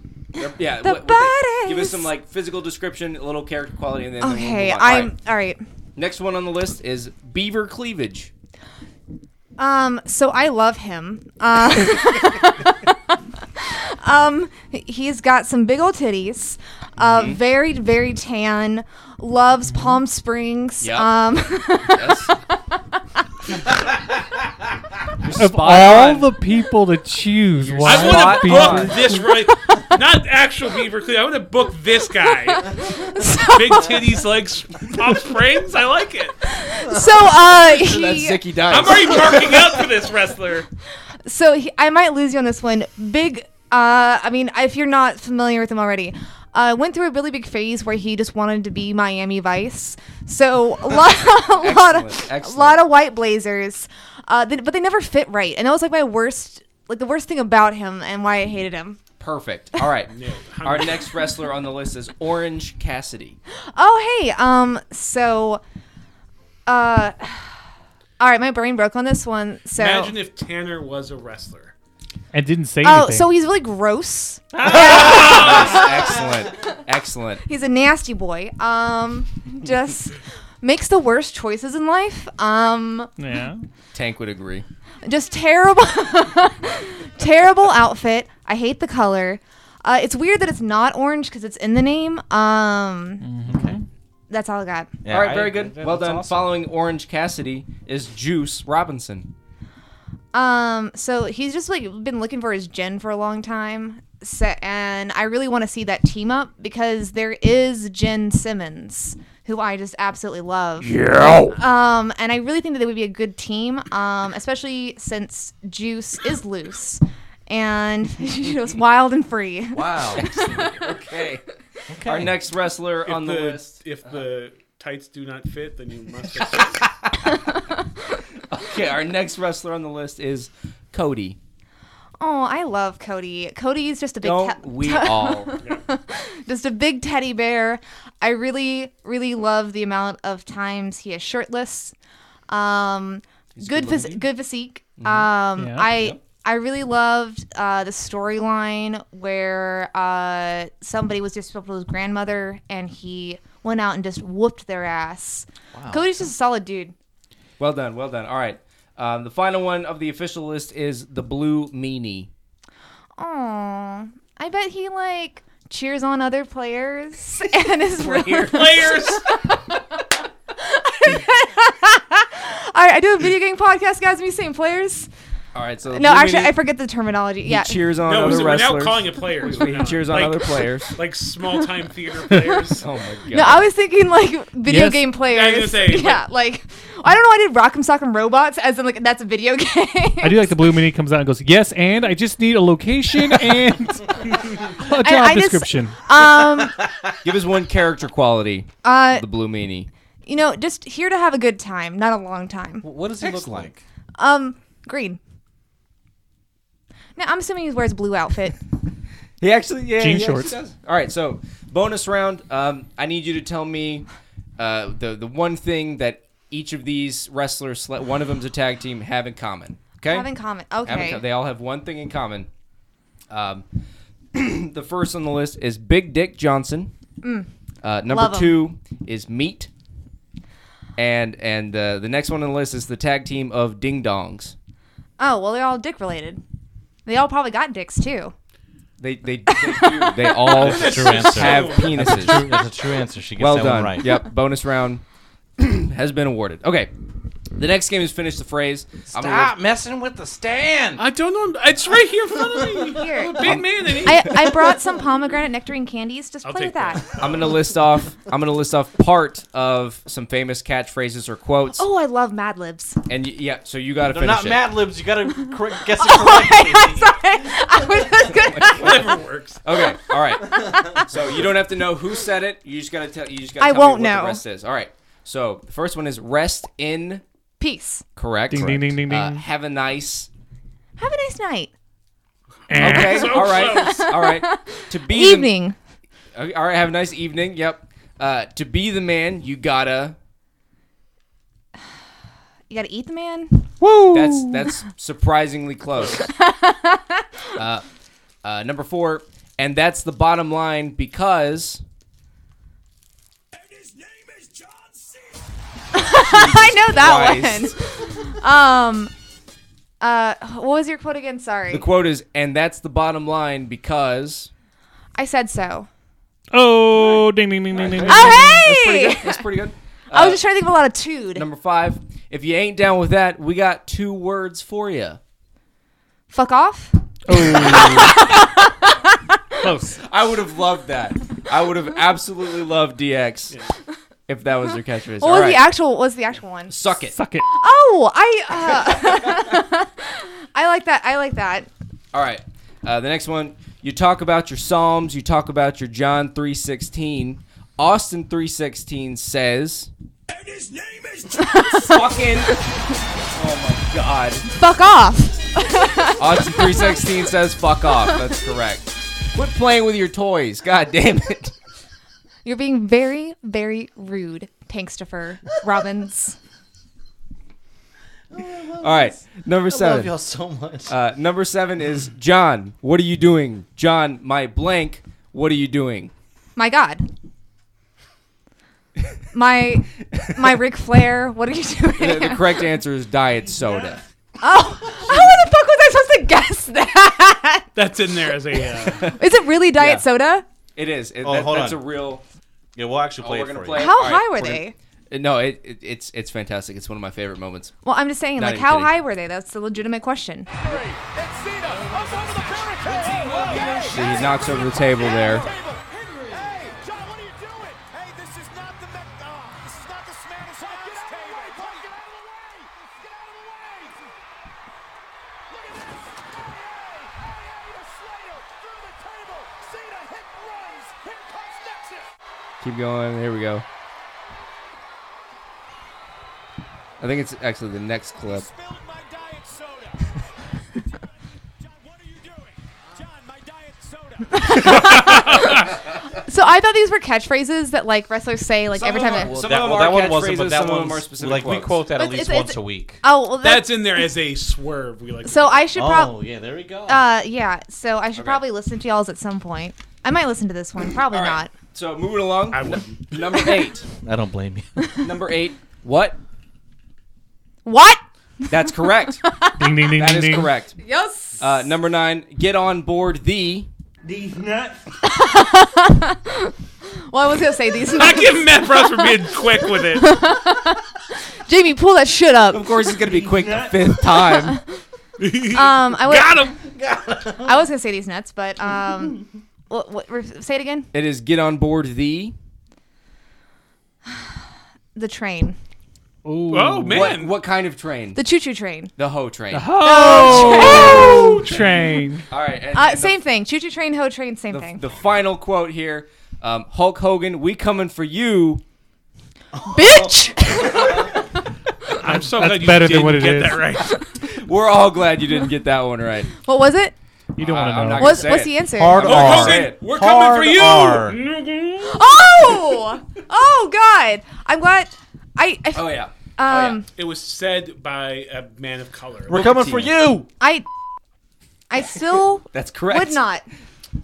[SPEAKER 3] Yeah,
[SPEAKER 5] The
[SPEAKER 3] what- what they- Give
[SPEAKER 5] bodies.
[SPEAKER 3] us some like physical description, a little character quality, and then then we'll
[SPEAKER 5] Okay,
[SPEAKER 3] move on. All
[SPEAKER 5] I'm
[SPEAKER 3] right.
[SPEAKER 5] all right.
[SPEAKER 3] Next one on the list is Beaver Cleavage.
[SPEAKER 5] Um, so I love him. Uh, um, he's got some big old titties. Uh,
[SPEAKER 3] Mm-hmm.
[SPEAKER 5] very very tan. Loves Palm Springs.
[SPEAKER 3] Yep.
[SPEAKER 5] Um,
[SPEAKER 3] Yes.
[SPEAKER 4] Of all the people to choose, why
[SPEAKER 2] I want to
[SPEAKER 4] Beaver-
[SPEAKER 2] book this right. Not actual Beaver Cleaver. I want to book this guy. Big titties, legs, pop springs. I like it.
[SPEAKER 5] so uh,
[SPEAKER 3] That's
[SPEAKER 5] he,
[SPEAKER 3] Zicky Dice.
[SPEAKER 2] I'm already marking out for this wrestler.
[SPEAKER 5] so he, I might lose you on this one. Big Uh, I mean, if you're not familiar with him already, uh, went through a really big phase where he just wanted to be Miami Vice. So a lot, a lot of,
[SPEAKER 3] Excellent, excellent.
[SPEAKER 5] a lot of white blazers, uh, they, but they never fit right, and that was like my worst, like the worst thing about him and why I hated him.
[SPEAKER 3] Perfect. All right. Our next wrestler on the list is Orange Cassidy.
[SPEAKER 5] Oh hey, um, so, uh, all right, my brain broke on this one. So
[SPEAKER 2] Imagine if Tanner was a wrestler.
[SPEAKER 4] and didn't say
[SPEAKER 5] oh,
[SPEAKER 4] anything.
[SPEAKER 5] so he's really gross.
[SPEAKER 3] Excellent. Excellent.
[SPEAKER 5] He's a nasty boy. Um, just makes the worst choices in life. Um,
[SPEAKER 4] yeah.
[SPEAKER 3] Tank would agree.
[SPEAKER 5] just terrible, terrible outfit. I hate the color. Uh, it's weird that it's not orange because it's in the name. Um, that's all I got.
[SPEAKER 1] Yeah,
[SPEAKER 3] All right,
[SPEAKER 1] I-
[SPEAKER 3] very good.
[SPEAKER 1] that-
[SPEAKER 3] well
[SPEAKER 1] that's
[SPEAKER 3] done.
[SPEAKER 1] awesome.
[SPEAKER 3] Following Orange Cassidy is Juice Robinson.
[SPEAKER 5] Um, so he's just like been looking for his gen for a long time. So, and I really want to see that team up because there is Jen Simmons, who I just absolutely love.
[SPEAKER 7] Yo.
[SPEAKER 5] Um, and I really think that they would be a good team, um, especially since Juice is loose and you know, it's wild and free.
[SPEAKER 3] Wow. okay. Our next wrestler on the, list.
[SPEAKER 2] if the tights do not fit, then you must.
[SPEAKER 3] Okay, our next wrestler on the list is Cody.
[SPEAKER 5] Oh, I love Cody. Cody's just a big
[SPEAKER 3] Don't
[SPEAKER 5] te-
[SPEAKER 3] we all?
[SPEAKER 5] just a big teddy bear. I really, really love the amount of times he is shirtless. Um, good, phys- good physique. Um,
[SPEAKER 4] Yeah.
[SPEAKER 5] I I really loved uh, the storyline where uh, somebody was disrespectful to his grandmother, and he went out and just whooped their ass. Cody's just a solid dude.
[SPEAKER 3] Well done, well done. All right. Um, the final one of the official list is the Blue Meanie.
[SPEAKER 5] Aw, I bet he like cheers on other players and is really.
[SPEAKER 2] Players.
[SPEAKER 5] I, I do a video game podcast, guys. Me saying players.
[SPEAKER 3] All right, so the
[SPEAKER 5] No,
[SPEAKER 3] Blue
[SPEAKER 5] actually,
[SPEAKER 3] Meanie,
[SPEAKER 5] I forget the terminology.
[SPEAKER 3] he
[SPEAKER 5] Yeah.
[SPEAKER 3] cheers on
[SPEAKER 2] No,
[SPEAKER 3] other
[SPEAKER 2] so we're now
[SPEAKER 3] wrestlers.
[SPEAKER 2] calling it players.
[SPEAKER 3] he
[SPEAKER 2] We're
[SPEAKER 3] cheers
[SPEAKER 2] not.
[SPEAKER 3] on
[SPEAKER 2] Like-
[SPEAKER 3] other players.
[SPEAKER 2] Like small time theater players.
[SPEAKER 3] oh my god.
[SPEAKER 5] No, I was thinking like video
[SPEAKER 4] Yes.
[SPEAKER 5] game players.
[SPEAKER 2] Yeah, I was gonna say, like-
[SPEAKER 5] yeah, like I don't know. I did Rock'em Sock'em Robots as in like that's a video game.
[SPEAKER 4] I do like the blue mini comes out and goes, yes, and I just need a location and a job
[SPEAKER 5] I just-
[SPEAKER 4] description.
[SPEAKER 5] um,
[SPEAKER 3] Give us one character quality.
[SPEAKER 5] uh,
[SPEAKER 3] the Blue Meanie.
[SPEAKER 5] you know, just here to have a good time, not a long time.
[SPEAKER 1] What does he look like?
[SPEAKER 5] Um, green. Now I'm assuming he wears blue outfit.
[SPEAKER 3] He actually, yeah,
[SPEAKER 4] Jean
[SPEAKER 3] he actually
[SPEAKER 4] shorts.
[SPEAKER 3] does. All right, so bonus round. Um, I need you to tell me uh, the the one thing that each of these wrestlers, sle- one of them's a tag team, have in common. Okay,
[SPEAKER 5] Have in common.
[SPEAKER 3] Have in
[SPEAKER 5] Okay.
[SPEAKER 3] co- they all have one thing in common. Um, the first on the list is Big Dick Johnson. Uh, number
[SPEAKER 5] Mm. Love 'em.
[SPEAKER 3] two is Meat, and and uh, the next one on the list is the tag team of Ding Dongs.
[SPEAKER 5] oh well, they're all dick related. They all probably got dicks too.
[SPEAKER 3] They they they, do. they all
[SPEAKER 1] That's a true answer.
[SPEAKER 3] have
[SPEAKER 2] That's
[SPEAKER 3] penises.
[SPEAKER 1] True- That's a true answer. She gets
[SPEAKER 3] Well
[SPEAKER 1] that
[SPEAKER 3] done.
[SPEAKER 1] one right.
[SPEAKER 3] Yep. Bonus round has been awarded. Okay. The next game is finish the phrase. I'm gonna
[SPEAKER 1] Stop messing with the stand.
[SPEAKER 2] I don't know. It's right here in front of me.
[SPEAKER 5] Here.
[SPEAKER 2] Big man. And he-
[SPEAKER 5] I, I brought some pomegranate nectarine candies. Just
[SPEAKER 2] I'll
[SPEAKER 5] play
[SPEAKER 2] take
[SPEAKER 5] with that.
[SPEAKER 3] list, I'm gonna list off. I'm gonna list off part of some famous catchphrases or quotes.
[SPEAKER 5] Oh, I love Mad Libs.
[SPEAKER 3] And y- yeah, so you gotta
[SPEAKER 1] They're
[SPEAKER 3] finish
[SPEAKER 1] not
[SPEAKER 3] it.
[SPEAKER 1] Mad Libs. You gotta cor- guess it correctly.
[SPEAKER 5] I was just gonna.
[SPEAKER 2] Whatever works.
[SPEAKER 3] Okay. All right. so you don't have to know who said it. You just gotta tell. You just gotta.
[SPEAKER 5] I
[SPEAKER 3] tell
[SPEAKER 5] won't
[SPEAKER 3] me what
[SPEAKER 5] know.
[SPEAKER 3] The rest is all right. So the first one is rest in.
[SPEAKER 5] Peace.
[SPEAKER 3] Correct.
[SPEAKER 4] Ding, ding, ding, ding,
[SPEAKER 3] Uh,
[SPEAKER 4] ding.
[SPEAKER 3] have a nice.
[SPEAKER 5] Have a nice night.
[SPEAKER 3] Okay.
[SPEAKER 2] So
[SPEAKER 3] all right.
[SPEAKER 2] close.
[SPEAKER 3] All right. To be the-
[SPEAKER 5] Evening.
[SPEAKER 3] Okay, all right. Have a nice evening. Yep. Uh, to be the man, you gotta.
[SPEAKER 5] You gotta eat the man.
[SPEAKER 3] That's that's surprisingly close. uh, uh, number four, and that's the bottom line because
[SPEAKER 5] I know that
[SPEAKER 3] Christ.
[SPEAKER 5] one. Um, uh, what was your quote again? Sorry,
[SPEAKER 3] the quote is, and that's the bottom line because.
[SPEAKER 5] I said so.
[SPEAKER 4] Oh, ding, ding, ding, ding, ding. ding.
[SPEAKER 5] Oh
[SPEAKER 3] Pretty
[SPEAKER 5] hey!
[SPEAKER 3] good. That's pretty good.
[SPEAKER 5] I was just trying to think of a lot of tude.
[SPEAKER 3] Uh, Number five, if you ain't down with that, we got two words for you.
[SPEAKER 5] Fuck off.
[SPEAKER 4] Close.
[SPEAKER 3] I would have loved that. I would have absolutely loved DX if that was their catchphrase.
[SPEAKER 5] What
[SPEAKER 3] all
[SPEAKER 5] was
[SPEAKER 3] right.
[SPEAKER 5] the actual? What was the actual one?
[SPEAKER 3] Suck it.
[SPEAKER 4] Suck it.
[SPEAKER 5] Oh, I. Uh, I like that. I like that.
[SPEAKER 3] All right. Uh, the next one. You talk about your Psalms. You talk about your John three sixteen. Austin three sixteen says. And his name is fucking. Oh my god.
[SPEAKER 5] Fuck off.
[SPEAKER 3] Austin three sixteen says fuck off. That's correct. Quit playing with your toys. God damn it.
[SPEAKER 5] You're being very, very rude, Tankstifer Robbins.
[SPEAKER 3] All right.
[SPEAKER 1] I
[SPEAKER 3] Number
[SPEAKER 1] love
[SPEAKER 3] seven.
[SPEAKER 1] y'all so much.
[SPEAKER 3] Uh, number seven is John. What are you doing? John, my blank. What are you doing?
[SPEAKER 5] My God. My my Ric Flair, what are you
[SPEAKER 3] The,
[SPEAKER 5] doing?
[SPEAKER 3] the correct answer is diet soda.
[SPEAKER 5] Oh, how the fuck was I supposed to guess that?
[SPEAKER 2] That's in there as a. Uh,
[SPEAKER 5] Is it really
[SPEAKER 3] Yeah.
[SPEAKER 5] diet soda?
[SPEAKER 3] It is. It,
[SPEAKER 1] Oh,
[SPEAKER 3] that-
[SPEAKER 1] hold
[SPEAKER 3] that's
[SPEAKER 1] on.
[SPEAKER 3] a real.
[SPEAKER 1] yeah, we'll actually play
[SPEAKER 3] oh, we're
[SPEAKER 1] it
[SPEAKER 3] gonna
[SPEAKER 1] for
[SPEAKER 3] play
[SPEAKER 1] you.
[SPEAKER 3] it.
[SPEAKER 5] How
[SPEAKER 3] All right,
[SPEAKER 5] high were
[SPEAKER 3] we're
[SPEAKER 5] they?
[SPEAKER 3] No, it, it, it's it's fantastic. It's one of my favorite moments.
[SPEAKER 5] Well, I'm just saying,
[SPEAKER 3] Not
[SPEAKER 5] like,
[SPEAKER 3] even
[SPEAKER 5] how
[SPEAKER 3] kidding.
[SPEAKER 5] high were they? That's the legitimate question.
[SPEAKER 3] So he knocks over the table there. Keep going. Here we go. I think it's actually the next clip.
[SPEAKER 5] So I thought these were catchphrases that like wrestlers say like every time. They,
[SPEAKER 3] Some
[SPEAKER 1] that,
[SPEAKER 3] of them
[SPEAKER 1] well,
[SPEAKER 3] are
[SPEAKER 1] that one wasn't,
[SPEAKER 3] catchphrases,
[SPEAKER 1] but that
[SPEAKER 3] some of them
[SPEAKER 1] one's
[SPEAKER 3] are specific
[SPEAKER 1] like we
[SPEAKER 3] quotes.
[SPEAKER 1] quote that at
[SPEAKER 5] But
[SPEAKER 1] least
[SPEAKER 5] it's-
[SPEAKER 1] once
[SPEAKER 5] it's-
[SPEAKER 1] a week.
[SPEAKER 5] oh, well, that's,
[SPEAKER 2] that's in there as a swerve. We like.
[SPEAKER 5] so I should probably.
[SPEAKER 1] oh yeah, there we go.
[SPEAKER 5] Uh, yeah. So I should probably listen to y'all's at some point. I might listen to this one. Probably
[SPEAKER 3] All right.
[SPEAKER 5] not.
[SPEAKER 3] So moving along.
[SPEAKER 2] I wouldn't.
[SPEAKER 3] Number eight.
[SPEAKER 1] I don't blame you.
[SPEAKER 3] Number eight. What?
[SPEAKER 5] What?
[SPEAKER 3] That's correct.
[SPEAKER 4] Ding ding ding
[SPEAKER 3] That
[SPEAKER 4] ding
[SPEAKER 3] is
[SPEAKER 4] ding.
[SPEAKER 3] correct.
[SPEAKER 5] Yes.
[SPEAKER 3] Uh, number nine. Get on board the.
[SPEAKER 5] well, I was gonna say these.
[SPEAKER 2] I give Matt Bros for being quick with it.
[SPEAKER 5] Jamie, pull that shit up.
[SPEAKER 3] Of course, it's gonna be quick the fifth time.
[SPEAKER 5] Um, I was.
[SPEAKER 2] Got him.
[SPEAKER 5] I was gonna say these nuts, but um, what, what, re- say it again.
[SPEAKER 3] It is get on board the.
[SPEAKER 5] The train,
[SPEAKER 4] Ooh.
[SPEAKER 2] Oh
[SPEAKER 3] What,
[SPEAKER 2] man.
[SPEAKER 3] what kind of train?
[SPEAKER 5] the choo-choo train.
[SPEAKER 3] The hoe train.
[SPEAKER 4] Oh, train.
[SPEAKER 3] All right. and-
[SPEAKER 5] Uh,
[SPEAKER 3] and the-
[SPEAKER 5] same thing. Choo-choo train, ho train, same
[SPEAKER 3] The,
[SPEAKER 5] thing.
[SPEAKER 3] the final quote here. Um, Hulk Hogan, we coming for you.
[SPEAKER 5] Bitch.
[SPEAKER 2] I'm so
[SPEAKER 4] That's
[SPEAKER 2] glad you
[SPEAKER 4] better
[SPEAKER 2] didn't
[SPEAKER 4] than what it
[SPEAKER 2] get
[SPEAKER 4] is.
[SPEAKER 2] that right.
[SPEAKER 3] We're all glad you didn't get that one right.
[SPEAKER 5] what was it?
[SPEAKER 4] You don't
[SPEAKER 3] I'm
[SPEAKER 4] want to
[SPEAKER 3] not
[SPEAKER 4] know.
[SPEAKER 3] gonna-
[SPEAKER 5] What's
[SPEAKER 3] say
[SPEAKER 5] what's
[SPEAKER 3] it.
[SPEAKER 5] the answer?
[SPEAKER 1] Hard
[SPEAKER 2] Hulk
[SPEAKER 1] R.
[SPEAKER 2] Hogan,
[SPEAKER 3] it.
[SPEAKER 2] we're
[SPEAKER 1] Hard
[SPEAKER 2] coming for you. Mm-hmm.
[SPEAKER 1] R.
[SPEAKER 5] Oh, oh God! I'm glad. I, I
[SPEAKER 3] Oh yeah.
[SPEAKER 5] um
[SPEAKER 2] It was said by a man of color.
[SPEAKER 1] We're coming for you.
[SPEAKER 5] I I still
[SPEAKER 3] That's correct.
[SPEAKER 5] would not.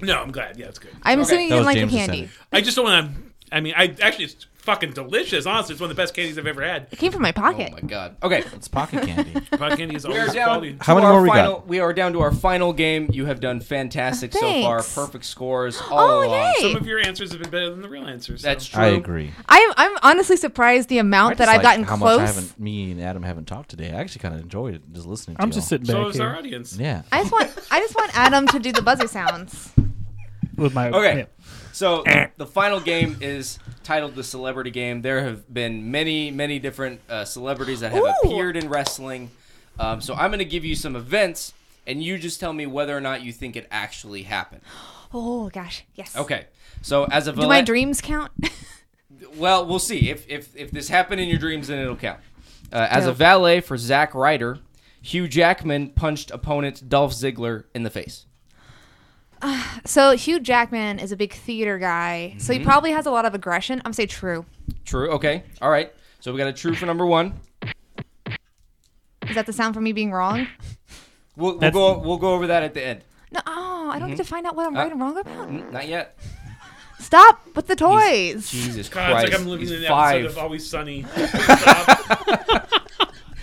[SPEAKER 2] No, I'm glad. Yeah, it's good.
[SPEAKER 5] I'm assuming you
[SPEAKER 1] That
[SPEAKER 5] didn't
[SPEAKER 1] was
[SPEAKER 5] like the
[SPEAKER 1] James's
[SPEAKER 5] candy.
[SPEAKER 1] sentence.
[SPEAKER 2] I just don't want to. I mean, I actually it's fucking delicious. Honestly, it's one of the best candies I've ever had.
[SPEAKER 5] It came from my
[SPEAKER 3] Oh
[SPEAKER 5] pocket.
[SPEAKER 3] my god. Okay.
[SPEAKER 1] It's pocket candy.
[SPEAKER 2] Pie candy is always quality.
[SPEAKER 3] to
[SPEAKER 1] many
[SPEAKER 3] our
[SPEAKER 1] more we got?
[SPEAKER 3] final, We are down to our final game. You have done fantastic so far.
[SPEAKER 5] Thanks.
[SPEAKER 3] Perfect scores all
[SPEAKER 5] oh
[SPEAKER 3] along.
[SPEAKER 5] yay!
[SPEAKER 2] Some of your answers have been better than the real answers. so.
[SPEAKER 3] That's true.
[SPEAKER 1] I agree.
[SPEAKER 5] I'm I'm honestly surprised the amount that
[SPEAKER 1] I just
[SPEAKER 5] I've gotten
[SPEAKER 1] like how
[SPEAKER 5] close.
[SPEAKER 1] Much I haven't, me and Adam haven't talked today. I actually kind of enjoyed it, just listening. to
[SPEAKER 4] I'm just
[SPEAKER 1] y'all.
[SPEAKER 4] sitting
[SPEAKER 2] So
[SPEAKER 4] back
[SPEAKER 2] is our
[SPEAKER 4] here
[SPEAKER 2] audience.
[SPEAKER 1] Yeah.
[SPEAKER 5] I just want I just want Adam to do the buzzer sounds.
[SPEAKER 4] with my.
[SPEAKER 3] Okay.
[SPEAKER 4] yeah.
[SPEAKER 3] So the final game is titled the celebrity game. There have been many, many different uh, celebrities that have
[SPEAKER 5] Ooh.
[SPEAKER 3] appeared in wrestling. Um, so I'm going to give you some events, and you just tell me whether or not you think it actually happened.
[SPEAKER 5] Oh gosh, yes.
[SPEAKER 3] Okay. So as a
[SPEAKER 5] Do my dreams count?
[SPEAKER 3] well, we'll see if if if this happened in your dreams, then it'll count. Uh, as a valet for Zack Ryder, Hugh Jackman punched opponent Dolph Ziggler in the face.
[SPEAKER 5] so Hugh Jackman is a big theater guy, so
[SPEAKER 4] Mm-hmm.
[SPEAKER 5] he probably has a lot of aggression. I'm gonna say true.
[SPEAKER 3] True. Okay. All right. So we got a true for number one.
[SPEAKER 5] Is that the sound for me being wrong?
[SPEAKER 3] We'll, we'll
[SPEAKER 4] That's-
[SPEAKER 3] go. We'll go over that at the end.
[SPEAKER 5] No, oh, I don't
[SPEAKER 4] Mm-hmm.
[SPEAKER 5] get to find out what I'm
[SPEAKER 4] Uh,
[SPEAKER 5] right and wrong about.
[SPEAKER 3] Not yet.
[SPEAKER 5] Stop with the toys.
[SPEAKER 3] Jesus
[SPEAKER 2] God,
[SPEAKER 3] Christ.
[SPEAKER 2] it's like I'm living
[SPEAKER 3] He's
[SPEAKER 2] in an
[SPEAKER 3] five.
[SPEAKER 2] episode of Always Sunny.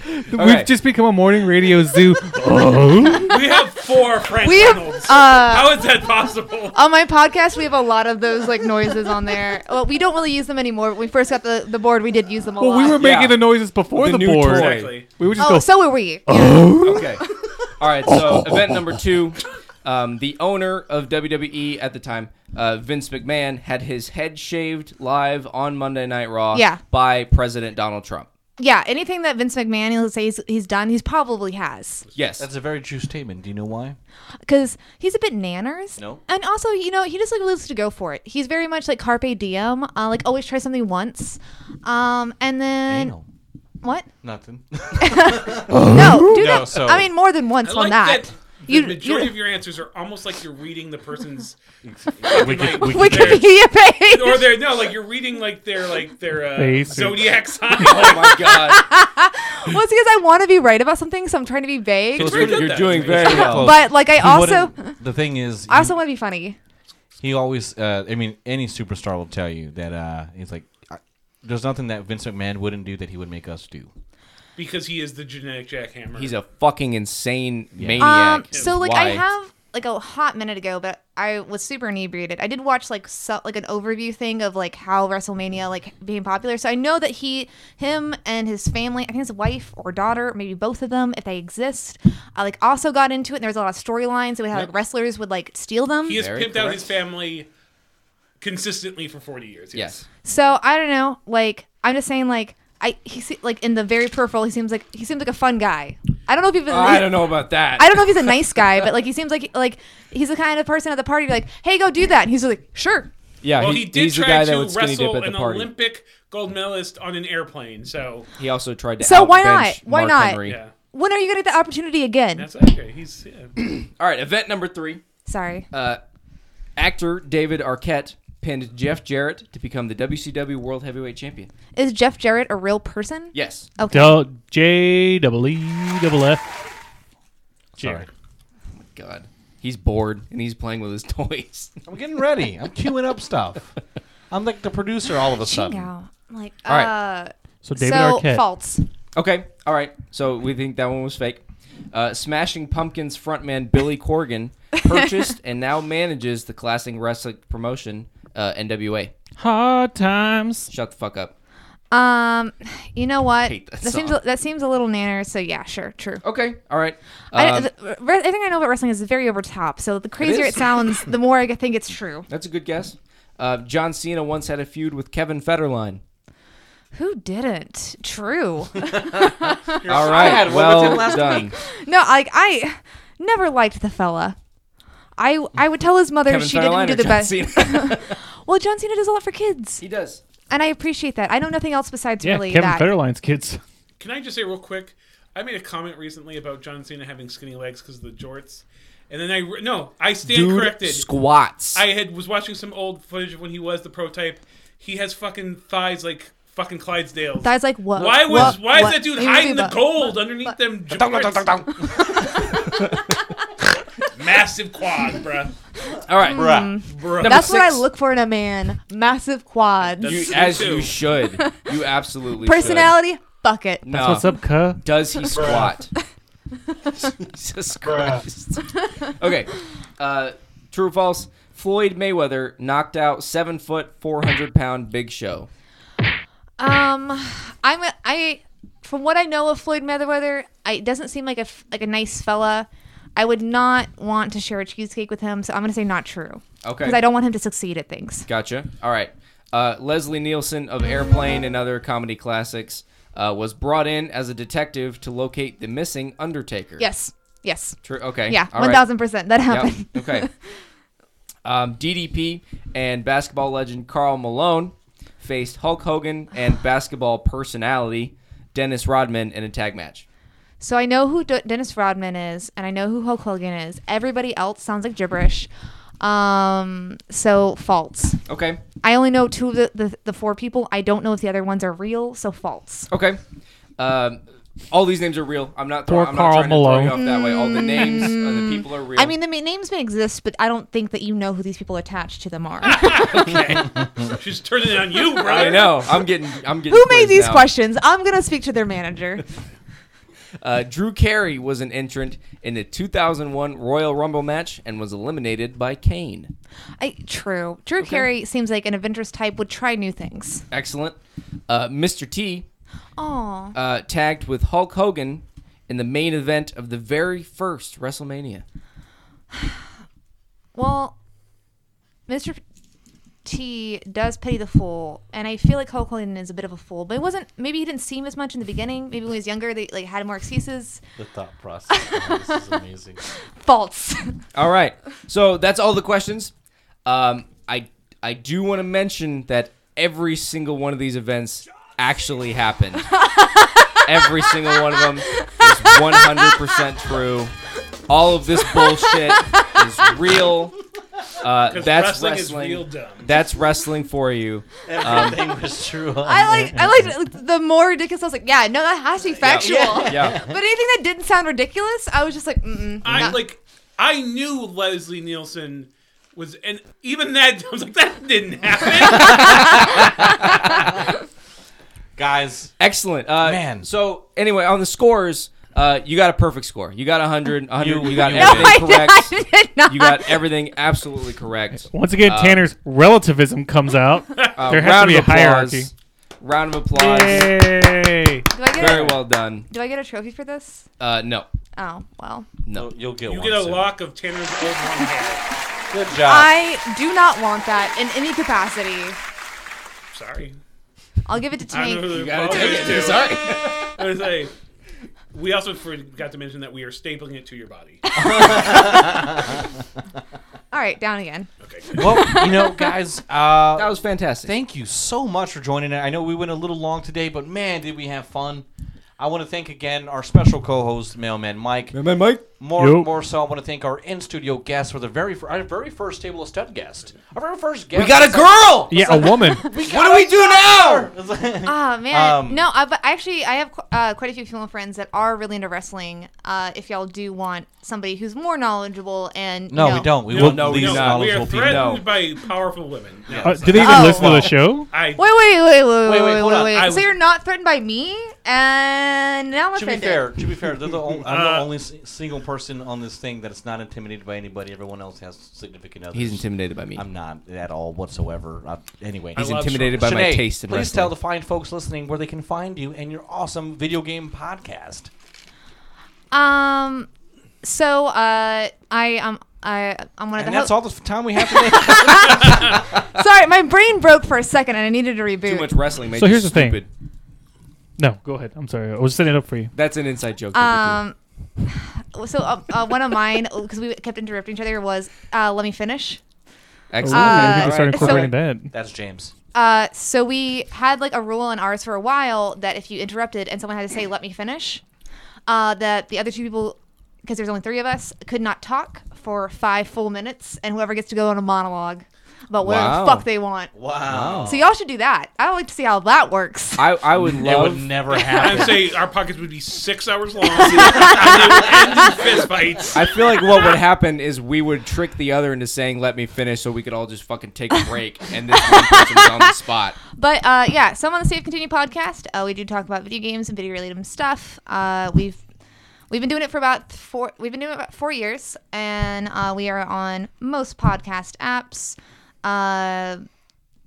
[SPEAKER 3] Okay.
[SPEAKER 4] We've just become a morning radio zoo. oh,
[SPEAKER 2] we have four Frank
[SPEAKER 5] We have,
[SPEAKER 2] Reynolds.
[SPEAKER 5] uh,
[SPEAKER 2] How is that possible?
[SPEAKER 5] on my podcast, we have a lot of those like noises on there. Well, we don't really use them anymore. When we first got the, the board, we did use them a
[SPEAKER 4] well,
[SPEAKER 5] lot.
[SPEAKER 4] Oh, we were making
[SPEAKER 3] Yeah.
[SPEAKER 4] the noises before
[SPEAKER 3] The
[SPEAKER 4] the,
[SPEAKER 3] new
[SPEAKER 4] board.
[SPEAKER 3] toy.
[SPEAKER 2] Exactly.
[SPEAKER 4] We would just
[SPEAKER 5] oh,
[SPEAKER 4] go.
[SPEAKER 5] so were we. Yeah.
[SPEAKER 4] Oh.
[SPEAKER 3] Okay. All right. So event number two. Um, the owner of WWE at the time, uh, Vince McMahon, had his head shaved live on Monday Night Raw
[SPEAKER 5] Yeah.
[SPEAKER 3] by President Donald Trump.
[SPEAKER 5] yeah, anything that Vince McMahon will say he's, he's done, he's probably has
[SPEAKER 3] Yes.
[SPEAKER 1] That's a very true statement. Do you know why?
[SPEAKER 5] because he's a bit nanners.
[SPEAKER 1] No.
[SPEAKER 5] and also you know he just like lives to go for it. He's very much like carpe diem, uh, like always try something once, um, and then
[SPEAKER 1] Anal.
[SPEAKER 5] what?
[SPEAKER 1] Nothing.
[SPEAKER 5] No, do
[SPEAKER 1] No,
[SPEAKER 5] that.
[SPEAKER 1] so-
[SPEAKER 5] I mean, more than once
[SPEAKER 2] I
[SPEAKER 5] on
[SPEAKER 2] like
[SPEAKER 5] that.
[SPEAKER 2] that. The
[SPEAKER 5] You-
[SPEAKER 2] majority
[SPEAKER 5] you-
[SPEAKER 2] of your answers are almost like you're reading the person's
[SPEAKER 1] we could, we could,
[SPEAKER 5] Wikipedia page.
[SPEAKER 2] or they're no, like you're reading like their like their uh,
[SPEAKER 4] Face or-
[SPEAKER 2] zodiac sign.
[SPEAKER 3] oh my god.
[SPEAKER 5] Well, it's because I want to be right about something, so I'm trying to be vague.
[SPEAKER 1] So it's
[SPEAKER 2] pretty
[SPEAKER 1] really-
[SPEAKER 2] good,
[SPEAKER 7] You're
[SPEAKER 2] though.
[SPEAKER 7] doing very
[SPEAKER 1] It's
[SPEAKER 7] well.
[SPEAKER 1] close.
[SPEAKER 5] but like I
[SPEAKER 1] He
[SPEAKER 5] also,
[SPEAKER 1] wouldn't- the thing is,
[SPEAKER 5] I also
[SPEAKER 1] he-
[SPEAKER 5] want to be funny.
[SPEAKER 1] he always uh, i mean any superstar will tell you that uh, he's like I, there's nothing that vince mcmahon wouldn't do that he would make us do
[SPEAKER 2] because he is the genetic jackhammer.
[SPEAKER 3] He's a fucking insane maniac.
[SPEAKER 5] Um, so like I
[SPEAKER 3] Why?
[SPEAKER 5] have like a hot minute ago, but I was super inebriated. I did watch like so, like an overview thing of like how WrestleMania like being popular. So I know that he, him, and his family, I think his wife or daughter, maybe both of them, if they exist, uh, like also got into it. And there was a lot of storylines. So we had like wrestlers would like steal them.
[SPEAKER 2] he has
[SPEAKER 3] Very
[SPEAKER 2] pimped out his
[SPEAKER 3] correct.
[SPEAKER 2] family consistently for 40 years.
[SPEAKER 3] Yes.
[SPEAKER 5] So I don't know. Like I'm just saying, like I he se- like in the very peripheral, he seems like he seems like a fun guy. I don't know if
[SPEAKER 2] Oh,
[SPEAKER 5] even
[SPEAKER 7] I don't know about that.
[SPEAKER 5] I don't know if he's a nice guy, but like he seems like like he's the kind of person at the party like, hey, go do that, and he's like, sure.
[SPEAKER 7] yeah,
[SPEAKER 2] Well,
[SPEAKER 7] he,
[SPEAKER 2] he did
[SPEAKER 7] he's the
[SPEAKER 2] try
[SPEAKER 7] guy
[SPEAKER 2] to
[SPEAKER 7] that would skinny dip
[SPEAKER 2] wrestle
[SPEAKER 7] at the
[SPEAKER 2] an
[SPEAKER 7] party.
[SPEAKER 2] Olympic gold medalist on an airplane. So
[SPEAKER 3] He also tried to.
[SPEAKER 5] So why
[SPEAKER 3] outbench
[SPEAKER 5] not? Why
[SPEAKER 3] Mark
[SPEAKER 5] not?
[SPEAKER 3] Henry.
[SPEAKER 2] yeah,
[SPEAKER 5] When are you gonna get the opportunity again?
[SPEAKER 2] that's okay. He's yeah.
[SPEAKER 3] All right. Event number three.
[SPEAKER 5] Sorry.
[SPEAKER 3] Uh, actor David Arquette pinned Jeff Jarrett to become the WCW World Heavyweight Champion.
[SPEAKER 5] Is Jeff Jarrett a real person?
[SPEAKER 3] Yes.
[SPEAKER 4] Del- J double E double F.
[SPEAKER 1] sorry
[SPEAKER 3] God. He's bored and he's playing with his toys.
[SPEAKER 1] i'm getting ready i'm queuing up stuff i'm like the producer all of a sudden
[SPEAKER 5] Wow. Like
[SPEAKER 3] All right.
[SPEAKER 5] uh
[SPEAKER 4] So David
[SPEAKER 5] so
[SPEAKER 4] Arquette.
[SPEAKER 5] false.
[SPEAKER 3] Okay, all right. So we think that one was fake. Uh, Smashing Pumpkins frontman Billy Corgan purchased and now manages the classic wrestling promotion uh, NWA.
[SPEAKER 4] Hard times.
[SPEAKER 3] Shut the fuck up.
[SPEAKER 5] Um you know what?
[SPEAKER 3] Hate that
[SPEAKER 5] seems
[SPEAKER 3] song.
[SPEAKER 5] that seems a little nanner, so yeah, sure, true.
[SPEAKER 3] Okay, all right.
[SPEAKER 4] Uh,
[SPEAKER 5] I,
[SPEAKER 3] Um,
[SPEAKER 5] the- re- I think I know about wrestling is very over top. So the crazier it,
[SPEAKER 3] is.
[SPEAKER 5] sounds, the more I think it's true.
[SPEAKER 3] that's a good guess. Uh, John Cena once had a feud with Kevin Federline.
[SPEAKER 5] Who didn't? True.
[SPEAKER 3] All right, well done.
[SPEAKER 5] no, like I never liked the fella. I I would tell his mother
[SPEAKER 3] Kevin
[SPEAKER 5] she didn't
[SPEAKER 3] Federline
[SPEAKER 5] do
[SPEAKER 3] or
[SPEAKER 5] the
[SPEAKER 3] John
[SPEAKER 5] best.
[SPEAKER 3] Cena?
[SPEAKER 5] Well, John Cena does a lot for kids,
[SPEAKER 3] he does.
[SPEAKER 5] and I appreciate that. I know nothing else besides
[SPEAKER 4] Yeah,
[SPEAKER 5] really
[SPEAKER 4] Kevin
[SPEAKER 5] that.
[SPEAKER 4] Federline's kids.
[SPEAKER 2] Can I just say real quick? I made a comment recently about John Cena having skinny legs because of the jorts, and then I re- no, I stand
[SPEAKER 3] Dude
[SPEAKER 2] corrected.
[SPEAKER 3] squats.
[SPEAKER 2] I had was watching some old footage of when he was the prototype. He has fucking thighs like fucking Clydesdales.
[SPEAKER 5] That's like what?
[SPEAKER 2] why was
[SPEAKER 5] what,
[SPEAKER 2] why is
[SPEAKER 5] what-
[SPEAKER 2] that dude
[SPEAKER 5] He would
[SPEAKER 2] hiding
[SPEAKER 5] be
[SPEAKER 2] the
[SPEAKER 5] bu-
[SPEAKER 2] gold underneath them jorts? Massive quad, bruh.
[SPEAKER 3] all right.
[SPEAKER 5] Mm.
[SPEAKER 2] Bruh.
[SPEAKER 5] That's
[SPEAKER 3] Number
[SPEAKER 5] what I
[SPEAKER 3] six.
[SPEAKER 5] look for in a man: massive quads,
[SPEAKER 2] That's-
[SPEAKER 3] You,
[SPEAKER 2] Me
[SPEAKER 3] as
[SPEAKER 2] too.
[SPEAKER 3] you should. You absolutely
[SPEAKER 5] personality. Fuck it.
[SPEAKER 3] should. No.
[SPEAKER 4] What's up, cuh?
[SPEAKER 3] Does he squat? Jesus Christ. okay. Uh, true or false? Floyd Mayweather knocked out seven foot, four hundred pound Big Show.
[SPEAKER 5] Um, I'm a, I from what I know of Floyd Mayweather, I, it doesn't seem like a f- like a nice fella. I would not want to share a cheesecake with him, so I'm gonna say not true
[SPEAKER 3] Okay.
[SPEAKER 5] because I don't want him to succeed at things.
[SPEAKER 3] Gotcha. All right. Uh, Leslie Nielsen of Airplane and other comedy classics uh, was brought in as a detective to locate the missing Undertaker.
[SPEAKER 5] Yes, yes,
[SPEAKER 3] True. Okay.
[SPEAKER 5] yeah,
[SPEAKER 3] All
[SPEAKER 5] one
[SPEAKER 3] right.
[SPEAKER 5] thousand percent that
[SPEAKER 3] Yep.
[SPEAKER 5] happened.
[SPEAKER 3] Okay. Um, DDP and basketball legend Carl Malone faced Hulk Hogan and basketball personality Dennis Rodman in a tag match.
[SPEAKER 5] So I know who D- Dennis Rodman is, and I know who Hulk Hogan is. Everybody else sounds like gibberish. Um, so false.
[SPEAKER 3] Okay.
[SPEAKER 5] I only know two of the, the, the four people. I don't know if the other ones are real, so false.
[SPEAKER 3] Okay. Um, all these names are real. I'm not,
[SPEAKER 4] Poor
[SPEAKER 3] throwing I'm not
[SPEAKER 4] Karl
[SPEAKER 3] trying to throw you
[SPEAKER 4] Malone.
[SPEAKER 3] off that way. All the names of the people are real.
[SPEAKER 5] Mm. I mean, the ma- names may exist, but I don't think that you know who these people attached to them are.
[SPEAKER 2] She's turning it on you, brother.
[SPEAKER 3] I know. I'm getting. I'm getting.
[SPEAKER 5] who made
[SPEAKER 3] quizzed
[SPEAKER 5] these
[SPEAKER 3] now.
[SPEAKER 5] questions? I'm gonna speak to their manager.
[SPEAKER 3] Uh, Drew Carey was an entrant in the 2001 Royal Rumble match and was eliminated by Kane.
[SPEAKER 5] I, true. Drew Carey seems like an adventurous type would try new things.
[SPEAKER 3] Excellent. Uh, Mr. T
[SPEAKER 5] Oh,
[SPEAKER 3] uh, tagged with Hulk Hogan in the main event of the very first WrestleMania.
[SPEAKER 5] well, Mr. she does pity the fool, and I feel like Hulk Hogan is a bit of a fool. But it wasn't. Maybe he didn't seem as much in the beginning. Maybe when he was younger, they like had more excuses.
[SPEAKER 8] The thought process. behind this is amazing.
[SPEAKER 5] False.
[SPEAKER 3] All right. So that's all the questions. Um, I I do want to mention that every single one of these events actually happened. every single one of them is 100% true. All of this bullshit is real. Uh, that's
[SPEAKER 2] wrestling
[SPEAKER 3] wrestling.
[SPEAKER 2] is real dumb.
[SPEAKER 3] That's wrestling for you.
[SPEAKER 8] Everything was true. on
[SPEAKER 5] I like.
[SPEAKER 8] there.
[SPEAKER 5] I liked the more ridiculous. I was like, yeah, no, that has to be factual.
[SPEAKER 3] Yeah.
[SPEAKER 5] But anything that didn't sound ridiculous, I was just like, mm.
[SPEAKER 2] I like. I knew Leslie Nielsen was, and even that I was like, that didn't happen.
[SPEAKER 1] Guys,
[SPEAKER 3] Excellent. Uh,
[SPEAKER 1] Man.
[SPEAKER 3] So anyway, on the scores, uh, you got a perfect score. You got 100. 100. You,
[SPEAKER 1] You-
[SPEAKER 3] got
[SPEAKER 1] you-
[SPEAKER 5] I,
[SPEAKER 3] everything correct.
[SPEAKER 5] did, I did not.
[SPEAKER 3] You got everything absolutely correct.
[SPEAKER 4] Once again, Tanner's relativism comes out.
[SPEAKER 3] Uh,
[SPEAKER 4] there has to
[SPEAKER 3] round
[SPEAKER 4] be a
[SPEAKER 3] of applause.
[SPEAKER 4] hierarchy.
[SPEAKER 3] Round of applause.
[SPEAKER 4] Yay!
[SPEAKER 5] do I get
[SPEAKER 3] Very
[SPEAKER 5] a,
[SPEAKER 3] well done.
[SPEAKER 5] Do I get a trophy for this?
[SPEAKER 3] Uh, no.
[SPEAKER 5] Oh well.
[SPEAKER 1] no, you'll get
[SPEAKER 2] you
[SPEAKER 1] one.
[SPEAKER 2] get a
[SPEAKER 1] soon.
[SPEAKER 2] lock of Tanner's old long hair.
[SPEAKER 1] Good
[SPEAKER 3] Uh,
[SPEAKER 1] job.
[SPEAKER 5] I do not want that in any capacity.
[SPEAKER 2] Sorry.
[SPEAKER 5] I'll give it to
[SPEAKER 2] I don't know
[SPEAKER 5] Tank.
[SPEAKER 2] who the
[SPEAKER 3] gotta
[SPEAKER 2] fuck
[SPEAKER 3] take
[SPEAKER 2] is
[SPEAKER 3] it.
[SPEAKER 2] to.
[SPEAKER 3] Sorry.
[SPEAKER 2] I was like, we also forgot to mention that we are stapling it to your body.
[SPEAKER 5] All right, down again.
[SPEAKER 2] Okay.
[SPEAKER 1] well, you know, guys, uh,
[SPEAKER 3] That was fantastic.
[SPEAKER 1] thank you so much for joining it. I know we went a little long today, but man, did we have fun. I want to thank again our special co-host, Mailman Mike.
[SPEAKER 7] Man, Mike.
[SPEAKER 1] More,
[SPEAKER 4] Yo.
[SPEAKER 1] more so, I want to thank our in-studio guests for the very, fir- our very first table of stud guest. Our very first guest.
[SPEAKER 3] we got a girl.
[SPEAKER 4] Yeah, a woman.
[SPEAKER 3] What do we do now?
[SPEAKER 1] girl.
[SPEAKER 5] Oh man,
[SPEAKER 1] Um,
[SPEAKER 5] no. I, but actually, I have qu- uh, quite a few female friends that are really into wrestling. Uh, if y'all do want somebody who's more knowledgeable and you
[SPEAKER 1] no,
[SPEAKER 5] know-
[SPEAKER 1] we don't. We
[SPEAKER 2] No,
[SPEAKER 1] won't
[SPEAKER 3] no, we
[SPEAKER 1] these
[SPEAKER 3] don't.
[SPEAKER 2] No, we are
[SPEAKER 1] knowledgeable people.
[SPEAKER 2] threatened by powerful women. No,
[SPEAKER 4] Uh, do they even
[SPEAKER 5] Oh,
[SPEAKER 4] listen
[SPEAKER 1] well.
[SPEAKER 4] to the show?
[SPEAKER 2] I
[SPEAKER 5] Wait, wait, wait, wait,
[SPEAKER 1] Wait,
[SPEAKER 5] wait,
[SPEAKER 1] wait,
[SPEAKER 5] wait,
[SPEAKER 1] hold
[SPEAKER 5] wait.
[SPEAKER 1] on.
[SPEAKER 2] I-
[SPEAKER 5] So you're not threatened by me, and now I'm
[SPEAKER 1] To be
[SPEAKER 5] offended.
[SPEAKER 1] fair, to be fair, they're the only, I'm
[SPEAKER 2] Uh,
[SPEAKER 1] the only s- single person on this thing that is not intimidated by anybody. Everyone else has significant others.
[SPEAKER 3] He's intimidated by me.
[SPEAKER 1] I'm not at all whatsoever. I, anyway,
[SPEAKER 2] He's
[SPEAKER 3] He's
[SPEAKER 2] I love
[SPEAKER 3] intimidated by
[SPEAKER 1] Shanae,
[SPEAKER 3] my taste in
[SPEAKER 1] please
[SPEAKER 3] wrestling.
[SPEAKER 1] tell the fine folks listening where they can find you and your awesome video game podcast.
[SPEAKER 5] Um, so uh, I um. I, I'm one of
[SPEAKER 1] And
[SPEAKER 5] the
[SPEAKER 1] that's
[SPEAKER 5] ho-
[SPEAKER 1] all the f- time we have today.
[SPEAKER 5] Sorry, my brain broke for a second and I needed to reboot.
[SPEAKER 3] Too much wrestling made
[SPEAKER 4] So
[SPEAKER 3] you
[SPEAKER 4] here's the thing.
[SPEAKER 3] stupid.
[SPEAKER 4] No, go ahead. I'm sorry. I was setting it up for you.
[SPEAKER 3] That's an inside joke.
[SPEAKER 5] Um, so uh, uh, one of mine, because we kept interrupting each other, was uh, let me finish.
[SPEAKER 3] Excellent.
[SPEAKER 5] Uh,
[SPEAKER 4] Oh, we can start
[SPEAKER 5] Alright, so-
[SPEAKER 4] incorporating that.
[SPEAKER 1] that's James.
[SPEAKER 5] Uh, so we had like a rule in ours for a while that if you interrupted and someone had to say let me finish, uh, that the other two people, because there's only three of us, could not talk for five full minutes, and whoever gets to go on a monologue about whatever
[SPEAKER 3] Wow.
[SPEAKER 5] the fuck they want.
[SPEAKER 1] Wow.
[SPEAKER 5] So y'all should do that. I would like to see how that works.
[SPEAKER 3] I, I would
[SPEAKER 1] It
[SPEAKER 3] love.
[SPEAKER 1] would never
[SPEAKER 2] I would
[SPEAKER 1] happen.
[SPEAKER 2] say our pockets would be six hours long. and they would end in fist fights.
[SPEAKER 3] I feel like what would happen is we would trick the other into saying "let me finish" so we could all just fucking take a break and this one person's on the spot.
[SPEAKER 5] But uh, yeah, so I'm on the Save Continue podcast. Uh, we do talk about video games and video related stuff. Uh, we've we've been doing it for about four. We've been doing it about four years, and uh, we are on most podcast apps. Uh,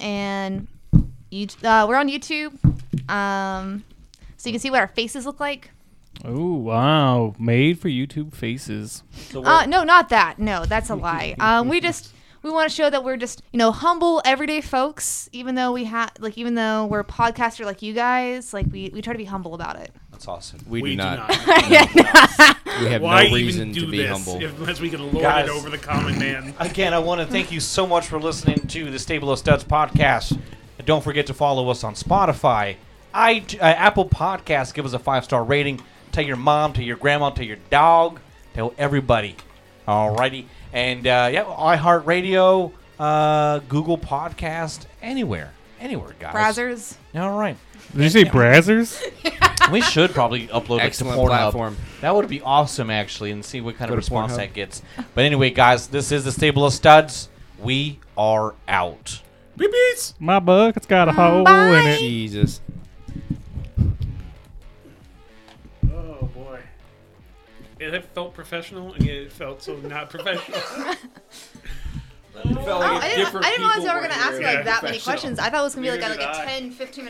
[SPEAKER 5] and you, uh, we're on YouTube, um, so you can see what our faces look like.
[SPEAKER 4] Oh wow, made for YouTube faces.
[SPEAKER 5] Uh, no, not that. No, that's a lie. Um, we just we want to show that we're just you know humble everyday folks, even though we have like even though we're a podcaster like you guys, like we we try to be humble about it.
[SPEAKER 1] That's awesome.
[SPEAKER 3] We,
[SPEAKER 2] We
[SPEAKER 3] do not. We have
[SPEAKER 2] Why
[SPEAKER 3] no
[SPEAKER 2] even
[SPEAKER 3] reason
[SPEAKER 2] do
[SPEAKER 3] to be
[SPEAKER 2] this
[SPEAKER 3] humble.
[SPEAKER 2] if- unless we can lord
[SPEAKER 1] Guys.
[SPEAKER 2] it over the common man?
[SPEAKER 1] Again, I want to thank you so much for listening to the Stable of Studs podcast. And don't forget to follow us on Spotify, I, uh, Apple Podcasts. Give us a five star rating. Tell your mom, tell your grandma, tell your dog, tell everybody. Alrighty, and uh, yeah, iHeartRadio, uh, Google Podcast, anywhere, anywhere, guys.
[SPEAKER 5] Browsers.
[SPEAKER 1] All right,
[SPEAKER 4] Did you say Brazzers?
[SPEAKER 1] we should probably upload it to
[SPEAKER 3] Excellent
[SPEAKER 1] Pornhub.
[SPEAKER 3] platform.
[SPEAKER 1] That would be awesome, actually, and see what kind of
[SPEAKER 3] to
[SPEAKER 1] response
[SPEAKER 3] Pornhub.
[SPEAKER 1] that gets. But anyway, guys, this is the Stable of Studs. We are out.
[SPEAKER 2] Beep beeps.
[SPEAKER 4] My bucket's got a hole in it.
[SPEAKER 3] Jesus.
[SPEAKER 2] Oh boy. It felt professional and yet it felt so not professional.
[SPEAKER 5] I didn't, I didn't realize they were going to ask me
[SPEAKER 2] Yeah.
[SPEAKER 5] like that many questions. I thought it was going to be like a,
[SPEAKER 8] Neither
[SPEAKER 5] like a
[SPEAKER 8] did I.
[SPEAKER 5] 10, 15 minute